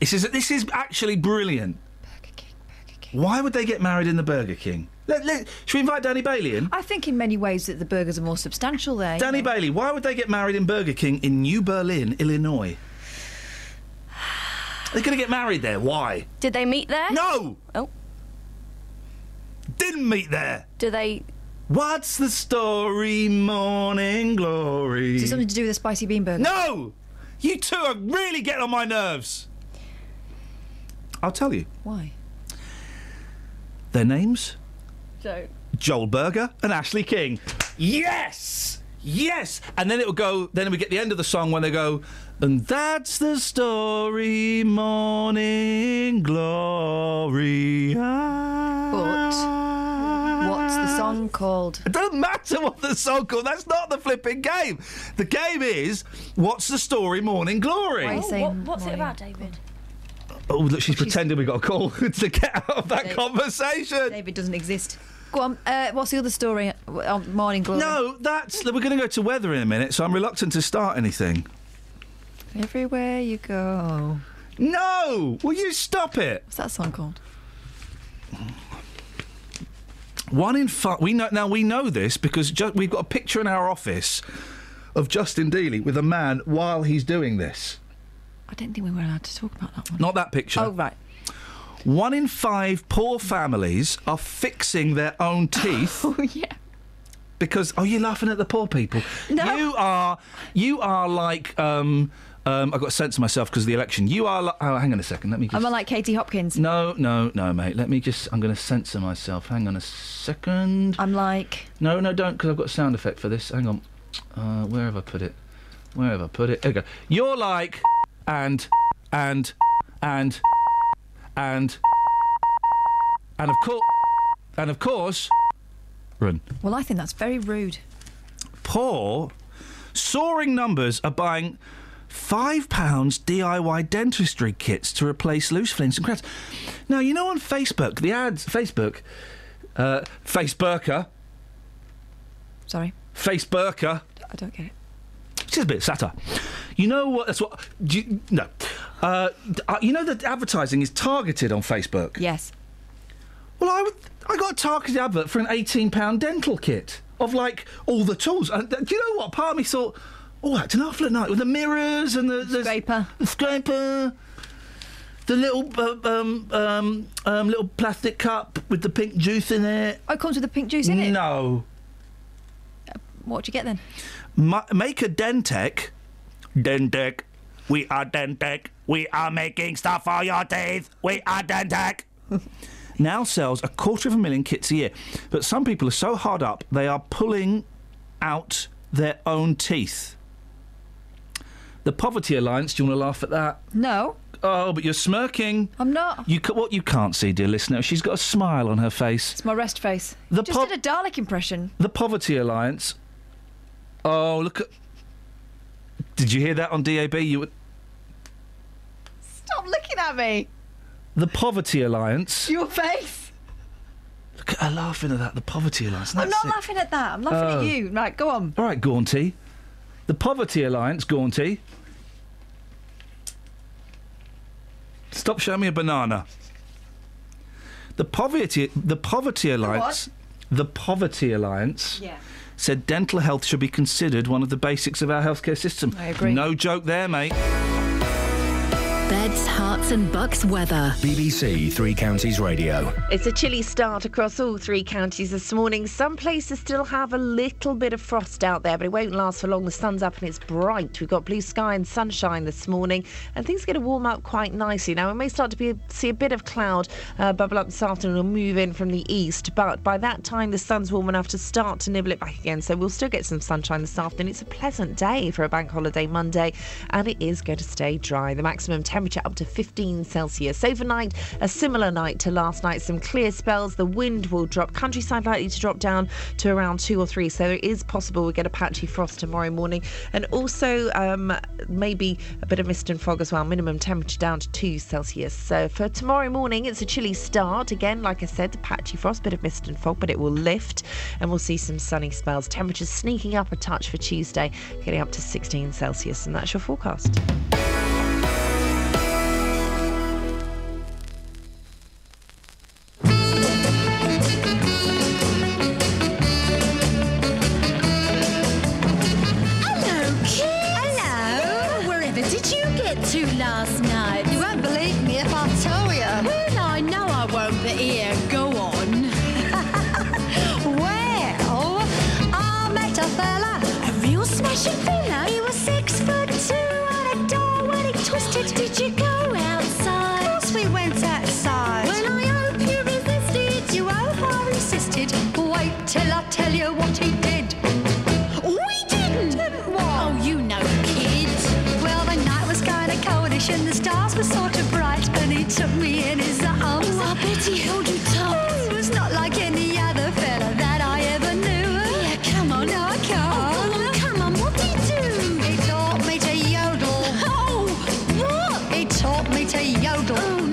S1: This is this is actually brilliant. Burger King, Burger King. Why would they get married in the Burger King? Let, let, should we invite Danny Bailey in?
S2: I think in many ways that the burgers are more substantial eh? there. you
S1: Danny
S2: know.
S1: Bailey, why would they get married in Burger King in New Berlin, Illinois? They're going to get married there. Why?
S6: Did they meet there?
S1: No.
S6: Oh.
S1: Didn't meet there.
S6: Do they?
S1: What's the story, Morning Glory?
S2: Is it something to do with the spicy bean burger?
S1: No! You two are really getting on my nerves. I'll tell you.
S2: Why?
S1: Their names?
S6: So.
S1: Joel Berger and Ashley King. Yes! Yes! And then it will go, then we get the end of the song when they go, and that's the story, Morning Glory.
S2: But what's the song called?
S1: It doesn't matter what the song called. That's not the flipping game. The game is what's the story, Morning Glory.
S6: what's it about, David?
S1: Oh, look, she's pretending we got a call to get out of that
S2: David-
S1: conversation.
S2: David doesn't exist. Go on. Uh, what's the other story? Uh, Morning Glory.
S1: No, that's we're going to go to weather in a minute, so I'm reluctant to start anything.
S2: Everywhere you go.
S1: No, will you stop it?
S2: What's that song called?
S1: One in five. We know now. We know this because ju- we've got a picture in our office of Justin Dealey with a man while he's doing this.
S2: I don't think we were allowed to talk about that one.
S1: Not that picture.
S2: Oh, right.
S1: One in five poor families are fixing their own teeth. oh
S2: yeah.
S1: Because oh, you're laughing at the poor people. You are you are like um um. I got a sense of myself because of the election. You are. Li- oh, hang on a second. Let me. Just,
S2: Am I like Katie Hopkins?
S1: no, no, no, mate. Let me just. I'm going to censor myself. Hang on a second.
S2: I'm like.
S1: No, no, don't, because I've got a sound effect for this. Hang on. Uh, where have I put it? Where have I put it? There we go. You're like. And. And. And. And. And of course. And of course. Run.
S2: Well, I think that's very rude.
S1: Poor. Soaring numbers are buying £5 DIY dentistry kits to replace loose flints and cracks. Now, you know on Facebook, the ads, Facebook, uh, Facebooker,
S2: Sorry,
S1: Facebooker,
S2: I don't get it.
S1: It's just a bit of satire. You know what? That's what. Do you, no. Uh, d- uh, you know that advertising is targeted on Facebook.
S2: Yes.
S1: Well, I, would, I got a targeted advert for an £18 dental kit of like all the tools. And th- do you know what? Part of me thought, oh, that's an awful night with the mirrors and the, the
S2: scraper.
S1: The scraper. The little uh, um, um, um, little plastic cup with the pink juice in it.
S2: Oh, it comes with the pink juice in it.
S1: No.
S2: What do you get then?
S1: Ma- make a Dentec. Dentec. We are Dentec. We are making stuff for your teeth. We are Dentec. now sells a quarter of a million kits a year. But some people are so hard up, they are pulling out their own teeth. The Poverty Alliance, do you want to laugh at that?
S2: No.
S1: Oh, but you're smirking.
S2: I'm not.
S1: You ca- what you can't see, dear listener, she's got a smile on her face.
S2: It's my rest face.
S1: The
S2: Just
S1: pop-
S2: did a Dalek impression.
S1: The Poverty Alliance. Oh, look at. Did you hear that on DAB? You were...
S2: Stop looking at me.
S1: The Poverty Alliance.
S2: Your face.
S1: Look at her laughing at that. The Poverty Alliance.
S2: I'm
S1: That's
S2: not
S1: it.
S2: laughing at that. I'm laughing
S1: Oh.
S2: at you. Right, go on.
S1: All right, Gaunty. The Poverty Alliance, Gaunty. Stop showing me a banana. The Poverty, the Poverty Alliance. The Poverty Alliance.
S2: Yeah.
S1: Said dental health should be considered one of the basics of our healthcare system.
S19: I agree.
S1: No joke there, mate.
S19: Beds, hearts, and bucks weather.
S3: BBC Three Counties Radio.
S16: It's a chilly start across all three counties this morning. Some places still have a little bit of frost out there, but it won't last for long. The sun's up and it's bright. We've got blue sky and sunshine this morning, and things are going to warm up quite nicely. Now, we may start to be, see a bit of cloud uh, bubble up this afternoon or move in from the east, but by that time, the sun's warm enough to start to nibble it back again. So we'll still get some sunshine this afternoon. It's a pleasant day for a bank holiday Monday, and it is going to stay dry. The maximum temperature up to 15 Celsius. Overnight, a similar night to last night. Some clear spells. The wind will drop. Countryside likely to drop down to around two or three. So it is possible we get a patchy frost tomorrow morning, and also um, maybe a bit of mist and fog as well. Minimum temperature down to two Celsius. So for tomorrow morning, it's a chilly start. Again, like I said, the patchy frost, bit of mist and fog, but it will lift, and we'll see some sunny spells. Temperatures sneaking up a touch for Tuesday, getting up to 16 Celsius, and that's your forecast.
S9: Hello, kids. Hello. Wherever did you get to last night? You won't believe me if I tell you. Well, I know I won't, but here, go on. well, I met a fella, a real smashing fella. He was six foot two and a door when he twisted. Did you go outside? Of course we went outside. Well, I hope you resisted. You hope I resisted. Wait till I tell you what he did. We didn't. Didn't what? Oh, you know, kids. Well, the night was kind of coldish and the stars were sort of bright, and he took me in his arms. Oh, I bet he held you tight. Oh, he was not like any other fella that I ever knew. Yeah, come on. No, I can't. Oh, come on, come on. What did he do? He taught me to yodel. Oh, what? He taught Oh, Oh, Oh, oh, Oh, oh,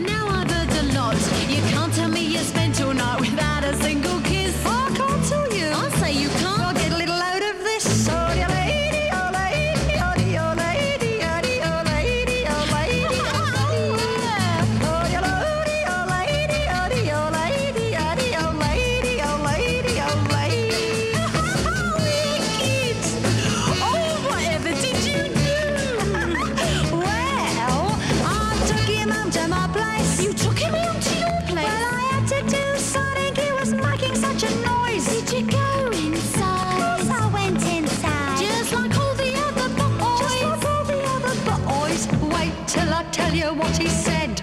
S9: wait till I tell you what he said.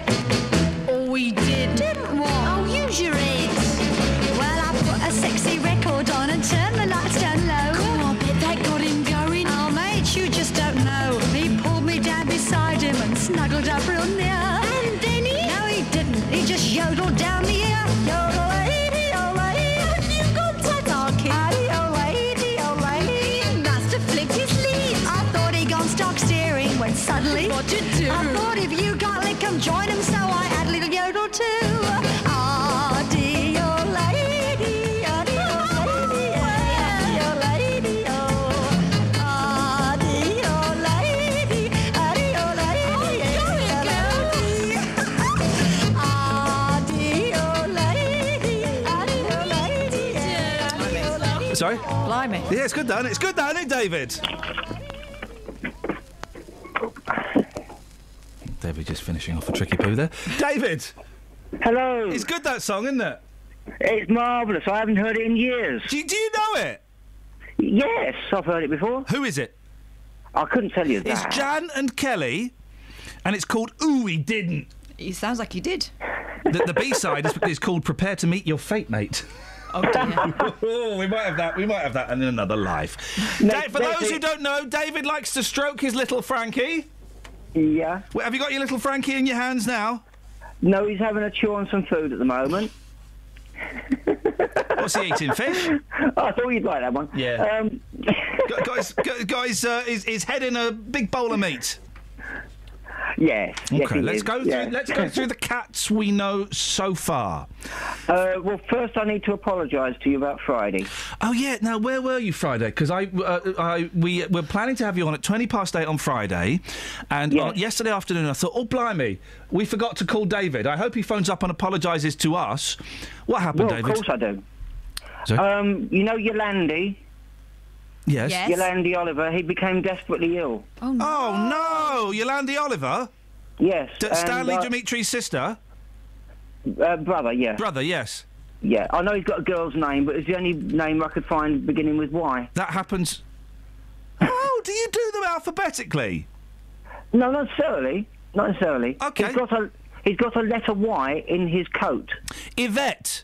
S9: Oh, we did. Didn't we? Oh, use your ears. Well, I put a sexy record on and turned the lights down low. Come on, bet that got him going. Oh, mate, you just don't know. He pulled me down beside him and snuggled up real near. And then he? No, he didn't. He just yodeled down the air. Yodel, lady, oh, lady, and you got tatarkin. Oh, lady, oh, lady, must have flicked his sleeves. I thought he gone stock steering when suddenly. What you do? I thought if you got lick, come join him, so I had a little yodel too. Ah, dear old lady, ah, dear old lady, ah, dear old lady, oh. Ah, dear old lady, ah, dear old lady, ah, dear old lady. Ah, dear old lady, ah, dear old lady, ah, dear old lady.
S1: Sorry? Blimey. Yeah, it's good done. It's good done, it, David? David just finishing off a tricky poo there. David!
S19: Hello.
S1: It's good that song, isn't it?
S19: It's marvellous. I haven't heard it in years.
S1: Do you, do you know it?
S19: Yes, I've heard it before.
S1: Who is it?
S19: I couldn't tell you
S1: It's
S19: that.
S1: Jan and Kelly, and it's called Ooh, We Didn't.
S2: It sounds like you did.
S1: The, the B side is, is called Prepare to Meet Your Fate, Mate.
S2: Oh,
S1: Oh, we might have that. We might have that in another life. Da- for those who don't know, David likes to stroke his little Frankie.
S19: Yeah.
S1: Well, have you got your little Frankie in your hands now?
S19: No, he's having a chew on some food at the moment.
S1: What's he eating? Fish?
S19: I thought you'd like that one.
S1: Yeah.
S19: Um,
S1: Got, got his, got, got his, uh, his, his head in a big bowl of meat.
S19: yes. yes,
S1: Okay,
S19: he
S1: let's
S19: is,
S1: go
S19: yeah.
S1: through. Let's go through the cats we know so far.
S19: Uh, well, first I need to apologise to you about Friday.
S1: Oh yeah. Now where were you Friday? Because I, uh, I, we were planning to have you on at twenty past eight on Friday, and on- yesterday afternoon I thought, oh blimey, we forgot to call David. I hope he phones up and apologises to us. What happened,
S19: well,
S1: David?
S19: of course I do.
S1: Sorry?
S19: Um, you know Yolandi?
S1: Yes. Yes.
S19: Yolandi Oliver, he became desperately ill.
S1: Oh no! Oh no! Yolandi Oliver.
S19: Yes.
S1: D-
S19: and,
S1: Stanley
S19: uh,
S1: Dimitri's sister.
S19: Uh, brother, yeah.
S1: Brother, yes.
S19: Yeah, I know he's got a girl's name, but it's the only name I could find beginning with Y.
S1: That happens. Oh, do you do them alphabetically?
S19: No, not necessarily. Not necessarily.
S1: Okay.
S19: He's got a he's got a letter Y in his coat.
S1: Yvette.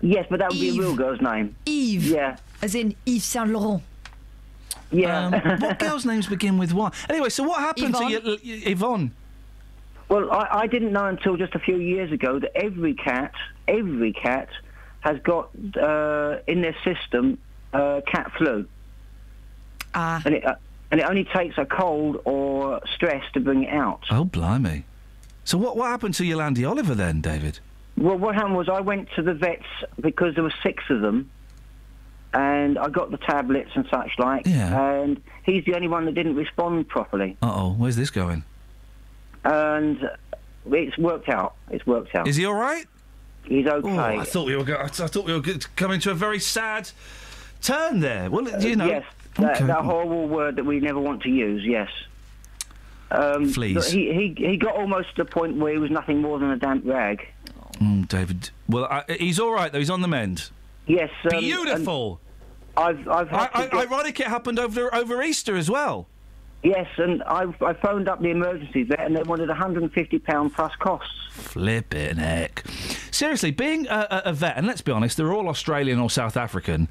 S19: Yes, but that would be
S2: Eve.
S19: a real girl's name.
S2: Eve.
S19: Yeah.
S2: As in Yves Saint Laurent.
S19: Yeah.
S1: Um, what girls' names begin with Y? Anyway, so what happened
S2: Yvonne?
S1: to y- y- Yvonne?
S19: Well, I, I didn't know until just a few years ago that every cat, every cat, has got uh, in their system uh, cat flu.
S2: Ah.
S19: And it uh, and it only takes a cold or stress to bring it out.
S1: Oh, blimey. So what, what happened to Yolandi Oliver then, David?
S19: Well, what happened was I went to the vets because there were six of them, and I got the tablets and such like. And he's the only one that didn't respond properly,
S1: Uh-oh, where's this going?
S19: and it's worked out. It's worked out.
S1: Is he all right?
S19: He's okay.
S1: Oh, I thought we were go- I, th- I thought we were go- coming to a very sad turn there. Well,
S19: Uh,
S1: you know.
S19: Yes, that,
S1: Okay.
S19: that horrible word that we never want to use. Yes. Um,
S1: Fleas.
S19: but He, he he got almost to the point where he was nothing more than a damp rag.
S1: Mm, David. Well, I, he's all right though. He's on the mend.
S19: Yes. um, and
S1: Beautiful.
S19: I've I've had to
S1: I,
S19: get-
S1: I, ironic, it happened over over Easter as well.
S19: Yes, and I I phoned up the emergency vet, and they wanted 150 pound plus costs.
S1: Flipping heck. Seriously, being a, a, a vet, and let's be honest, they're all Australian or South African.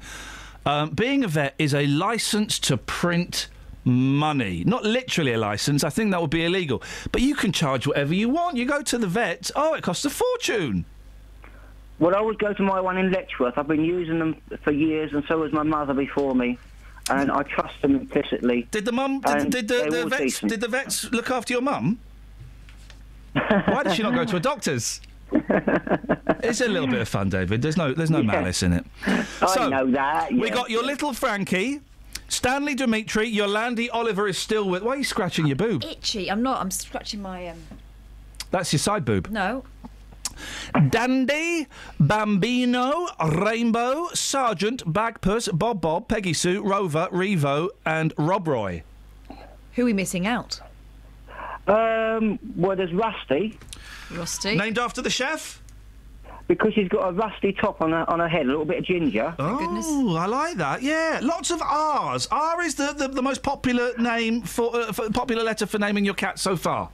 S1: Um, being a vet is a license to print money. Not literally a license, I think that would be illegal. But you can charge whatever you want. You go to the vet, oh, it costs a fortune.
S19: Well, I would go to my one in Letchworth. I've been using them for years, and so has my mother before me, and I trust them implicitly.
S1: Did the mum?
S19: And
S1: Did, did, the,
S19: they're
S1: the
S19: all
S1: vets,
S19: decent.
S1: did the vets look after your mum? Why did she not go to a doctor's? it's a little bit of fun, David. There's no, there's no malice in it.
S19: I know that.
S1: We
S19: yeah.
S1: got your little Frankie, Stanley Dimitri, Yolandi Oliver is still with. Why are you scratching your boob?
S2: Itchy. I'm not. I'm scratching my. um
S1: That's your side boob.
S2: No.
S1: Dandy, Bambino, Rainbow, Sergeant, Bagpuss, Bob Bob, Peggy Sue, Rover, Revo, and Rob Roy.
S2: Who are we missing out?
S19: Um, well, there's Rusty.
S2: Rusty.
S1: Named after the chef?
S19: because she's got a rusty top on her on her head, a little bit of ginger.
S1: Oh, I like that. Yeah, lots of R's. R is the, the, the most popular name for, uh, for popular letter for naming your cat so far.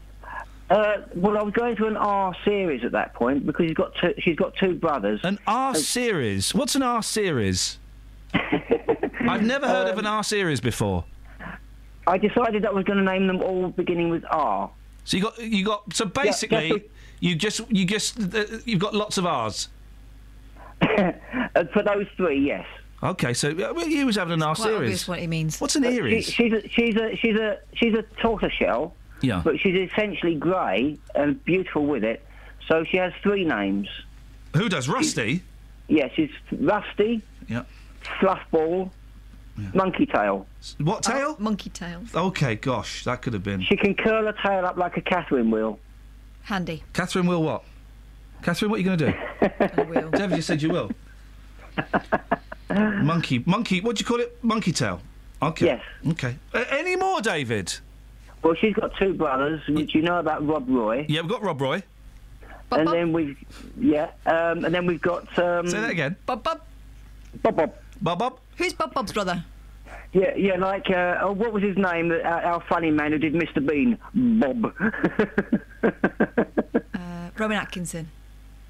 S19: Uh, well, I was going to an R series at that point because she's got two, she's got two brothers.
S1: An R series. What's an R series? I've never heard of an R series before.
S19: I decided that I was going to name them all beginning with R.
S1: So you got you got so basically
S19: just-
S1: you just you just uh, you've got lots of R's.
S19: Uh, for those three, yes.
S1: Okay, so uh, well, you was having an R
S23: Quite
S1: series.
S23: obvious what he means.
S1: What's an
S19: She,
S1: eries?
S19: she's a, she's a she's a she's a tortoiseshell.
S1: Yeah.
S19: But she's essentially grey and beautiful with it. So she has three names.
S1: Who does Rusty?
S19: Yeah, she's Rusty,
S1: Yeah.
S19: Fluffball, Monkey Tail.
S1: What tail?
S23: Oh, monkey tail.
S1: Okay, gosh, that could have been
S19: She can curl her tail up like a Catherine wheel.
S23: Handy.
S1: Catherine. Will what? Catherine, what are you going to do? I will. Dev, you said you will. monkey, monkey. What do you call it? Monkey tail. Okay. Yes. Okay. Uh, any more, David?
S19: Well, she's got two brothers, which you know about Rob Roy.
S1: Yeah, we've got Rob Roy.
S19: and then we've yeah, um, and then we've got um,
S1: Say that again.
S23: Bob Bob.
S19: Bob Bob.
S1: Bob Bob.
S23: Who's Bob Bob's brother?
S19: Yeah, yeah, like uh, oh, what was his name? Our, our funny man who did Mr. Bean, Bob.
S23: Uh, Rowan Atkinson.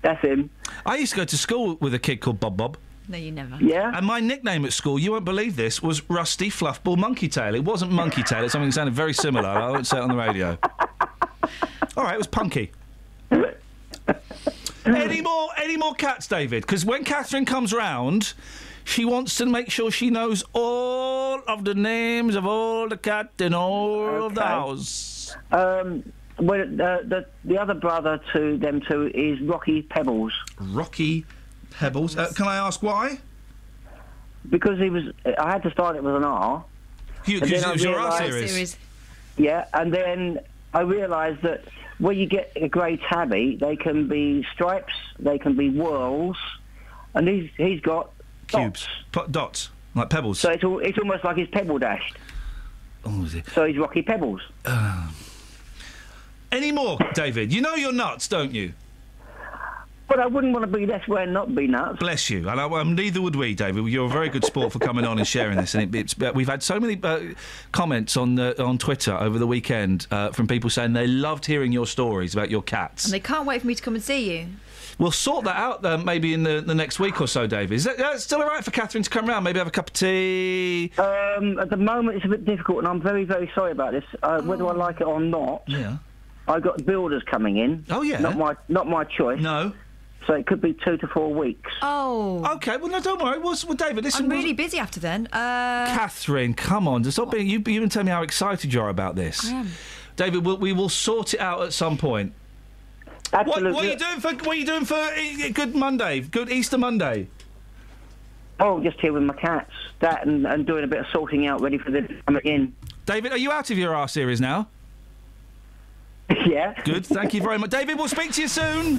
S19: That's him.
S1: I used to go to school with a kid called Bob Bob.
S23: No, you never.
S1: And my nickname at school, you won't believe this, was Rusty Fluffball Monkey Tail. It wasn't Monkey Tail. It's something that sounded very similar. I won't say it on the radio. All right, it was punky. any more? Any more cats, David? Because when Catherine comes round, she wants to make sure she knows all of the names of all the cat in all of the
S19: Okay.
S1: house.
S19: Um, well, the, the the other brother to them two is Rocky Pebbles.
S1: Rocky Pebbles. Uh, can I ask why?
S19: Because he was. I had to start it with an R.
S1: You-
S19: And
S1: 'cause
S19: then
S1: it
S19: I
S1: was your R
S19: realised-
S1: series.
S19: Yeah, and then I realised that when you get a grey tabby, they can be stripes, they can be whirls, and he's he's got
S1: Cubes. P- dots. Like pebbles.
S19: so it's all, it's almost like he's pebble dashed.
S1: Oh, is it?
S19: So he's Rocky Pebbles.
S1: Uh, Any more, David? You know you're nuts, don't you?
S19: But I wouldn't want to be left where not be nuts.
S1: Bless you. And I, um, neither would we, David. You're a very good sport for coming on and sharing this. And it, it's, uh, we've had so many uh, comments on uh, on Twitter over the weekend uh, from people saying they loved hearing your stories about your cats.
S23: And they can't wait for me to come and see you.
S1: We'll sort that out uh, maybe in the, the next week or so, David. Is that uh, still all right for Catherine to come round? Maybe have a cup of tea?
S19: Um, at the moment, it's a bit difficult, and I'm very, very sorry about this. Uh, Whether I like it or not,
S1: yeah.
S19: I got builders coming in.
S1: Oh yeah,
S19: not my not my choice.
S1: No.
S19: So it could be two to four weeks.
S23: Oh.
S1: Okay, well, no, don't worry. Well, s- well David, listen.
S23: I'm
S1: we'll-
S23: really busy after then. Uh,
S1: Catherine, come on. Stop being, you, you even tell me how excited you are about this.
S23: I am.
S1: David, we'll, we will sort it out at some point. What, what are you doing for? What are you doing for e- e- Good Monday? Good Easter Monday.
S19: Oh, just here with my cats. That and, and doing a bit of sorting out, ready for them to come in.
S1: David, are you out of your R series now?
S19: Yeah.
S1: Good. Thank you very much, David. We'll speak to you soon.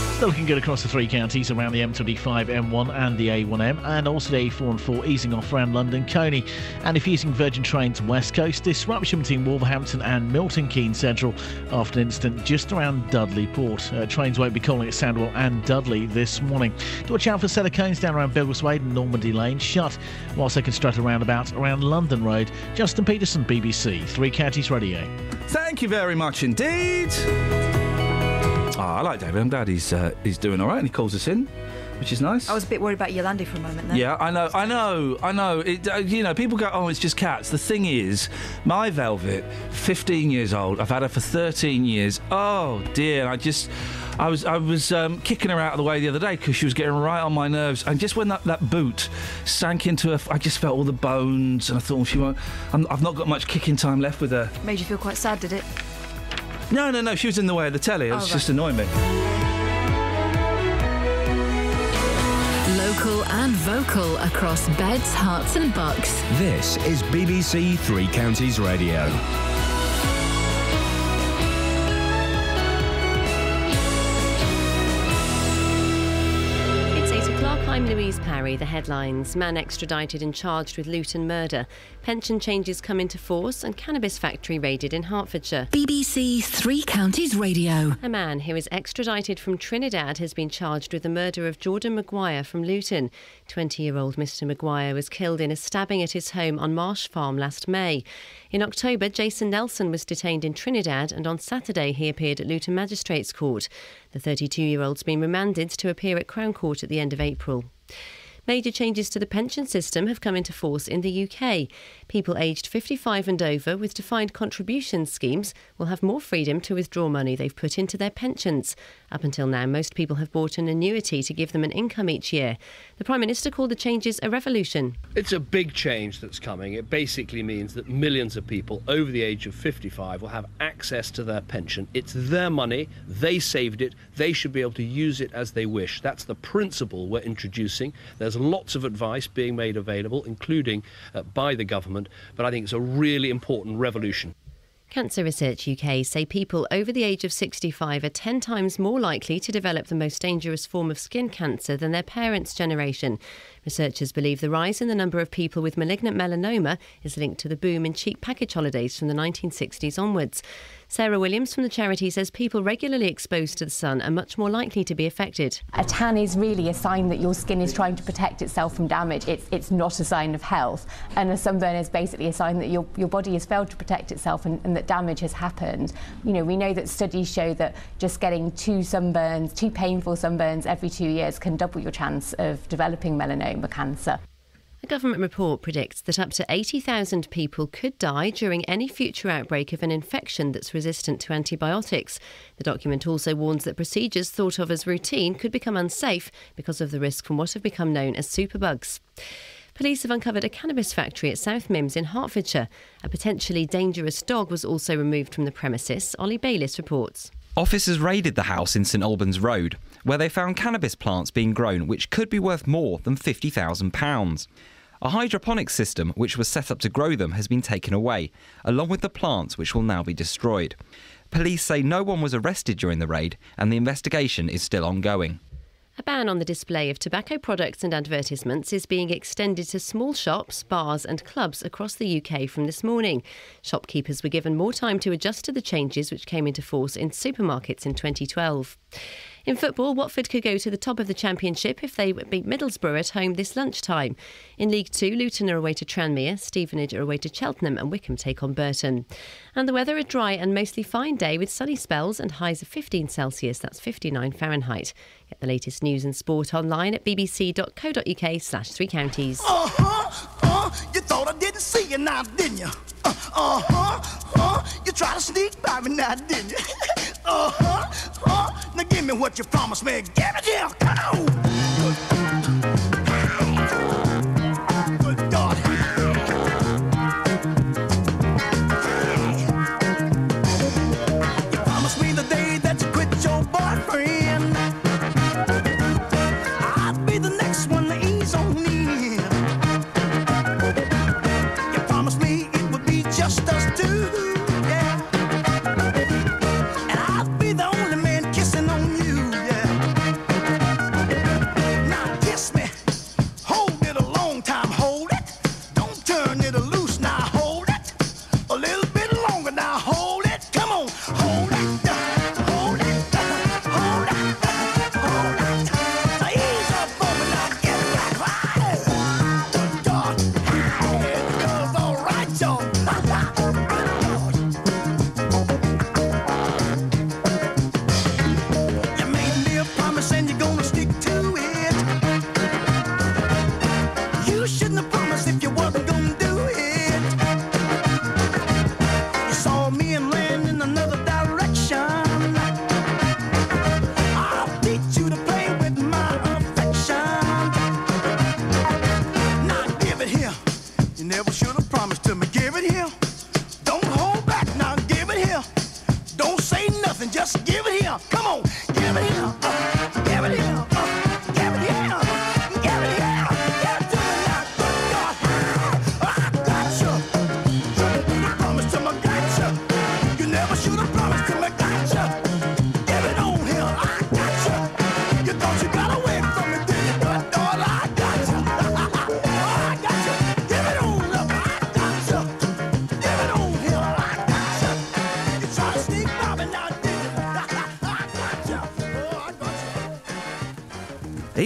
S11: They're looking good across the three counties around the M25, M1 and the A1M and also the A4 and 4 easing off around London Coney and if using Virgin Trains West Coast disruption between Wolverhampton and Milton Keynes Central after an incident just around Dudley Port. Uh, trains won't be calling at Sandwell and Dudley this morning. To watch out for a set of cones down around Biggleswade and Normandy Lane shut whilst they construct a roundabout around London Road. Justin Peterson, BBC, Three Counties Radio.
S1: Thank you very much indeed. Ah, I like David. I'm glad he's uh, he's doing all right and he calls us in, which is nice.
S23: I was a bit worried about Yolandi for a moment there.
S1: Yeah, I know, I know, I know. It, uh, you know, people go, "Oh, it's just cats." The thing is, my Velvet, 15 years old. I've had her for 13 years. Oh dear, I just, I was, I was um, kicking her out of the way the other day because she was getting right on my nerves. And just when that, that boot sank into her, f- I just felt all the bones, and I thought, well, she won't. I'm, I've not got much kicking time left with her.
S23: Made you feel quite sad, did it?
S1: No, no, no. She was in the way of the telly. It
S23: Oh,
S1: was
S23: right.
S1: just annoying me.
S12: Local and vocal across beds, hearts, and bucks.
S3: This is BBC Three Counties Radio.
S13: It's 8 o'clock. I'm Louise Parry. Parry, the headlines man extradited and charged with loot and murder, pension changes come into force, and cannabis factory raided in Hertfordshire.
S12: BBC Three Counties Radio.
S13: A man who is extradited from Trinidad has been charged with the murder of Jordan Maguire from Luton. 20 year old Mr. Maguire was killed in a stabbing at his home on Marsh Farm last May. In October, Jason Nelson was detained in Trinidad and on Saturday he appeared at Luton Magistrates Court. The 32 year old's been remanded to appear at Crown Court at the end of April. Major changes to the pension system have come into force in the UK. People aged 55 and over with defined contribution schemes will have more freedom to withdraw money they've put into their pensions. Up until now, most people have bought an annuity to give them an income each year. The Prime Minister called the changes a revolution.
S30: It's a big change that's coming. It basically means that millions of people over the age of 55 will have access to their pension. It's their money, they saved it, they should be able to use it as they wish. That's the principle we're introducing. There's lots of advice being made available, including uh, by the government, but I think it's a really important revolution.
S13: Cancer Research UK say people over the age of 65 are 10 times more likely to develop the most dangerous form of skin cancer than their parents' generation. Researchers believe the rise in the number of people with malignant melanoma is linked to the boom in cheap package holidays from the 1960s onwards. Sarah Williams from the charity says people regularly exposed to the sun are much more likely to be affected.
S31: A tan is really a sign that your skin is trying to protect itself from damage. It's, it's not a sign of health. And a sunburn is basically a sign that your, your body has failed to protect itself and, and that damage has happened. You know, we know that studies show that just getting two sunburns, two painful sunburns every two years can double your chance of developing melanoma cancer.
S13: A government report predicts that up to 80,000 people could die during any future outbreak of an infection that's resistant to antibiotics. The document also warns that procedures thought of as routine could become unsafe because of the risk from what have become known as superbugs. Police have uncovered a cannabis factory at South Mims in Hertfordshire. A potentially dangerous dog was also removed from the premises. Ollie Bayliss reports.
S23: Officers raided the house in St Albans Road, where they found cannabis plants being grown which could be worth more than £50,000. A hydroponic system which was set up to grow them has been taken away, along with the plants which will now be destroyed. Police say no one was arrested during the raid and the investigation is still ongoing.
S13: A ban on the display of tobacco products and advertisements is being extended to small shops, bars, and clubs across the UK from this morning. Shopkeepers were given more time to adjust to the changes which came into force in supermarkets in 2012. In football, Watford could go to the top of the Championship if they beat Middlesbrough at home this lunchtime. In League Two, Luton are away to Tranmere, Stevenage are away to Cheltenham, and Wickham take on Burton. And the weather a dry and mostly fine day with sunny spells and highs of 15 Celsius, that's 59 Fahrenheit. Get the latest news and sport online at bbc.co.uk/slash three
S2: Oh,
S13: counties.
S9: Uh huh, uh, you thought I didn't see you now, didn't you? Uh huh, uh, you tried to sneak by me now, didn't you? uh huh, uh, now give me what you promised me. Give it here, come on. You promised me the day that you quit your boyfriend. I'd be the next one to ease on in. You promised me it would be just us two. Yeah. And I'd be the only man kissing on you. Yeah. Now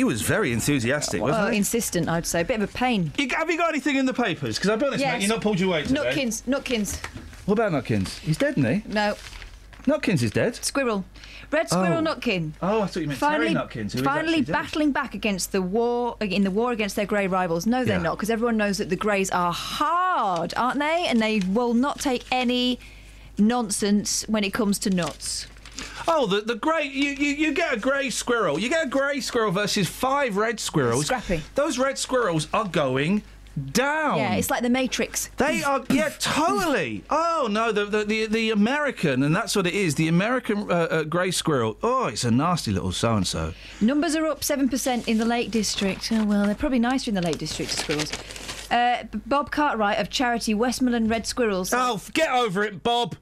S1: was very enthusiastic,
S2: Well,
S1: wasn't he?
S2: Uh, insistent, I'd say. Bit of a pain.
S1: You, have you got anything in the papers? Because I'll be honest, mate, you not pulled your weight today.
S2: Nutkins, Nutkins.
S1: What about Nutkins? He's dead, isn't he?
S2: No,
S1: Nutkins is dead.
S2: squirrel. Red squirrel
S1: Oh.
S2: Nutkin.
S1: Oh, I thought you meant Terry Nutkins, who is
S2: finally
S1: actually dead.
S2: battling back against the war in the war against their grey rivals. No, they're
S1: Yeah.
S2: not, because everyone knows that the greys are hard, aren't they? And they will not take any nonsense when it comes to nuts.
S1: Oh, the the grey you, you, you get a grey squirrel. You get a grey squirrel versus five red squirrels.
S2: Scrappy.
S1: Those red squirrels are going down.
S2: Yeah, it's like the Matrix.
S1: They are, yeah, totally. Oh no, the the, the, the American, and that's what it is. The American uh, uh, grey squirrel. Oh, it's a nasty little so and so.
S2: Numbers are up 7% in the Lake District. Oh, well, they're probably nicer in the Lake District, squirrels. Uh, B- Bob Cartwright of charity Westmoreland Red Squirrels.
S1: Oh, get over it, Bob.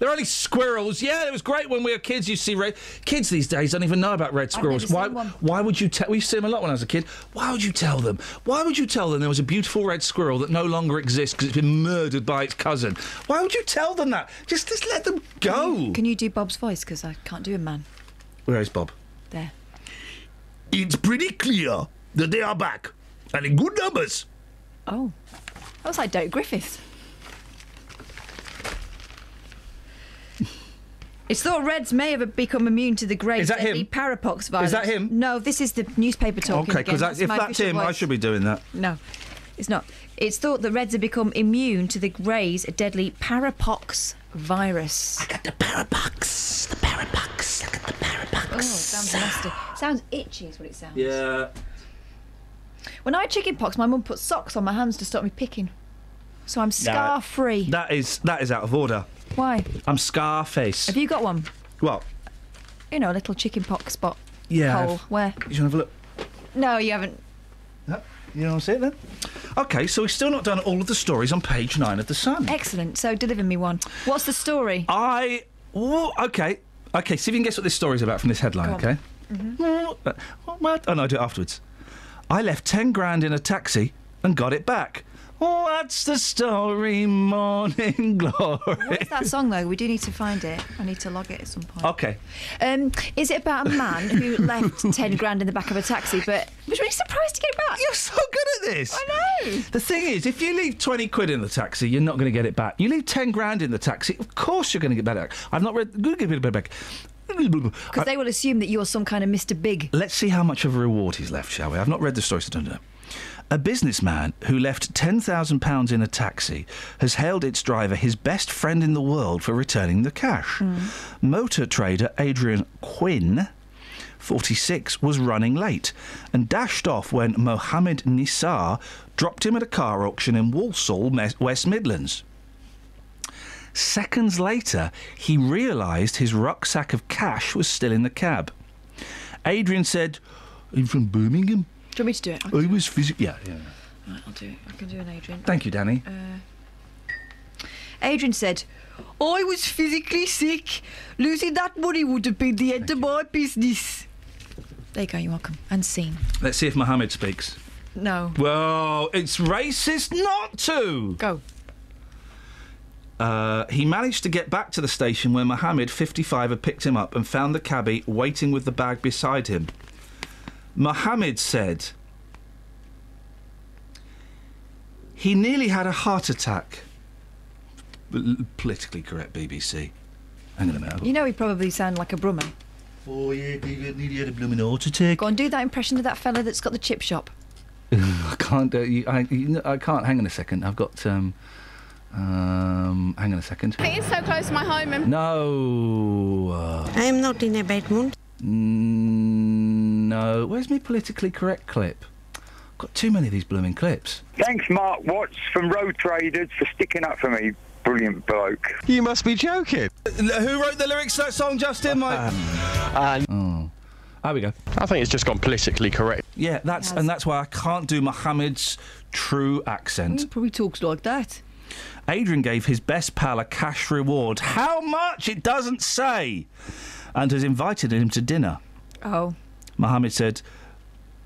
S1: They're only squirrels. Yeah, it was great when we were kids. You see red kids these days don't even know about red
S2: I've never
S1: squirrels. Why?
S2: seen one.
S1: Why would you tell? We used to see them a lot when I was a kid. Why would you tell them? Why would you tell them there was a beautiful red squirrel that no longer exists because it's been murdered by its cousin? Why would you tell them that? Just just let them go.
S2: Can you do Bob's voice? Because I can't do him, man.
S1: Where is Bob?
S2: There.
S32: It's pretty clear that they are back, and in good numbers.
S2: Oh. That was like Dote Griffiths. It's thought Reds may have become immune to the great
S1: Is that
S2: deadly
S1: him?
S2: Parapox virus.
S1: Is that him?
S2: No, this is the newspaper talking.
S1: okay, because
S2: again.
S1: if
S2: my
S1: that's
S2: official
S1: him, I
S2: voice.
S1: should be doing that.
S2: No, it's not. It's thought that Reds have become immune to the Greys' deadly Parapox virus. I got the Parapox. The Parapox. I got the Parapox. Oh, it sounds nasty. Sounds itchy, is what it sounds.
S1: Yeah.
S2: When I had chickenpox, my mum put socks on my hands to stop me picking. So I'm scar free.
S1: That is that is out of order.
S2: Why?
S1: I'm Scarface.
S2: Have you got one?
S1: What?
S2: You know, a little chickenpox spot.
S1: Yeah.
S2: Hole. Where?
S1: You should have a look.
S2: No, you haven't.
S1: You don't want to see it then? Okay, so we've still not done all of the stories on page nine of the Sun.
S2: Excellent. So deliver me one. What's the story?
S1: I. Whoa, okay. Okay, see if you can guess what this story's about from this headline,
S2: Go on. Mm-hmm.
S1: okay? Uh, What? Oh, no, I'll do it afterwards. I left 10 grand in a taxi and got it back. What's the story, Morning Glory?
S2: What is that song though? We do need to find it. I need to log it at some point.
S1: Okay.
S2: Um, is it about a man who left ten grand in the back of a taxi, but was really surprised to get it back?
S1: You're so good at this.
S2: I know.
S1: The thing is, if you leave 20 quid in the taxi, you're not going to get it back. You leave 10 grand in the taxi, of course you're going to get that back. I've not read. Good, give it back.
S2: Because they will assume that you're some kind of Mr. Big.
S1: Let's see how much of a reward he's left, shall we? I've not read the story, so I don't know. A businessman who left £10,000 in a taxi has hailed its driver his best friend in the world for returning the cash. Motor trader Adrian Quinn, 46, was running late and dashed off when Mohammed Nisar dropped him at a car auction in Walsall, Mes- West Midlands. Seconds later, he realised his rucksack of cash was still in the cab. Adrian said, I'm from Birmingham.
S2: Do you want me to do it?
S1: I was physically. Yeah, yeah.
S2: Right, I'll do it. I can do an Adrian.
S1: Thank you, Danny.
S2: Uh, Adrian said, I was physically sick. Losing that money would have been the end of my business. There you go, you're welcome. Unseen.
S1: Let's see if Mohammed speaks.
S2: No.
S1: Well, it's racist not to.
S2: Go.
S1: Uh, he managed to get back to the station where Mohammed, 55, had picked him up and found the cabbie waiting with the bag beside him. Mohammed said he nearly had a heart attack. L- Politically correct, BBC. Hang on a minute. I've got-
S2: You know he probably sounded like a Brumman.
S1: Oh, yeah, nearly had a blooming heart attack.
S2: Go on, do that impression of that fella that's got the chip shop.
S1: I can't. Uh, you, I, you know, I can't. Hang on a second. I've got. Um, um, hang on a second.
S16: It is so close to my home. And
S1: No. uh,
S16: I'm not in a bad mood.
S1: mm, no. Where's my politically correct clip? Got too many of these blooming clips.
S26: Thanks, Mark Watts from Road Traders for sticking up for me. Brilliant bloke.
S1: You must be joking. who wrote the lyrics to that song, Justin? Mike. oh. There we go.
S21: I think it's just gone politically correct.
S1: Yeah, that's and that's why I can't do Mohammed's true accent.
S2: probably talks like that.
S1: Adrian gave his best pal a cash reward. How much? It doesn't say. And has invited him to dinner.
S2: Oh.
S1: Mohammed said,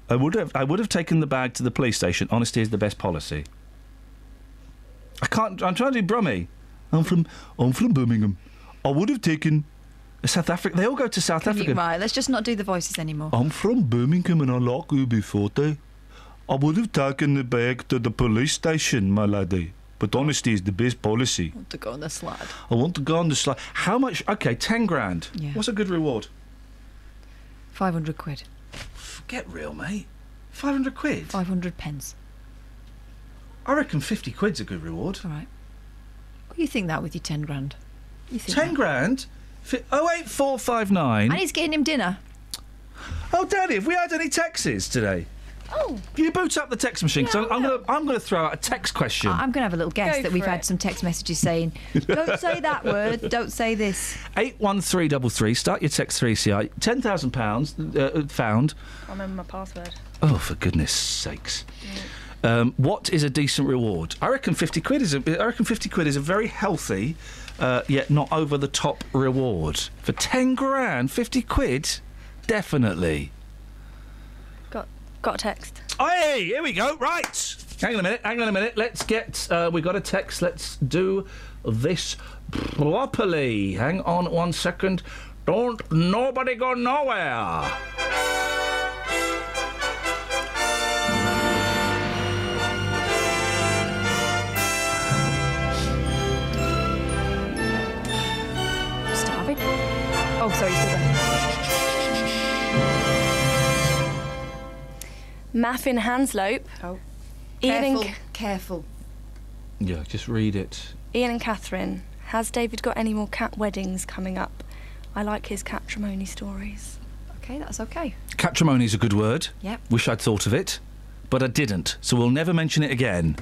S1: I would have I would have taken the bag to the police station. Honesty is the best policy. I can't I'm trying to do Brummy. I'm from I'm from Birmingham. I would have taken South Africa. They all go to South
S2: Can you,
S1: Africa.
S2: right, let's just not do the voices anymore.
S4: I'm from Birmingham and I like Ubi Forte. I would have taken the bag to the police station, my lady. But honesty is the best policy.
S1: Oh.
S2: To go on the slide.
S1: I want to go on the slide. How much? Okay, ten grand.
S2: Yeah.
S1: What's a good reward?
S2: 500 quid.
S1: Get real, mate. 500 quid?
S2: 500 pence.
S1: I reckon fifty quid's a good reward.
S2: All right. Well, you think that with your 10 grand. You think
S1: Ten grand. Fi- Oh eight four five nine.
S2: And he's getting him dinner.
S1: Oh, Daddy, have we had any texts today?
S2: Oh.
S1: Can you boot up the text machine? 'Cause I'm, I'm gonna I'm gonna throw out a text question.
S2: I'm going to have a little guess
S1: Go
S2: that we've
S1: for
S2: had some text messages saying, don't say that word, don't say this.
S1: Eight one three double three. Start your text three CI. Ten thousand pounds uh, found.
S6: I remember my password.
S1: Oh, for goodness sakes. Um, what is a decent reward? I reckon fifty quid is. A, I reckon fifty quid is a very healthy, uh, yet not over the top reward for ten grand. Fifty quid, definitely.
S6: Got got a text.
S1: Hey, here we go. Right. Hang on a minute. Hang on a minute. Let's get. Uh, we got a text. Let's do this properly. Hang on one second. Don't nobody go nowhere.
S6: Starving. Oh, sorry, still Maffin Hanslope. Oh. Ian
S2: Careful,
S6: and,
S2: careful.
S1: Yeah, just read it.
S6: Ian and Catherine. Has David got any more cat weddings coming up? I like his catrimony stories.
S2: Okay, that's okay.
S1: Catrimony is a good word.
S2: Yep.
S1: Wish I'd thought of it, but I didn't. So we'll never mention it again.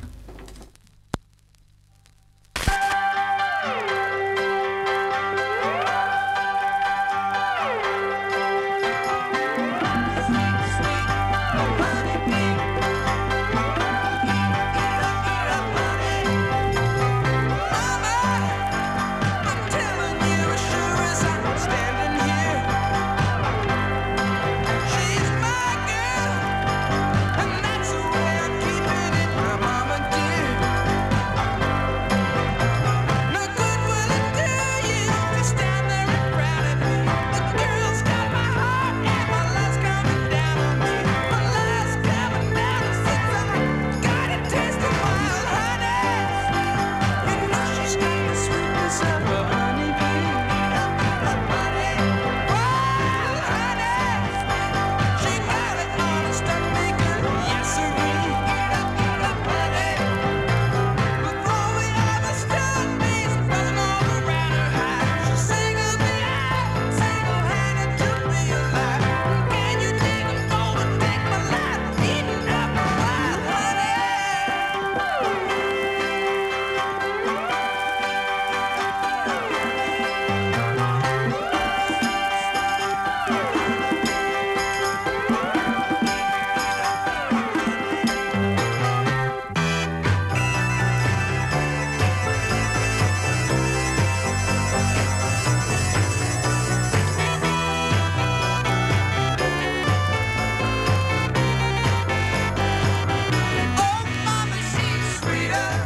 S9: oh,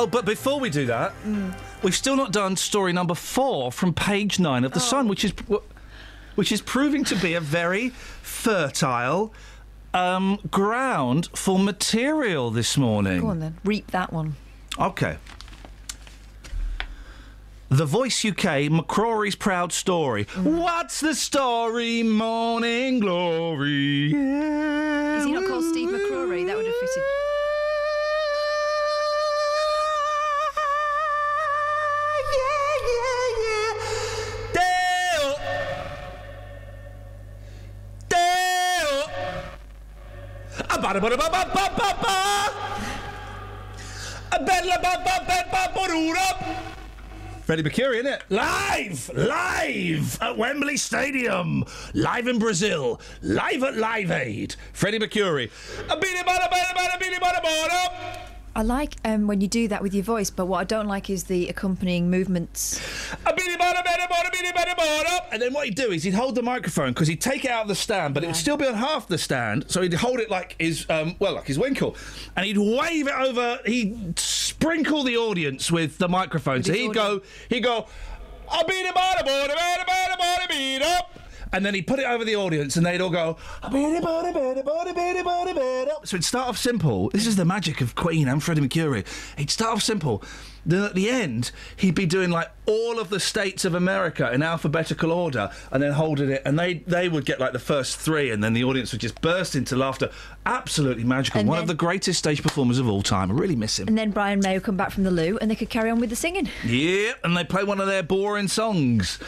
S1: Oh, but before we do that, we've still not done story number four from page nine of the Sun, which is which is proving to be a very fertile um, ground for material this morning.
S2: Go on then, reap that one.
S1: Okay. The Voice UK, McCrory's proud story. What's the story, Morning Glory?
S2: Is he not called Steve McCrory? That would have fitted.
S9: Ah,
S1: Freddie Mercury, innit?
S26: Live! Live at Wembley Stadium! Live in Brazil! Live at Live Aid!
S1: Freddie Mercury.
S23: I like um, when you do that with your voice, but what I don't like is the accompanying movements.
S1: And then what he'd do is he'd hold the microphone because he'd take it out of the stand, but it would still be on half the stand. So he'd hold it like his, um, well, like his winkle, and he'd wave it over. He'd sprinkle the audience with the microphone. so
S9: his
S1: he'd go, he'd go, I beat him on a board, I beat him on a beat up. And then he'd put it over the audience, and they'd all go. "I beat him on a board, I beat him on a board up." So it'd start off simple. This is the magic of Queen and Freddie Mercury. He'd start off simple. Then at the end, he'd be doing like all of the states of America in alphabetical order, and then holding it, and they they would get like the first three, and then the audience would just burst into laughter. Absolutely magical. One of the greatest stage performers of all time. I really miss him.
S23: And then Brian May will come back from the loo and they could carry on with the singing.
S1: Yeah, and they play one of their boring songs.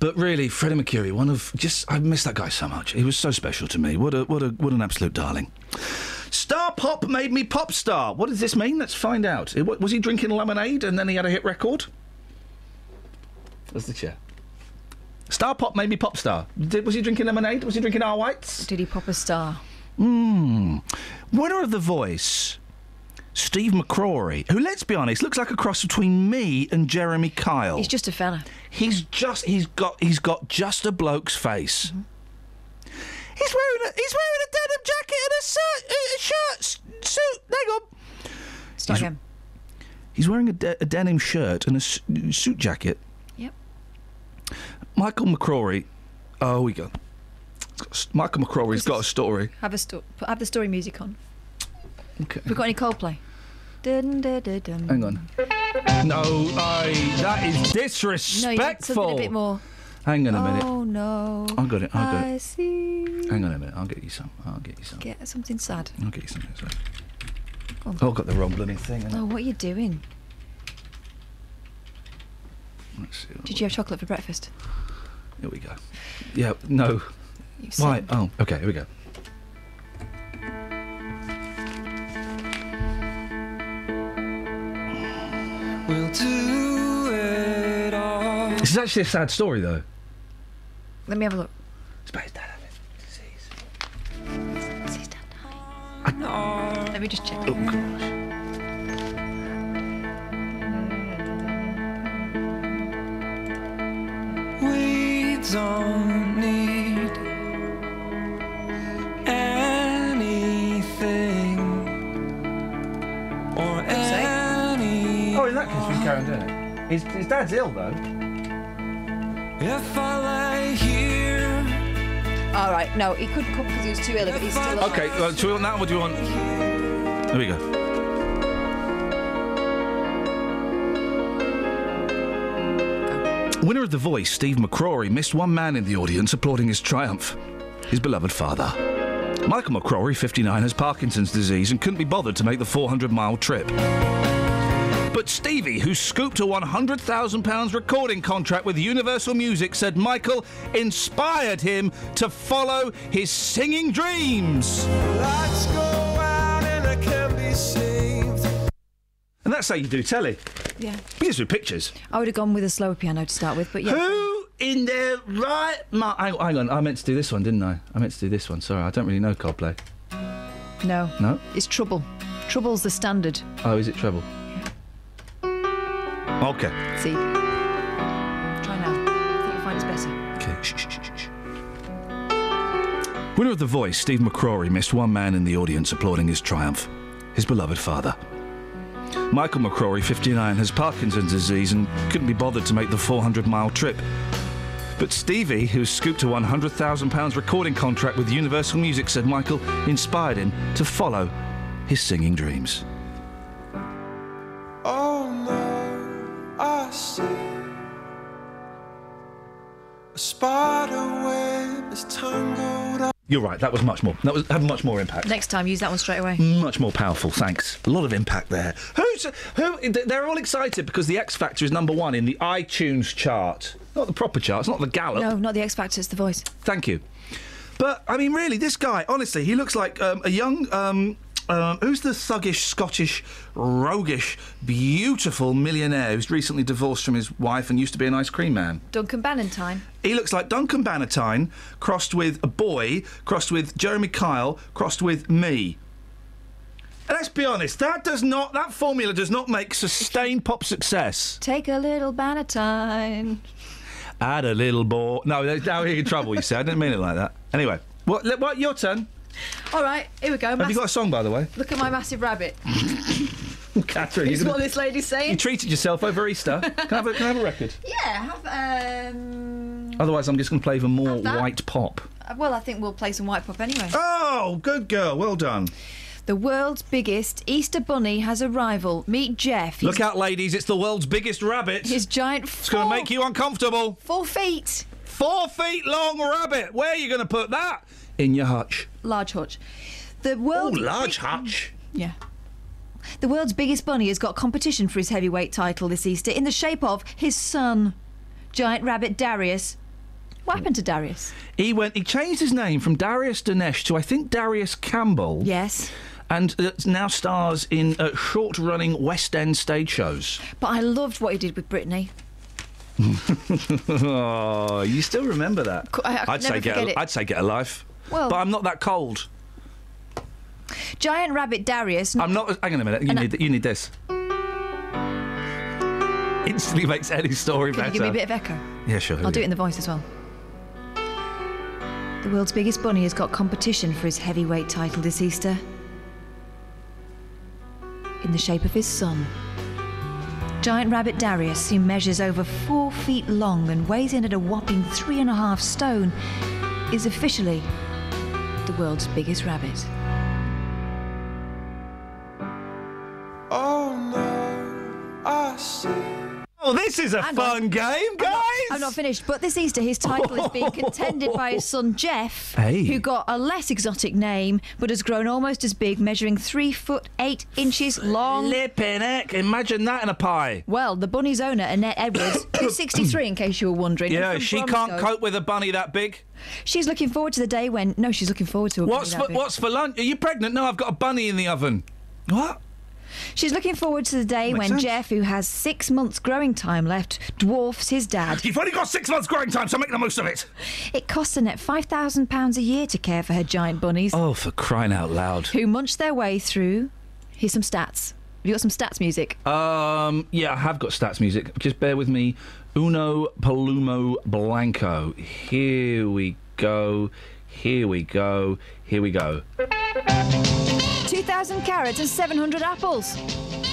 S1: But really, Freddie Mercury, one of just I miss that guy so much. He was so special to me. What a what a what an absolute darling. Star pop made me pop star. What does this mean? Let's find out. It- wa- was he drinking lemonade and then he had a hit record? That's the chair. Star pop made me pop star. Did, was he drinking lemonade? Was he drinking our whites?
S23: Did he pop a star?
S1: Hmm. Winner of The Voice, Steve McCrory, who, let's be honest, looks like a cross between me and Jeremy Kyle.
S23: He's just a fella.
S1: He's just he's got he's got just a bloke's face. He's wearing a he's wearing a denim jacket and a suit. A shirt s- suit. Hang on.
S23: Start
S1: He's-
S23: again.
S1: He's wearing a, de- a denim shirt and a s- suit jacket.
S23: Yep.
S1: Michael McCrory. Oh, here we go. It's got a s- Michael McCrory's got a story.
S23: Have a sto- put- have the story music on.
S1: Okay.
S23: We got any Coldplay? Dun, dun, dun, dun.
S1: Hang on. No, I. That is
S23: No, you need
S1: disrespectful.
S23: something a bit more.
S1: Hang on a minute.
S23: Oh no.
S1: I got it, I got
S23: I
S1: it.
S23: see.
S1: Hang on a minute. I'll get you some. I'll get you some.
S23: Get something sad.
S1: I'll get you something. Sorry.
S23: Go on.
S1: Oh, I've got the wrong bloody thing. hang on.
S23: Oh, what are you doing?
S1: Let's see.
S23: Did you have chocolate for breakfast?
S1: Here we go. Yeah, no.
S23: You've
S1: Why? Oh, okay, here we go.
S9: We'll do it all.
S1: This is actually a sad story, though.
S23: Let me have a look. Let me just check.
S9: We don't need anything or any.
S1: Oh, in that case, we can carry on doing it. His, his dad's ill, though.
S9: If I lay here,
S23: All right. No, he couldn't come because he was too ill, but he's still. alive.
S1: Okay, uh, do we want that or do you want. There we go. Winner of The Voice, Steve McCrory, missed one man in the audience applauding his triumph his beloved father. Michael McCrory, 59, has Parkinson's disease and couldn't be bothered to make the 400 mile trip. But Stevie, who scooped a £100,000 recording contract with Universal Music, said Michael inspired him to follow his singing dreams.
S9: lights go out and I can be saved.
S1: And that's how you do telly.
S23: Yeah.
S1: You just do pictures.
S23: I would have gone with a slower piano to start with, but yeah.
S1: Who in their right mind? Hang, hang on, I meant to do this one, didn't I? I meant to do this one. Sorry, I don't really know Coldplay.
S23: No.
S1: No?
S23: It's trouble. Trouble's the standard.
S1: Oh, is it treble? Okay.
S23: See. Try now. I think you'll find it's better.
S1: Okay. Winner of The Voice, Steve McCrory, missed one man in the audience applauding his triumph his beloved father. Michael McCrory, 59, has Parkinson's disease and couldn't be bothered to make the 400 mile trip. But Stevie, who scooped a £100,000 recording contract with Universal Music, said Michael inspired him to follow his singing dreams.
S9: Oh no, I see a spider web is tangled up.
S1: You're right, that was much more. That was, had much more impact.
S23: Next time, use that one straight away.
S1: Much more powerful, thanks. A lot of impact there. Who's who? They're all excited because the X Factor is number one in the iTunes chart. Not the proper chart. It's not the Gallup.
S23: No, not the X Factor. It's the voice.
S1: Thank you. But I mean, really, this guy, honestly, he looks like um, a young. Um, um, who's the thuggish, Scottish, roguish, beautiful millionaire who's recently divorced from his wife and used to be an ice cream man?
S2: Duncan Ballantyne.
S1: He looks like Duncan Bannatyne crossed with a boy, crossed with Jeremy Kyle, crossed with me. And let's be honest, that does not that formula does not make sustained pop success.
S2: Take a little Bannatyne.
S1: Add a little more. No, that's- now you're in trouble. You said I didn't mean it like that. Anyway, what? let- what your turn.
S2: All right, here we go.
S1: Have you got a
S2: Mass-
S1: song, by the way?
S2: Look at my massive rabbit.
S1: Catherine,
S2: This
S1: you're
S2: is
S1: gonna-
S2: what this lady's
S1: you
S2: saying.
S1: treated yourself over Easter. can, I have a, can I have a record?
S2: yeah, have, um,
S1: Otherwise, I'm just going to play even more
S2: Have that.
S1: white pop.
S2: well, I think we'll play some White Pop anyway.
S1: Oh, good girl. Well done.
S2: The world's biggest Easter bunny has a rival. Meet Jeff.
S1: Look out, ladies! It's the world's biggest rabbit.
S2: His giant. F-
S1: It's going to make you uncomfortable.
S2: Four feet.
S1: Four feet long rabbit. Where are you going to put that? In your hutch.
S2: Large hutch. The
S1: Oh,
S2: world's
S1: large hutch.
S2: Yeah. The world's biggest bunny has got competition for his heavyweight title this Easter in the shape of his son, giant rabbit Darius. What happened to Darius?
S1: He went. He changed his name from Darius Dinesh to I think Darius Campbell.
S2: Yes.
S1: And uh, now stars in uh, short-running West End stage shows.
S2: But I loved what he did with Brittany.
S1: oh, you still remember that?
S2: Co- I- I could
S1: would say
S2: never
S1: get.
S2: forget it.
S1: A, I'd say get a life.
S2: Well-
S1: but I'm not that cold.
S2: Giant rabbit Darius.
S1: I'm not. Hang on a minute. You
S2: And I-
S1: need. th- You need this. Instantly makes any story
S2: Can
S1: better.
S2: you give me a bit of echo?
S1: Yeah, sure. here
S2: I'll
S1: we
S2: do
S1: go.
S2: it in the voice as well. The world's biggest bunny has got competition for his heavyweight title this Easter. In the shape of his son. Giant rabbit Darius, who measures over four feet long and weighs in at a whopping three and a half stone, is officially the world's biggest rabbit.
S9: Oh no, I see.
S1: Oh, this is a
S2: Hang
S1: fun
S2: on.
S1: game, guys.
S2: I'm not finished, but this Easter his title is being contended by his son Jeff,
S1: Hey.
S2: who got a less exotic name but has grown almost as big, measuring three foot eight inches long.
S1: Flipping heck! Imagine that in a pie.
S2: Well, the bunny's owner, Annette Edwards, who's 63 in case you were wondering.
S1: Yeah,
S2: and from
S1: she can't
S2: Bromsgrove,
S1: cope with a bunny that big.
S2: She's looking forward to the day when. No, she's looking forward to a bunny
S1: What's
S2: that
S1: for,
S2: big.
S1: what's for lunch? Are you pregnant? No, I've got a bunny in the oven. What?
S2: She's looking forward to the day
S1: Makes
S2: when
S1: sense.
S2: Jeff, who has six months growing time left, dwarfs his dad.
S1: You've only got six months growing time, so make the most of it.
S2: It costs Annette £5,000 a year to care for her giant bunnies.
S1: Oh, for crying out loud!
S2: who munch their way through. Here's some stats. Have you got some stats music?
S1: Um, yeah, I have got stats music. Just bear with me. Uno Palumo Blanco. Here we go. Here we go. Here we go.
S2: 2,000 carrots and 700 apples.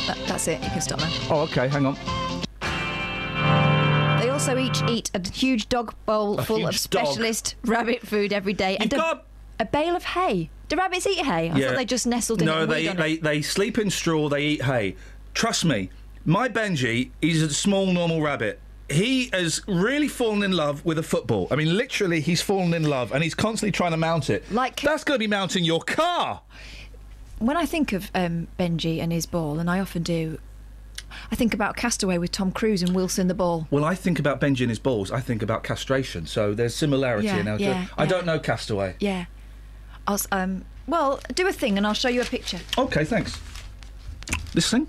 S2: That- that's it, you can stop now.
S1: Oh, okay. Hang on.
S2: They also each eat a huge dog bowl
S1: A
S2: full
S1: huge
S2: of
S1: dog.
S2: specialist rabbit food every day. and a, a bale of hay. Do rabbits eat hay? I
S1: Yeah.
S2: thought they just nestled in it
S1: No,
S2: and
S1: they
S2: weighed on it.
S1: they, they sleep in straw. They eat hay. Trust me, my Benji is a small normal rabbit. He has really fallen in love with a football. I mean, literally, he's fallen in love, and he's constantly trying to mount it. Like that's going to be mounting your car.
S2: When I think of um, Benji and his ball, and I often do, I think about Castaway with Tom Cruise and Wilson the ball.
S1: Well, I think about Benji and his balls. I think about castration. So there's similarity
S2: Yeah,
S1: in our.
S2: yeah,
S1: I
S2: yeah.
S1: don't know Castaway.
S2: Yeah. I'll, s- um, well, do a thing and I'll show you a picture.
S1: Okay, thanks. This thing.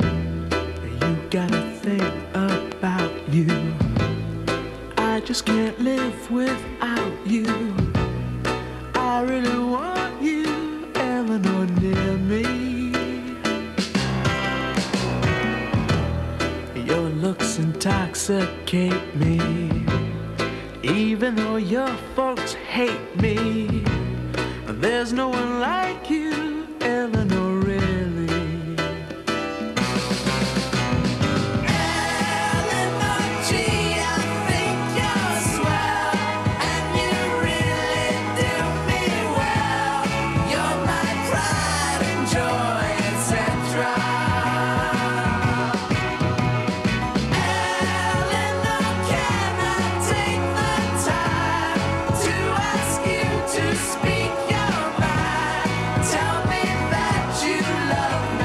S9: You gotta think about you. I just can't live without you. I really want you, Eleanor, near me. Your looks intoxicate me. Even though your folks hate me, there's no one like you, Eleanor, really. Speak your mind. Tell me that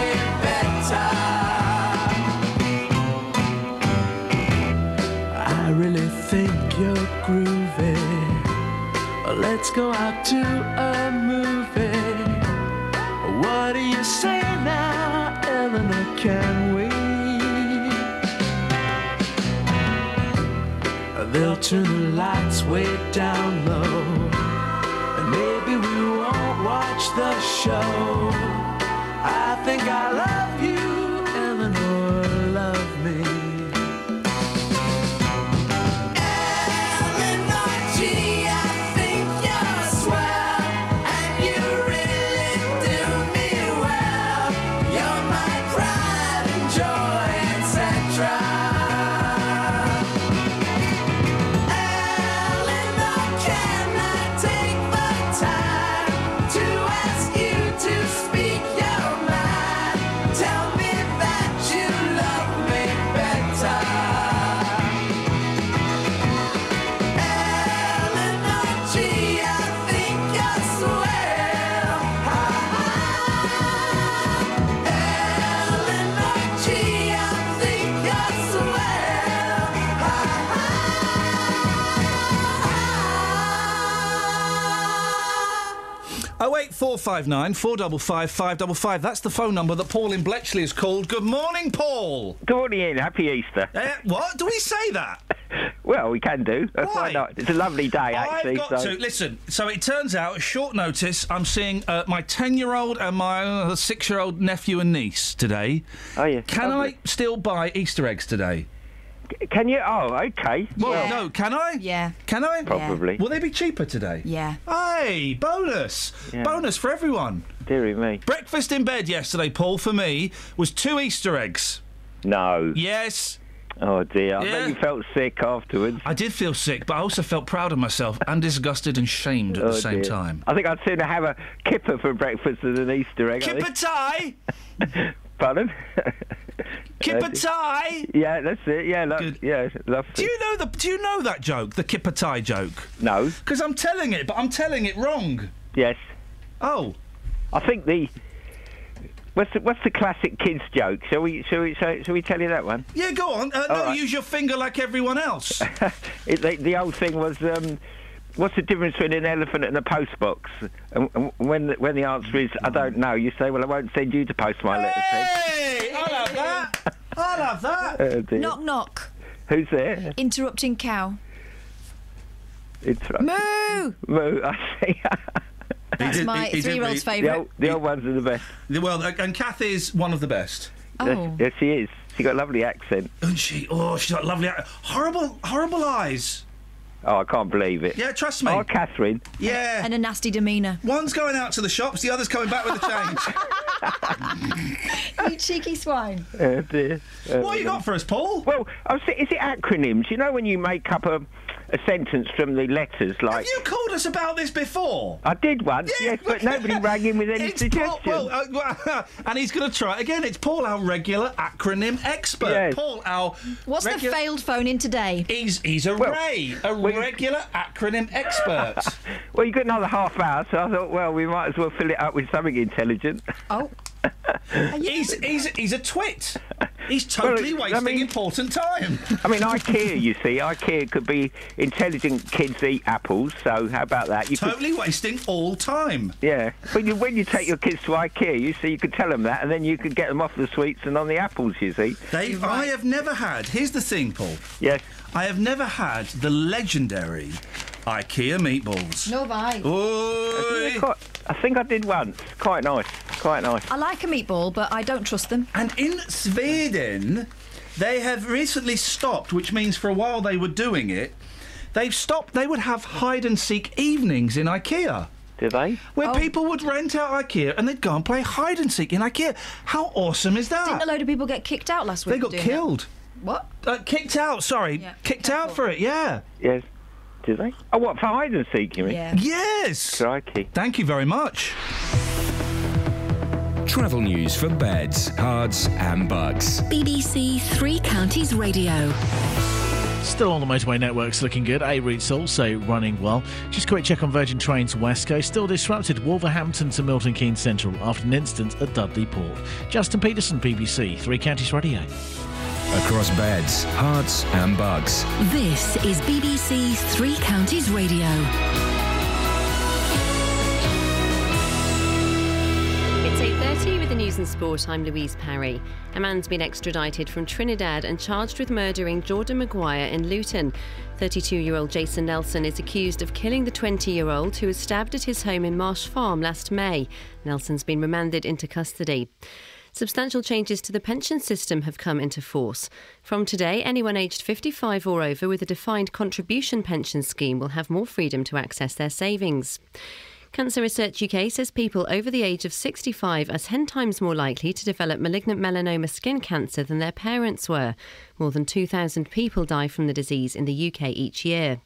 S9: movie. Let's go out to a movie. What do you say now, Eleanor? Can we? They'll turn the lights way down low. And maybe we won't watch the show. I think I love you, Eleanor, love me.
S1: Oh eight four five nine four double five five double five. That's the phone number that Paul in Bletchley has called. Good morning, Paul.
S27: Good morning, Ian. Happy Easter.
S1: Eh, what do we say that?
S27: Well, we can do. That's why, not? It's a lovely day, actually.
S1: I've got
S27: so
S1: to listen. So it turns out, short notice, I'm seeing uh, my ten-year-old and my uh, six-year-old nephew and niece today. Oh yeah. Can I still buy Easter eggs today?
S27: Can you? Oh, okay.
S1: Well,
S27: Yeah.
S1: no. Can I?
S2: Yeah.
S1: Can I?
S27: Probably.
S1: Will they be cheaper today?
S2: Yeah.
S1: Hey, bonus! Bonus for everyone.
S27: Deary me.
S1: Breakfast in bed yesterday, Paul, for me, was two Easter eggs.
S27: No.
S1: Yes.
S27: Oh dear. I know you felt sick afterwards.
S1: I did feel sick, but I also felt proud of myself and disgusted and shamed at
S27: Oh,
S1: the same
S27: dear.
S1: time.
S27: I think I'd sooner have a kipper for breakfast than an Easter egg. I think.
S1: Kipper tie!
S27: Pardon?
S1: Kipper
S27: Uh,
S1: tie!
S27: Yeah, that's it. Yeah, lo- yeah, lovely.
S1: Do you know the Do you know that joke, the kipper tie joke?
S27: No.
S1: Because I'm telling it, but I'm telling it wrong.
S27: Yes.
S1: Oh.
S27: I think the what's the, what's the classic kids joke? Shall we shall we shall, shall we tell you that one?
S1: Yeah, go on. Uh,
S27: All
S1: no,
S27: right.
S1: use your finger like everyone else.
S27: It, the, the old thing was, um, what's the difference between an elephant and a postbox? And, and when the, when the answer is, I don't know, you say, well, I won't send you to post my letters. then."
S1: Hey, I love that. I love that.
S27: Oh, dear.
S2: knock knock.
S27: Who's there?
S2: Interrupting cow.
S27: It's
S2: Moo.
S27: Moo. I see.
S2: That's my three-year-old's favourite.
S27: The old, the old ones are the best.
S1: Well, uh, and Kath is one of the best.
S2: Oh.
S27: Yes, yes, she is. She got a lovely accent.
S1: And she, oh, she's got lovely, eye- horrible, horrible eyes.
S27: Oh, I can't believe it.
S1: Yeah, trust me.
S27: Oh, Catherine.
S1: Yeah.
S2: And a nasty demeanour.
S1: One's going out to the shops, the other's coming back with the change.
S2: you cheeky swine.
S27: Oh, dear.
S1: What you got for us, Paul?
S27: Well, I was, is it acronyms? You know when you make up a, a sentence from the letters, like
S1: you called us about this before.
S27: I did once, yes, but nobody rang in with any
S1: It's
S27: suggestions.
S1: Paul, well, uh, and he's going to try it again. It's Paul, our regular acronym expert.
S27: Yes.
S1: Paul, our
S2: What's
S1: regular-
S2: the failed phone in today?
S1: He's he's a
S27: Well,
S1: Ray, a regular acronym expert.
S27: well, you got another half hour, so I thought, well, we might as well fill it up with something intelligent.
S2: Oh.
S1: he's he's he's a twit. He's totally
S27: Well, I
S1: wasting
S27: mean-
S1: important time.
S27: I mean, IKEA, you see, IKEA could be intelligent kids eat apples, so how about that? You could-
S1: totally wasting all time.
S27: yeah. When you, when you take your kids to IKEA, you see, you could tell them that, and then you could get them off the sweets and on the apples, you see.
S1: They, I have never had. Here's the thing, Paul.
S27: Yes.
S1: I have never had the legendary IKEA meatballs.
S2: No bye.
S1: Oh. Oi.
S27: I think I did once. Quite nice. Quite nice.
S2: I like a meatball, but I don't trust them.
S1: And in Sweden, they have recently stopped, which means for a while they were doing it. They've stopped. They would have hide and seek evenings in IKEA.
S27: Do they?
S2: Oh.
S1: Where people would rent out IKEA and they'd go and play hide and seek in IKEA. How awesome is that?
S2: Didn't a load of people get kicked out last week?
S1: Ah. they
S2: for
S1: got
S2: doing
S1: killed.
S2: that? What?
S1: Uh, kicked out. Sorry, kicked out for it. Yeah.
S27: Yes. Do they? Oh, what, for hide and seek, you mean?
S2: Yeah.
S1: Yes.
S27: Crikey.
S1: Thank you very much.
S3: Travel news for beds, cards, and bugs.
S12: BBC Three Counties Radio.
S11: Still on the motorway networks, looking good. A route's also running well. Just a quick check on Virgin Trains West Coast. Still disrupted Wolverhampton to Milton Keynes Central after an incident at Dudley Port. Justin Peterson, BBC Three Counties Radio.
S3: across beds, hearts, and bugs.
S12: This is BBC Three Counties Radio.
S13: It's 8.30 with the news and sport. I'm Louise Parry. A man's been extradited from Trinidad and charged with murdering Jordan Maguire in Luton. 32-year-old Jason Nelson is accused of killing the 20-year-old who was stabbed at his home in Marsh Farm last May. Nelson's been remanded into custody. Substantial changes to the pension system have come into force. From today, anyone aged 55 or over with a defined contribution pension scheme will have more freedom to access their savings. Cancer Research UK says people over the age of 65 are 10 times more likely to develop malignant melanoma skin cancer than their parents were. More than 2,000 people die from the disease in the UK each year.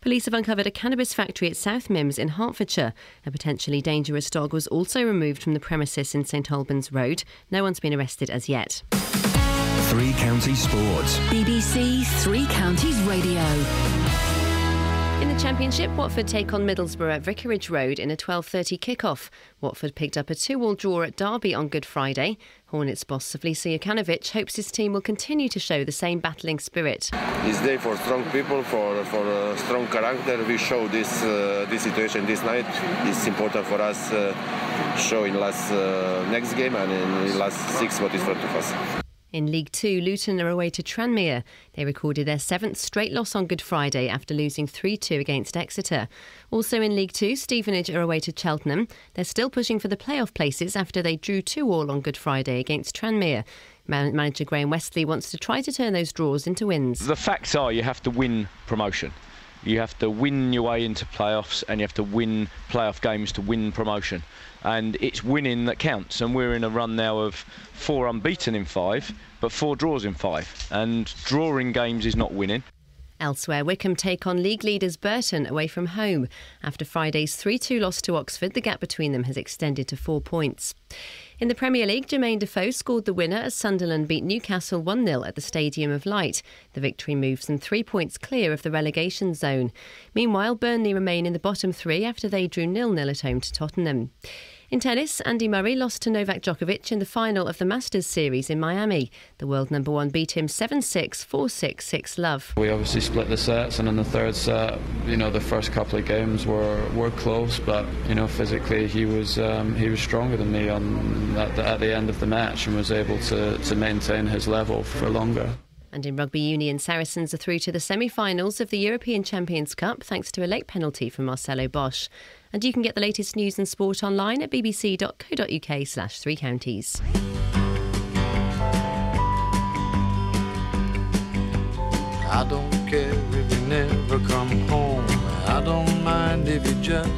S13: Police have uncovered a cannabis factory at South Mims in Hertfordshire. A potentially dangerous dog was also removed from the premises in St Albans Road. No one's been arrested as yet.
S3: Three Counties Sports.
S12: BBC Three Counties Radio.
S13: In the Championship, Watford take on Middlesbrough at Vicarage Road in a 12:30 kick-off. Watford picked up a two-all draw at Derby on Good Friday. Hornets boss Savlisa Jokanovic hopes his team will continue to show the same battling spirit.
S5: It's there for strong people, for for uh, strong character. We show this uh, this situation this night. It's important for us uh, show in last uh, next game and in last six what is front of us.
S13: In League Two, Luton are away to Tranmere. They recorded their seventh straight loss on Good Friday after losing 3 2 against Exeter. Also in League Two, Stevenage are away to Cheltenham. They're still pushing for the playoff places after they drew 2 all on Good Friday against Tranmere. Man- Manager Graham Wesley wants to try to turn those draws into wins.
S25: The facts are you have to win promotion. You have to win your way into playoffs and you have to win playoff games to win promotion. And it's winning that counts. And we're in a run now of four unbeaten in five, but four draws in five. And drawing games is not winning.
S13: Elsewhere, Wickham take on league leaders Burton away from home. After Friday's 3 2 loss to Oxford, the gap between them has extended to four points. In the Premier League, Jermaine Defoe scored the winner as Sunderland beat Newcastle 1 0 at the Stadium of Light. The victory moves them three points clear of the relegation zone. Meanwhile, Burnley remain in the bottom three after they drew 0 0 at home to Tottenham. In tennis, Andy Murray lost to Novak Djokovic in the final of the Masters series in Miami. The world number one beat him 7 6, 4 6, 6 love.
S16: We obviously split the sets, and in the third set, you know, the first couple of games were, were close, but you know, physically he was um, he was stronger than me on at the, at the end of the match and was able to, to maintain his level for longer.
S13: And in rugby union, Saracens are through to the semi finals of the European Champions Cup thanks to a late penalty from Marcelo Bosch. And you can get the latest news and sport online at bbc.co.uk/slash three counties.
S28: I don't care if you never come home. I don't mind if you just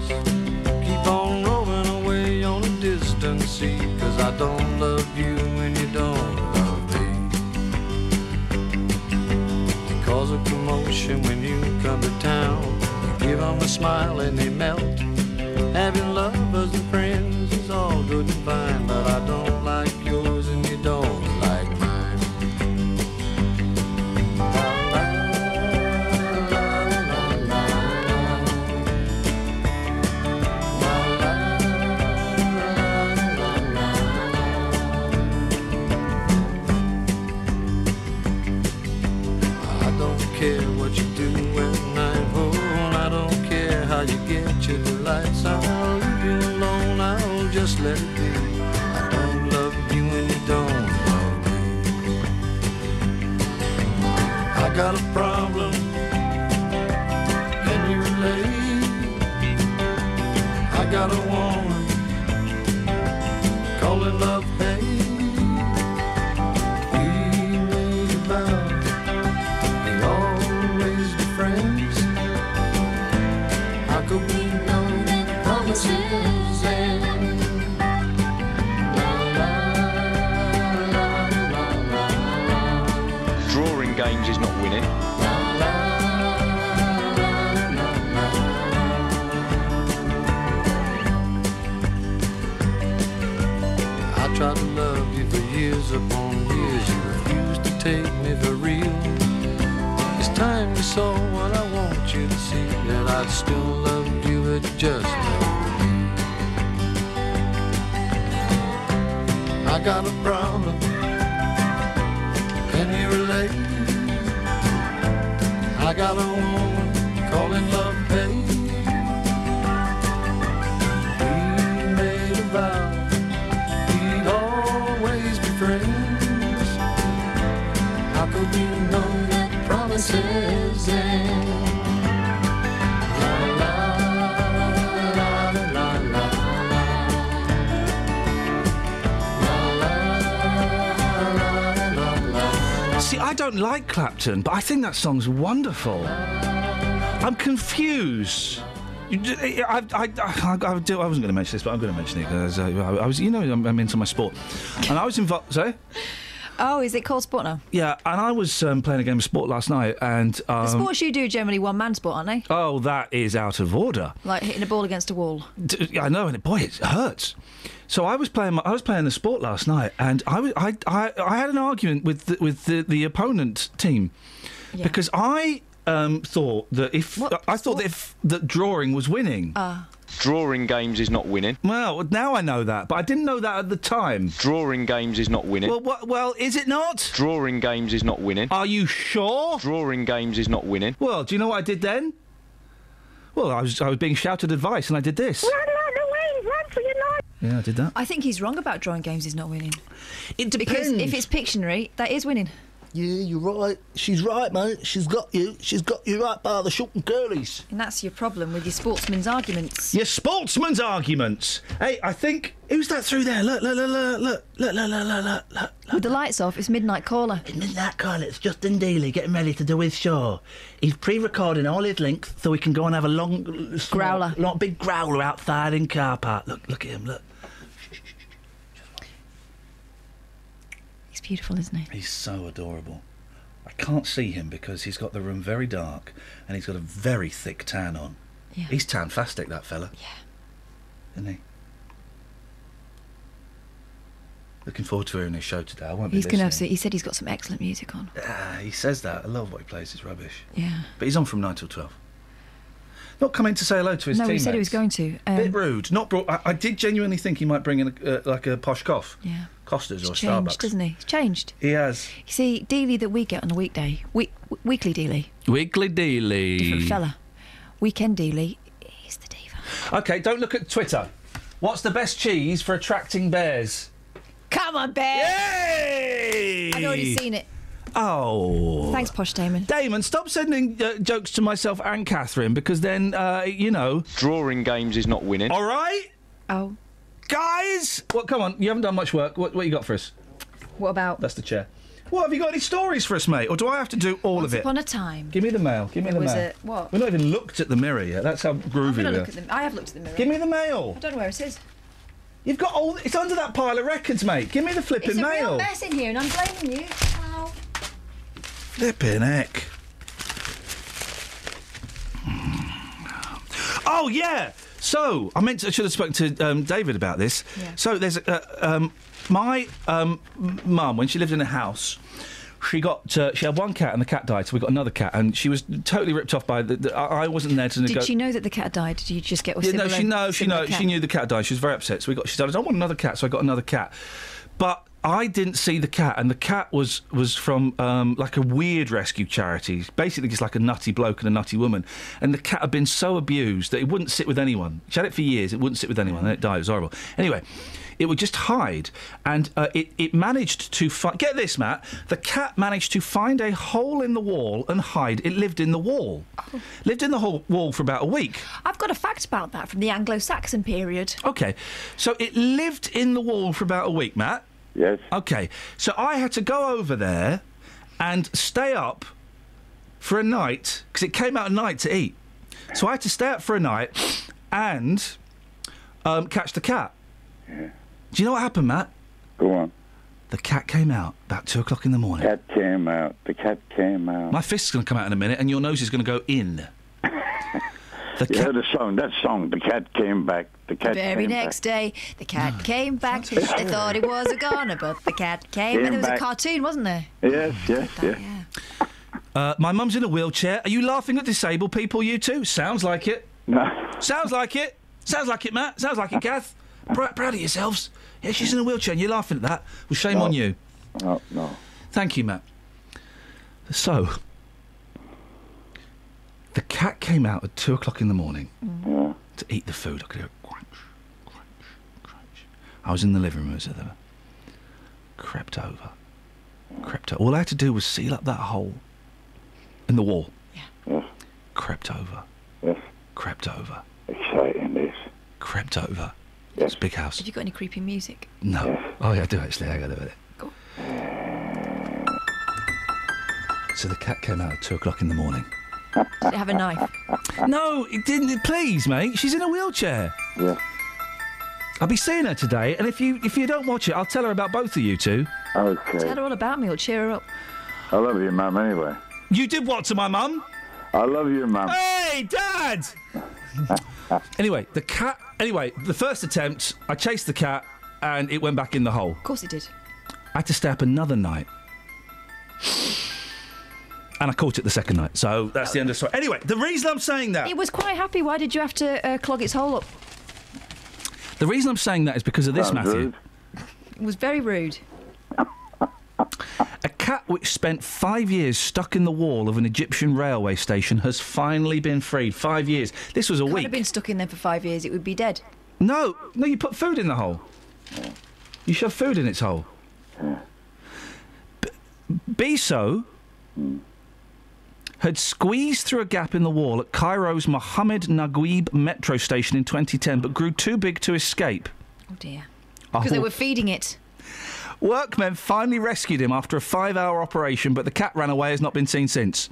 S28: keep on rolling away on a distant sea. Cause I don't love you and you don't love me. You cause a commotion when you come to town. You give 'em a smile and they melt. Having lovers and friends is all good and fine. But I don't like yours and you don't like mine. I don't care what you do at night. Oh, I don't care how you get your delights. I'll leave you alone. I'll just let it be. I don't love you and you don't love me. I got a problem. Can you relate? I got a woman calling love hate. We made a vow and always be friends. How could we know that promises end?
S25: Drawing games is not winning.
S28: I tried to love you for years upon years. You refused to take me for real. It's time you saw what I want you to see. That I still love you, it just I got a problem. Can you relate? I got a woman calling love pay. We made a vow we'd always be friends. How could we know that promises end? La la la la la la la.
S1: See, I don't like Clapton, but I think that song's wonderful. I'm confused. You d- I, I, I, I, I do- I wasn't going to mention this, but I'm going to mention it because uh, I, I was, you know, I'm, I'm into my sport, and I was involved. Sorry.
S2: Oh, is it called sport now?
S1: Yeah, and I was um, playing a game of sport last night, and um,
S2: the sports you do are generally one man sport, aren't they?
S1: oh, that is out of order.
S2: Like hitting a ball against a wall.
S1: D- I know, and it- boy, it hurts. So I was playing. my- I was playing the sport last night, and I was, I, I, I had an argument with the, with the, the opponent team because I um, thought that if I thought that if that drawing was winning.
S2: Ah.
S33: Drawing games is not winning.
S1: Well, now I know that, but I didn't know that at the time.
S33: Drawing games is not winning.
S1: Well, what, well, is it not?
S33: Drawing games is not winning.
S1: Are you sure?
S33: Drawing games is not winning.
S1: Well, do you know what I did then? Well, I was I was being shouted advice, and I did this. Yeah, I did that.
S2: I think he's wrong about drawing games. He's not winning.
S13: It
S2: Because
S13: depends.
S2: if it's Pictionary, that is winning.
S13: Yeah, you're right. She's right, mate. She's got you. She's got you right by the short and curlies.
S2: And that's your problem with your sportsman's arguments.
S1: Your sportsman's arguments. Hey, I think who's that through there? Look, look, look, look, look, look, look, look, look, look. look.
S2: With the lights off, it's Midnight Caller.
S13: That Carl, it's Justin Dealey getting ready to do his show. He's pre-recording all his links so he can go and have a long growler, long big growler outside in car park. Look, look at him. Look,
S2: He's beautiful, isn't he?
S1: He's so adorable. I can't see him because he's got the room very dark and he's got a very thick tan on.
S2: Yeah.
S1: He's tan plastic, that fella.
S2: Yeah.
S1: Isn't he? Looking forward to hearing his show today. I won't be
S2: He's going to have.
S1: listening.
S2: Some, he said he's got some excellent music on.
S1: Ah, he says that. I love what he plays. It's rubbish.
S2: Yeah.
S1: But he's on from 9 till 12. Not coming to say hello to his
S2: no, he
S1: teammates.
S2: said he was um, going to. uh,
S1: Bit rude. Not brought. I, I did genuinely think he might bring in a, uh, like a posh cough.
S2: Yeah.
S1: Costas or
S2: changed,
S1: Starbucks.
S2: doesn't he? He's changed.
S1: He has.
S2: You see, Dealey that we get on a weekday, we- weekly Dealey,
S1: Wiggly dealy.
S2: different fella. Weekend Dealey,
S1: Okay, don't look at Twitter. What's the best cheese for attracting bears?
S2: Come on, Bear.
S1: Yay!
S2: I'd already seen it.
S1: Oh.
S2: Thanks, Posh Damon.
S1: Damon, stop sending uh, jokes to myself and Catherine because then, uh, you know.
S33: Drawing games is not winning.
S1: All right?
S2: Oh.
S1: Guys! Well, come on, you haven't done much work. What, what you got for us?
S2: What about
S1: That's the chair. What, have you got any stories for us, mate? Or do I have to do all of it?
S2: Upon a Time?
S1: Give me the mail. Give me
S2: There
S1: the
S2: was
S1: mail.
S2: a- what?
S1: We've not even looked at the mirror yet. That's how groovy
S2: I'm
S1: we
S2: gonna
S1: are.
S2: look at the, I have looked at the mirror.
S1: Give me the mail.
S2: I don't know where it is.
S1: You've got all. It's under that pile of records, mate. Give me the flipping
S2: It's a
S1: mail.
S2: real mess in here, and I'm blaming you. Ow.
S1: Flipping heck. Oh yeah. So I meant to, I should have spoken to um, David about this.
S34: Yeah.
S1: So there's uh, um, my um, m- mum when she lived in a house. She got uh, she had one cat and the cat died, so we got another cat, and she was totally ripped off by the. the I I wasn't there to.
S2: Did
S1: nego-
S2: she know that the cat died? Did you just get a
S1: yeah, no,
S2: similar-
S1: she no, she
S2: similar
S1: know,
S2: cat?
S1: she knew the cat died. She was very upset. So we got. She said, "I don't want another cat," so I got another cat. But I didn't see the cat, and the cat was was from um, like a weird rescue charity. Basically, just like a nutty bloke and a nutty woman. And the cat had been so abused that it wouldn't sit with anyone. She had it for years. It wouldn't sit with anyone. And it died. It was horrible. Anyway. It would just hide, and uh, it, it managed to fi- get this, Matt. The cat managed to find a hole in the wall and hide. It lived in the wall,
S2: Oh.
S1: lived in the whole wall for about a week.
S2: I've got a fact about that from the Anglo-Saxon period.
S1: Okay. So it lived in the wall for about a week, Matt?
S35: Yes.
S1: Okay. So I had to go over there and stay up for a night because it came out at night to eat. So I had to stay up for a night and um, catch the cat. Do you know what happened, Matt?
S35: Go on.
S1: The cat came out about two o'clock in the morning.
S35: Cat came out. The cat came out.
S1: My fist's going to come out in a minute and your nose is going to go in. The
S35: you heard the song. That song. The cat came back. The cat
S2: Very
S35: came
S2: next
S35: back.
S2: day, the cat
S1: Ah.
S2: came back. They thought it was a goner, but the cat came.
S1: Came
S2: and there was
S1: back.
S2: a cartoon, wasn't there?
S35: Yes, yes, yes.
S1: Uh, my mum's in a wheelchair. Are you laughing at disabled people, you two? Sounds like it.
S35: No.
S1: Sounds like it. Sounds like it, Matt. Sounds like it, Gath. Prou- proud of yourselves. Yeah, she's in a wheelchair and you're laughing at that. Well, shame on you.
S35: No, no.
S1: Thank you, Matt. So, the cat came out at two o'clock in the morning to eat the food. I could hear it crunch, crunch, crunch. I was in the living room as it were. Crept over, crept over. All I had to do was seal up that hole in the wall. Yeah. Crept over.
S35: Yes.
S1: Crept over.
S35: Exciting this.
S1: Crept over. It's a big house.
S2: Have you got any creepy music?
S1: No. Oh yeah, I do actually. I got it. Go. So the cat came out at two o'clock in the morning.
S2: Did it have a knife?
S1: No, it didn't. Please, mate. She's in a wheelchair.
S35: Yeah.
S1: I'll be seeing her today, and if you if you don't watch it, I'll tell her about both of you two.
S35: Okay.
S2: Tell her all about me. It'll cheer her up.
S35: I love you, Mum, anyway.
S1: You did what to my mum?
S35: I love you, Mum.
S1: Hey, Dad! anyway, the cat. Anyway, the first attempt, I chased the cat, and it went back in the hole.
S2: Of course it did.
S1: I had to stay up another night. And I caught it the second night, so that's the end of the story. Anyway, the reason I'm saying that,
S2: It was quite happy. Why did you have to uh, clog its hole up?
S1: the reason I'm saying that is because of
S35: Oh,
S1: this,
S2: Sounds
S1: Matthew.
S2: rude. It was very rude.
S1: A cat which spent five years stuck in the wall of an Egyptian railway station has finally been freed. Five years. This was a
S2: If I'd
S1: week.
S2: have been stuck in there for five years, it would be dead.
S1: No, no, you put food in the hole. You shove food in its hole. B- Biso had squeezed through a gap in the wall at Cairo's Mohammed Naguib metro station in 2010, but grew too big to escape.
S2: Oh dear.
S1: A
S2: Because they
S1: hor-
S2: were feeding it.
S1: Workmen finally rescued him after a five hour operation, but the cat ran away has not been seen since.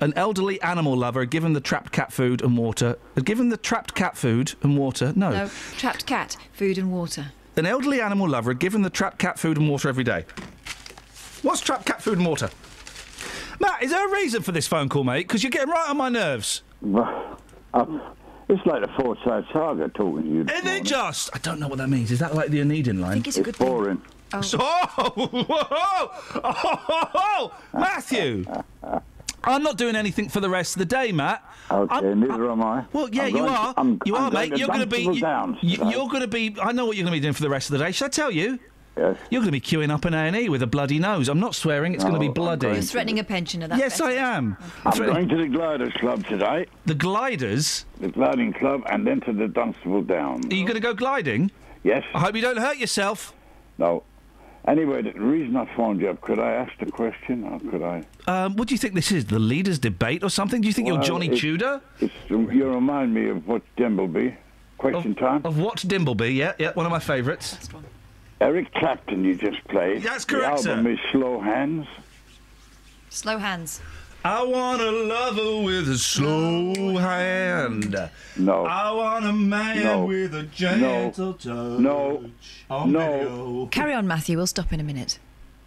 S1: An elderly animal lover had given the trapped cat food and water. Had given the trapped cat food and water. No.
S2: No. Trapped cat, food and water.
S1: An elderly animal lover had given the trapped cat food and water every day. What's trapped cat food and water? Matt, is there a reason for this phone call, mate? Because you're getting right on my nerves.
S35: Um, it's like the Forsyth Saga talking to you.
S1: Isn't it just? I don't know what that means. Is that like the Anedin line? I think
S35: it's a It's good thing. boring.
S1: Oh. oh, Matthew! I'm not doing anything for the rest of the day, Matt.
S35: Okay, neither am I.
S1: Well, yeah,
S35: I'm
S1: you
S35: going to-
S1: are.
S35: I'm-
S1: you
S35: I'm
S1: are,
S35: going
S1: mate.
S35: to
S1: You're going to be.
S35: Dunstable Downs today.
S1: are going to be. I know what you're going to be doing for the rest of the day. Should I tell you? Yes. You're going to be queuing up an A and E with a bloody nose. I'm not swearing. It's going to be
S35: No, Oh, I'm
S1: bloody.
S2: You're threatening a pensioner. That's
S1: Yes, I am.
S35: I'm going to the Gliders Club today.
S1: The Gliders?
S35: The Gliding Club and then to the Dunstable Downs.
S1: Are you going to go gliding?
S35: Yes.
S1: I hope you don't hurt yourself.
S35: No. Anyway, the reason I phoned you up, could I ask the question or could I?
S1: Um, what do you think this is? The leaders' debate or something? Do you think you're
S35: Well,
S1: Johnny
S35: it-
S1: Tudor?
S35: It's, you remind me of what Dimbleby. Question time.
S1: Of what Dimbleby? Yeah, yeah, one of my favourites.
S35: Eric Clapton, you just played.
S1: That's correct,
S35: The
S1: sir.
S35: album is Slow Hands.
S2: Slow hands.
S1: I want a lover with a slow hand.
S35: No.
S1: I want a man
S35: No.
S1: with a
S35: gentle
S1: touch.
S35: No. No.
S2: Carry on, Matthew. We'll stop in a minute.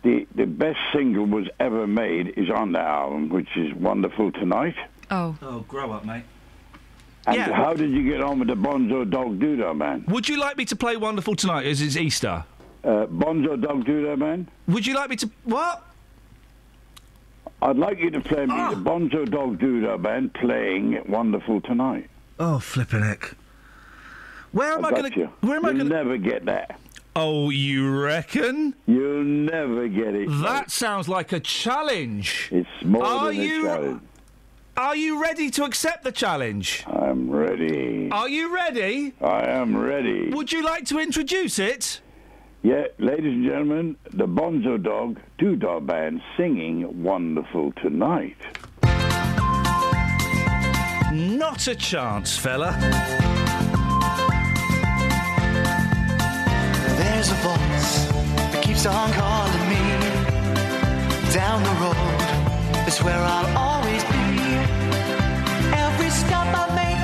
S35: The, the best single was ever made is on that album, which is Wonderful Tonight.
S2: Oh.
S1: Oh, grow up, mate.
S35: And
S1: Yeah.
S35: how did you get on with the Bonzo Dog Doodah Man?
S1: Would you like me to play Wonderful Tonight as it's Easter?
S35: Uh, Bonzo Dog Doodah Man?
S1: Would you like me to. What? Ah.
S35: I'd like you to play me the Bonzo Dog Doodah Band playing Wonderful Tonight.
S1: Oh, flipping heck. Where am I
S35: going to? Where am I going to? Never get that.
S1: Oh, you reckon?
S35: You'll never get it.
S1: That sounds like a challenge.
S35: It's more
S1: Are
S35: than
S1: you-
S35: a challenge.
S1: Are you ready to accept the challenge?
S35: I'm ready.
S1: Are you ready?
S35: I am ready.
S1: Would you like to introduce it?
S35: Yeah, ladies and gentlemen, the Bonzo Dog Doodah Band singing Wonderful Tonight.
S1: Not a chance, fella.
S9: There's a voice that keeps on calling me. Down the road is where I'll always be. Every stop I make,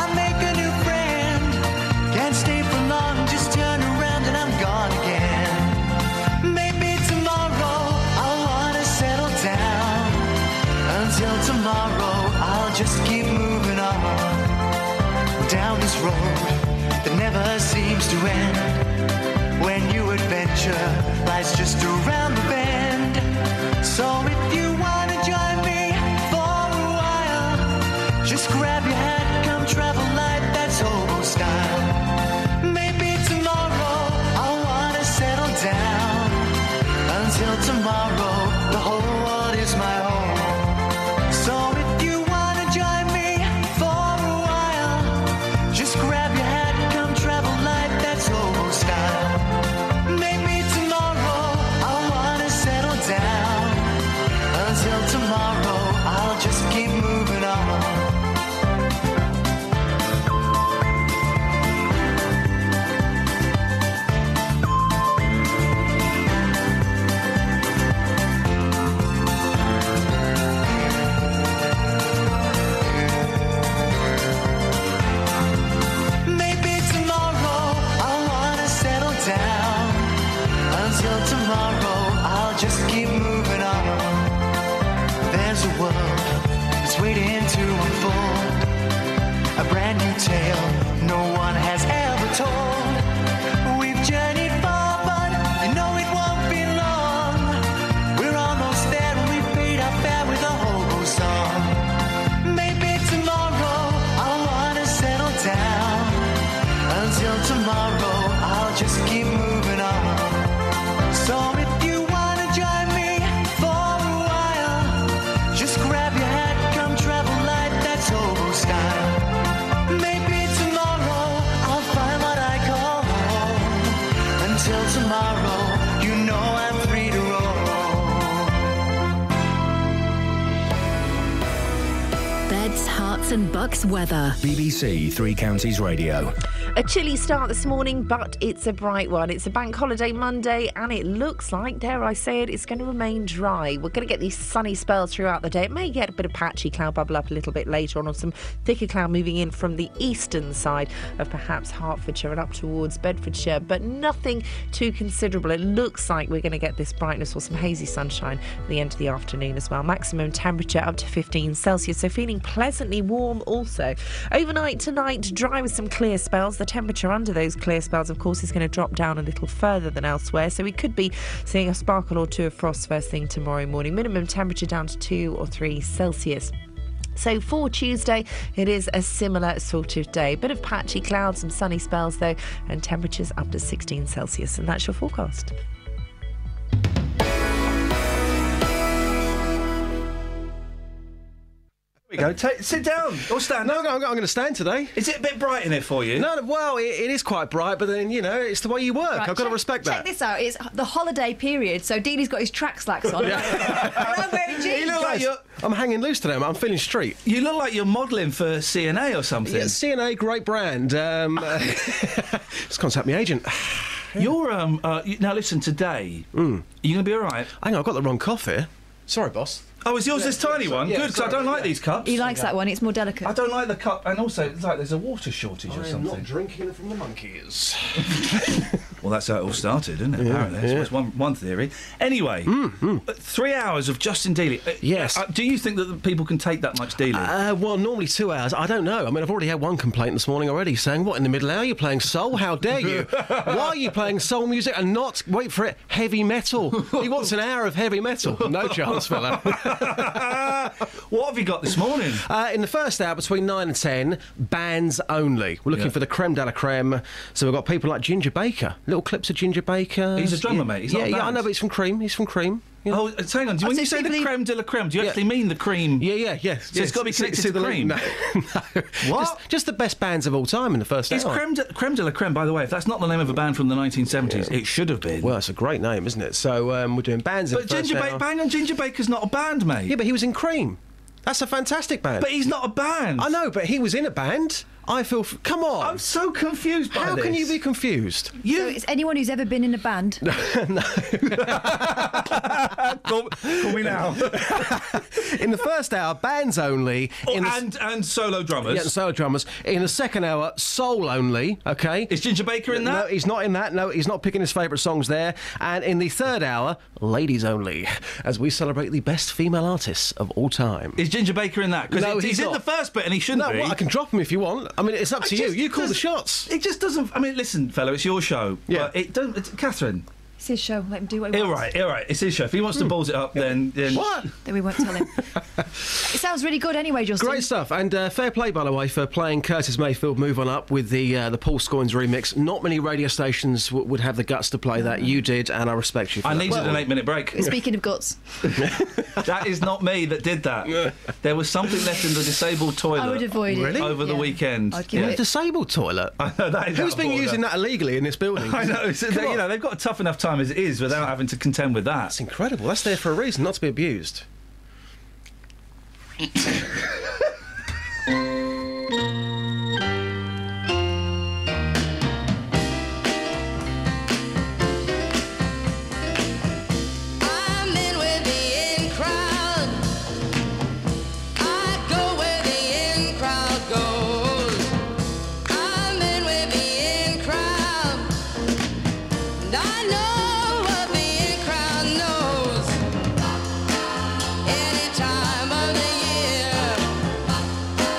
S9: I make a new friend. Can't stay for long, just turn around and I'm gone again. Maybe tomorrow I'll wanna settle down. Until tomorrow, I'll just keep moving on. Down this road that never seems to end. When you adventure lies just around the bend. So if you wanna join me for a while, just grab your hat, come travel light, that's hobo style. Maybe tomorrow I'll wanna settle down. Until tomorrow, the whole world is my home. tale no one has ever told. We've journeyed far, but you know it won't be long. We're almost there, and we paid our fare with a hobo song. Maybe tomorrow I'll wanna settle down. Until tomorrow, I'll just keep moving on. So if you wanna join me for a while, just grab your hat, come travel light, that's hobo style. Maybe tomorrow I'll find what I call home. Until tomorrow, you know I'm free to roll.
S36: Beds, hearts, and bucks weather.
S37: BBC Three Counties Radio.
S16: A chilly start this morning, but it's a bright one. It's a bank holiday Monday, and it looks like, dare I say it, it's going to remain dry. We're going to get these sunny spells throughout the day. It may get a bit of patchy cloud bubble up a little bit later on, or some thicker cloud moving in from the eastern side of perhaps Hertfordshire and up towards Bedfordshire, but nothing too considerable. It looks like we're going to get this brightness or some hazy sunshine at the end of the afternoon as well. Maximum temperature up to 15 Celsius, so feeling pleasantly warm also. Overnight tonight, dry with some clear spells. The temperature under those clear spells, of course, is going to drop down a little further than elsewhere, so we could be seeing a sparkle or two of frost first thing tomorrow morning. Minimum temperature down to 2 or 3 Celsius. So for Tuesday, it is a similar sort of day. Bit of patchy clouds, some sunny spells though, and temperatures up to 16 Celsius. And that's your forecast.
S1: There we go. Take, sit down or stand.
S21: No, I'm, I'm going to stand today.
S1: Is it a bit bright in here for you?
S21: No, no, well, it, it is quite bright, but then you know, it's the way you work.
S2: Right,
S21: I've got to
S2: check-
S21: respect
S2: check
S21: that.
S2: this out. It's the holiday period, so Dealey's got his track slacks on. I'm wearing jeans.
S21: You look like you're- I'm hanging loose today. I'm, I'm feeling street.
S1: You look like you're modelling for CNA or something.
S21: Yeah, CNA, great brand. Um, uh, just contact me agent.
S1: You're um uh, you, now listen today. Mm. You gonna be all right?
S21: Hmm. Hang on, I've got the wrong cup here. Sorry, boss.
S1: Oh, is yours this tiny one? Good, 'cause Good, because I don't like these cups.
S2: He likes that one. It's more delicate.
S1: I don't like the cup, and also it's like there's a water shortage or
S21: I'm
S1: something.
S21: not drinking from the monkeys.
S1: Well, that's how it all started, isn't it?
S21: Yeah,
S1: Apparently, that's
S21: yeah. Mm-hmm.
S1: that's one one theory. Anyway, uh, three hours of Justin Dealey. yes. Uh, do you think that the people can take that much Dealey?
S21: Uh, well, normally two hours. I don't know. I mean, I've already had one complaint this morning already saying, What, in the middle hour you're playing soul? How dare you? Why are you playing soul music and not, wait for it, heavy metal? He wants an hour of heavy metal. No chance, fella.
S1: what have you got this morning?
S21: Uh, in the first hour, between 9 and 10, bands only. We're looking
S1: Yeah.
S21: for the creme de la creme. So we've got people like Ginger Baker. Little clips of Ginger Baker.
S1: He's a drummer,
S21: Yeah.
S1: mate. He's
S21: yeah,
S1: not a
S21: yeah, I
S1: band.
S21: know, but he's from Cream. He's from Cream. you know.
S1: Oh, uh, hang on. do- When you say the creme de la creme, do you actually mean the cream?
S21: Yeah, yeah, yeah.
S1: So it's got to be
S21: See-
S1: connected
S21: see
S1: to
S21: the link?
S1: cream.
S21: No.
S1: What?
S21: Just, just the best bands of all time in the first
S1: It's
S21: hour.
S1: creme de, creme de la creme, by the way. If that's not the name of a band from the 1970s, it should have been.
S21: Well, it's a great name, isn't it? So um, we're doing bands. in
S1: But
S21: the first
S1: Ginger Baker,
S21: hour.
S1: bang on, Ginger Baker's not a band, mate.
S21: Yeah, but he was in Cream. That's a fantastic band.
S1: But he's not a band.
S21: I know, but he was in a band. I feel. F- Come on. I'm
S1: so confused
S2: by
S21: How can
S2: this.
S21: you be confused?
S2: So it's anyone who's ever been in a band.
S1: call, call me now.
S21: in the first hour, bands only. in the s-
S1: Oh, and and solo drummers.
S21: Yeah, and solo drummers. In the second hour, soul only. Okay.
S1: Is Ginger Baker in
S21: No,
S1: that?
S21: he's not in that. No, he's not picking his favourite songs there. And in the third hour, ladies only, as we celebrate the best female artists of all time.
S1: Is Ginger Baker in that? Because
S21: No,
S1: he's,
S21: he's
S1: in
S21: not.
S1: the first bit and he shouldn't
S21: no,
S1: be.
S21: well, I can drop him if you want. I mean, it's up to you. You call the shots.
S1: It just doesn't. I mean, listen, fellow, it's your show. Yeah. But it don't. It's, Catherine.
S2: It's his show. Let him do what he
S1: All
S2: wants.
S1: right, all right. It's his show. If he wants to
S21: Hmm.
S1: balls it up, then, then
S2: Then we won't tell him. it sounds really good anyway, Justin.
S21: Great stuff, and uh, fair play, by the way, for playing Curtis Mayfield "Move On Up" with the uh, the Paul Scoins remix. Not many radio stations w- would have the guts to play that. You did, and I respect you. For
S1: I
S21: that.
S1: needed an eight-minute break.
S2: Speaking of guts,
S1: that is not me that did that. there was something left in the disabled toilet.
S2: I would avoid it. Really?
S1: Over the
S2: Yeah.
S1: weekend.
S2: I'd give Yeah. it-
S21: disabled toilet.
S1: I know that is
S21: Who's
S1: out of
S21: been
S1: order.
S21: using that illegally in this building?
S1: I know. So
S21: Come
S1: they, you
S21: on.
S1: know, they've got a tough enough time as it is without having to contend with that. That's
S21: incredible. That's there for a reason, not to be abused.
S4: I'm in with the in crowd. I go where the in crowd goes. I'm in with the in crowd. And I know what the in crowd knows. Any time of the year.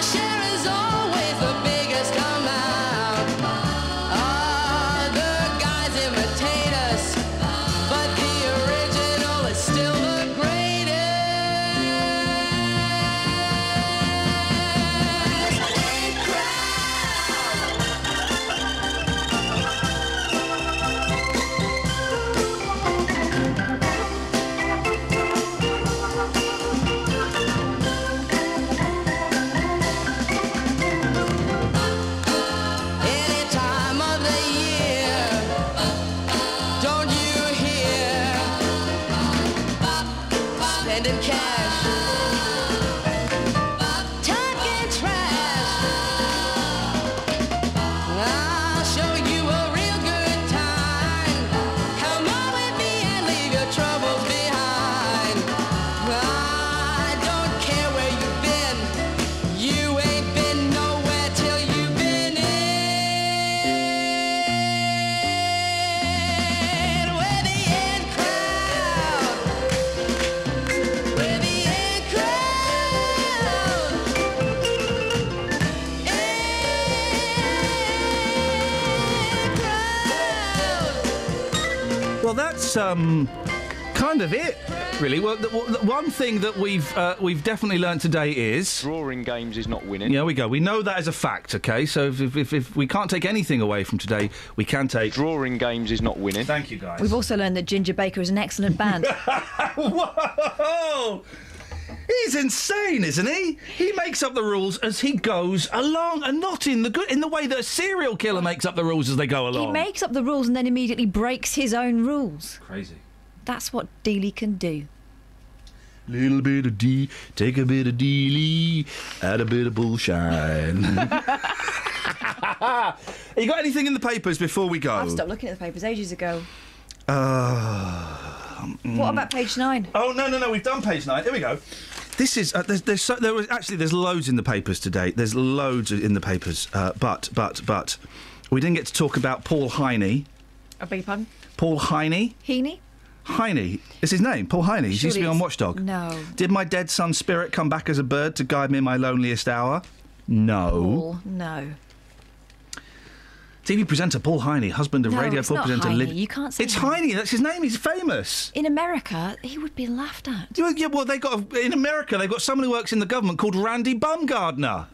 S4: Ah, spending cash. Talking trash. I'll show you a real good time. Come on with me and leave your troubles behind. I don't care where you've been. You ain't been nowhere till you've been in with the in crowd. With the in crowd.
S1: Well, that's um, kind of it, really. Well, the, w- the one thing that we've uh, we've definitely learned today is
S25: drawing games is not winning.
S1: Yeah, we go. We know that as a fact. Okay, so if, if, if, if we can't take anything away from today, we can take
S25: drawing games is not winning.
S1: Thank you, guys.
S23: We've also learned that Ginger Baker is an excellent band.
S1: Whoa! Oh, He's insane, isn't he? He makes up the rules as he goes along, and not in the good in the way that a serial killer makes up the rules as they go along.
S23: he makes up the rules and then immediately breaks his own rules.
S1: Crazy.
S23: That's what Dealey can do.
S1: Little bit of D, take a bit of Dealey, add a bit of bullshine. you got anything in the papers before we go?
S23: I've stopped looking at the papers ages ago.
S1: Uh,
S23: What about page nine?
S1: Oh no no no! We've done page nine. Here we go. This is uh, there's, there's so, there was actually there's loads in the papers today. There's loads in the papers, uh, but but but we didn't get to talk about Paul Heine.
S23: I beg your pardon?
S1: Paul Heine.
S23: Heaney?
S1: Heine is his name. Paul Heine. He used to
S23: Surely
S1: be on
S23: it's-
S1: Watchdog.
S23: No.
S1: Did my dead son's spirit come back as a bird to guide me in my loneliest hour? No.
S23: Paul, Oh, no.
S1: TV presenter Paul Heine, husband of
S23: No,
S1: Radio
S23: it's
S1: 4
S23: not
S1: presenter
S23: Heine.
S1: Lyd-
S23: You can't say
S1: It's
S23: that.
S1: Heine. That's his name. He's famous.
S23: In America, he would be laughed at.
S1: Yeah, well, yeah, well, they got a, in America. They've got someone who works in the government called Randy Bumgardner.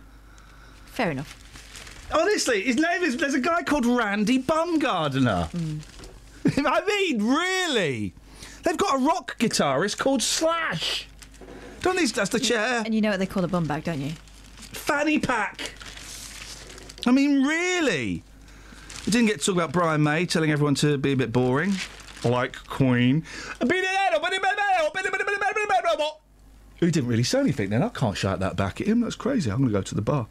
S23: Fair enough.
S1: Honestly, his name is. There's a guy called Randy Bumgardner.
S23: Mm.
S1: I mean, really? They've got a rock guitarist called Slash. Don't these? That's the chair.
S23: And you know what they call a bum bag, don't you?
S1: Fanny pack. I mean, really? We didn't get to talk about Brian May telling everyone to be a bit boring, like Queen. Who didn't really say anything then? I can't shout that back at him. That's crazy. I'm going to go to the bar.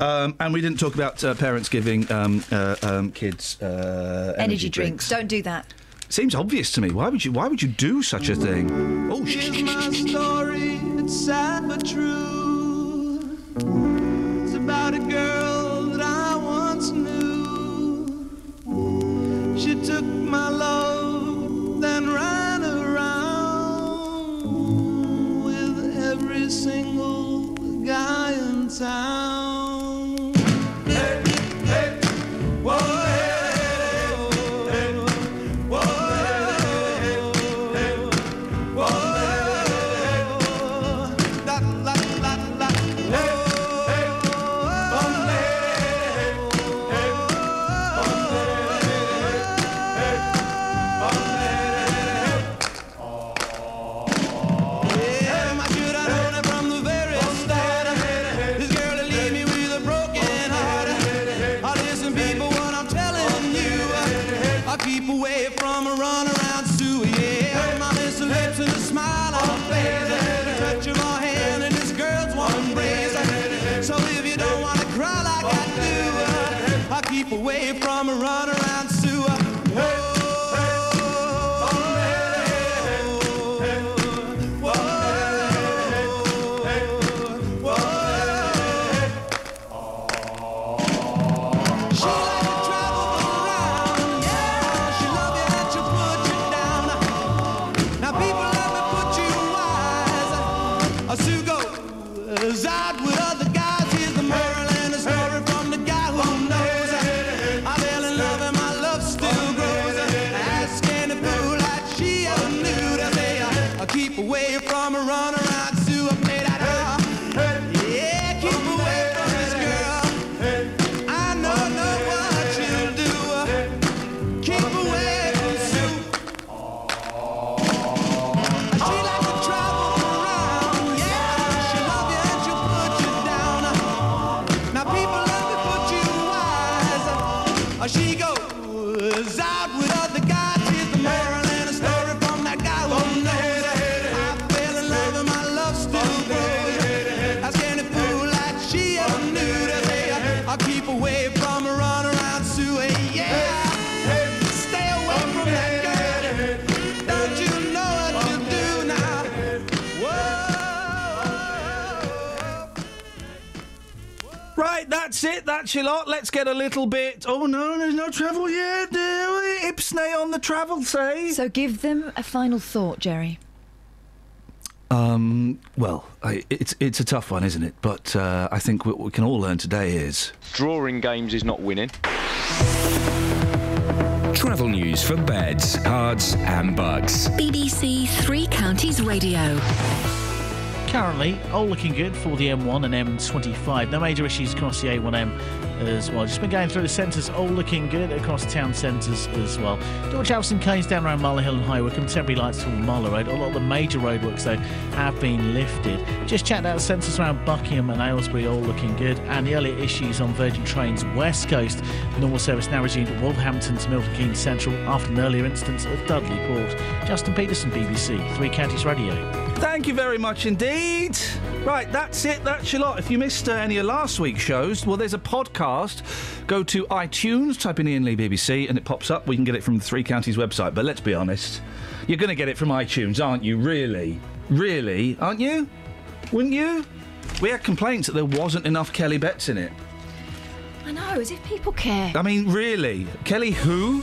S1: Um, and we didn't talk about uh, parents giving um, uh, um, kids uh, energy, drinks.
S23: Don't do that.
S1: Seems obvious to me. Why would you? Why would you do such a thing? Oh, sh-
S9: Here's my story, it's sad but true. It's about a girl that I once knew. She took my love, then ran around with every single guy in town. Hey, hey, whoa, hey, hey, whoa, hey, hey, Whoa, la, la, la, la. Whoa, hey, Yeah, my dude, I known it from the very start. This girl that leave me with a broken heart. I listen, people, what I'm telling you. I keep away from a runaround Sue. Yeah, my missing lips and a smile on her face. Touch of my hand and this girl's one embrace. So if you don't wanna cry like I do, I keep away from a runaround Sue. Now people let me put you wise. A Sue goes out with other guys. Here's the moral and the story from the guy who knows. I fell in love and my love still grows. Ask any fool that she ever knew to say I keep away from a runaround Sue. I made that Yeah, keep away from this girl. I know, know what you'll do. Keep away from Sue. Now people love to put you wise. Uh, She goes out with other guys. Here's the moral and a story from that guy who knows. I fell in love
S1: Right, that's it. That's your lot. Let's get a little bit. Oh no, there's no travel yet. Ipsnay on the travel, say.
S23: So give them a final thought, Jerry.
S1: Um, well, I, it's it's a tough one, isn't it? But uh, I think what we can all learn today is
S25: Drawing games is not winning.
S3: Travel news for beds, cards, and bugs.
S12: BBC Three Counties Radio.
S11: Currently, all looking good for the M1 and M25. No major issues across the A1M as well. Just been going through the centres, all looking good across town centres as well. Do watch out for some cones down around Marlow Hill and Highwick. and Temporary lights from Marlow Road. A lot of the major roadworks, though, have been lifted. Just checked out the centres around Buckingham and Aylesbury, all looking good. And the earlier issues on Virgin Trains West Coast. Normal service now resumed at Wolverhampton to Milton Keynes Central after an earlier instance at Dudley Port. Justin Peterson, BBC, Three Counties Radio.
S1: Thank you very much indeed. Right, that's it. That's your lot. If you missed uh, any of last week's shows, well, there's a podcast. Go to iTunes, type in Ian Lee BBC, and it pops up. We can get it from the Three Counties website. But let's be honest, you're going to get it from iTunes, aren't you? Really? Really? Aren't you? Wouldn't you? We had complaints that there wasn't enough Kelly Betts in it.
S23: I know, as if people care.
S1: I mean, really? Kelly who?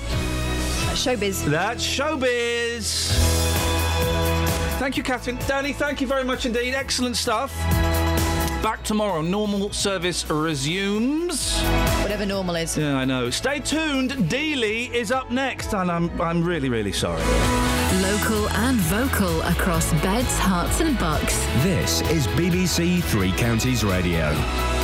S23: Showbiz.
S1: That's showbiz. Thank you, Catherine. Danny, thank you very much indeed. Excellent stuff. Back tomorrow. Normal service resumes.
S23: Whatever normal is.
S1: Yeah, I know. Stay tuned. Dealey is up next, and I'm I'm really really sorry.
S12: Local and vocal across beds, hearts, and bucks.
S3: This is BBC Three Counties Radio.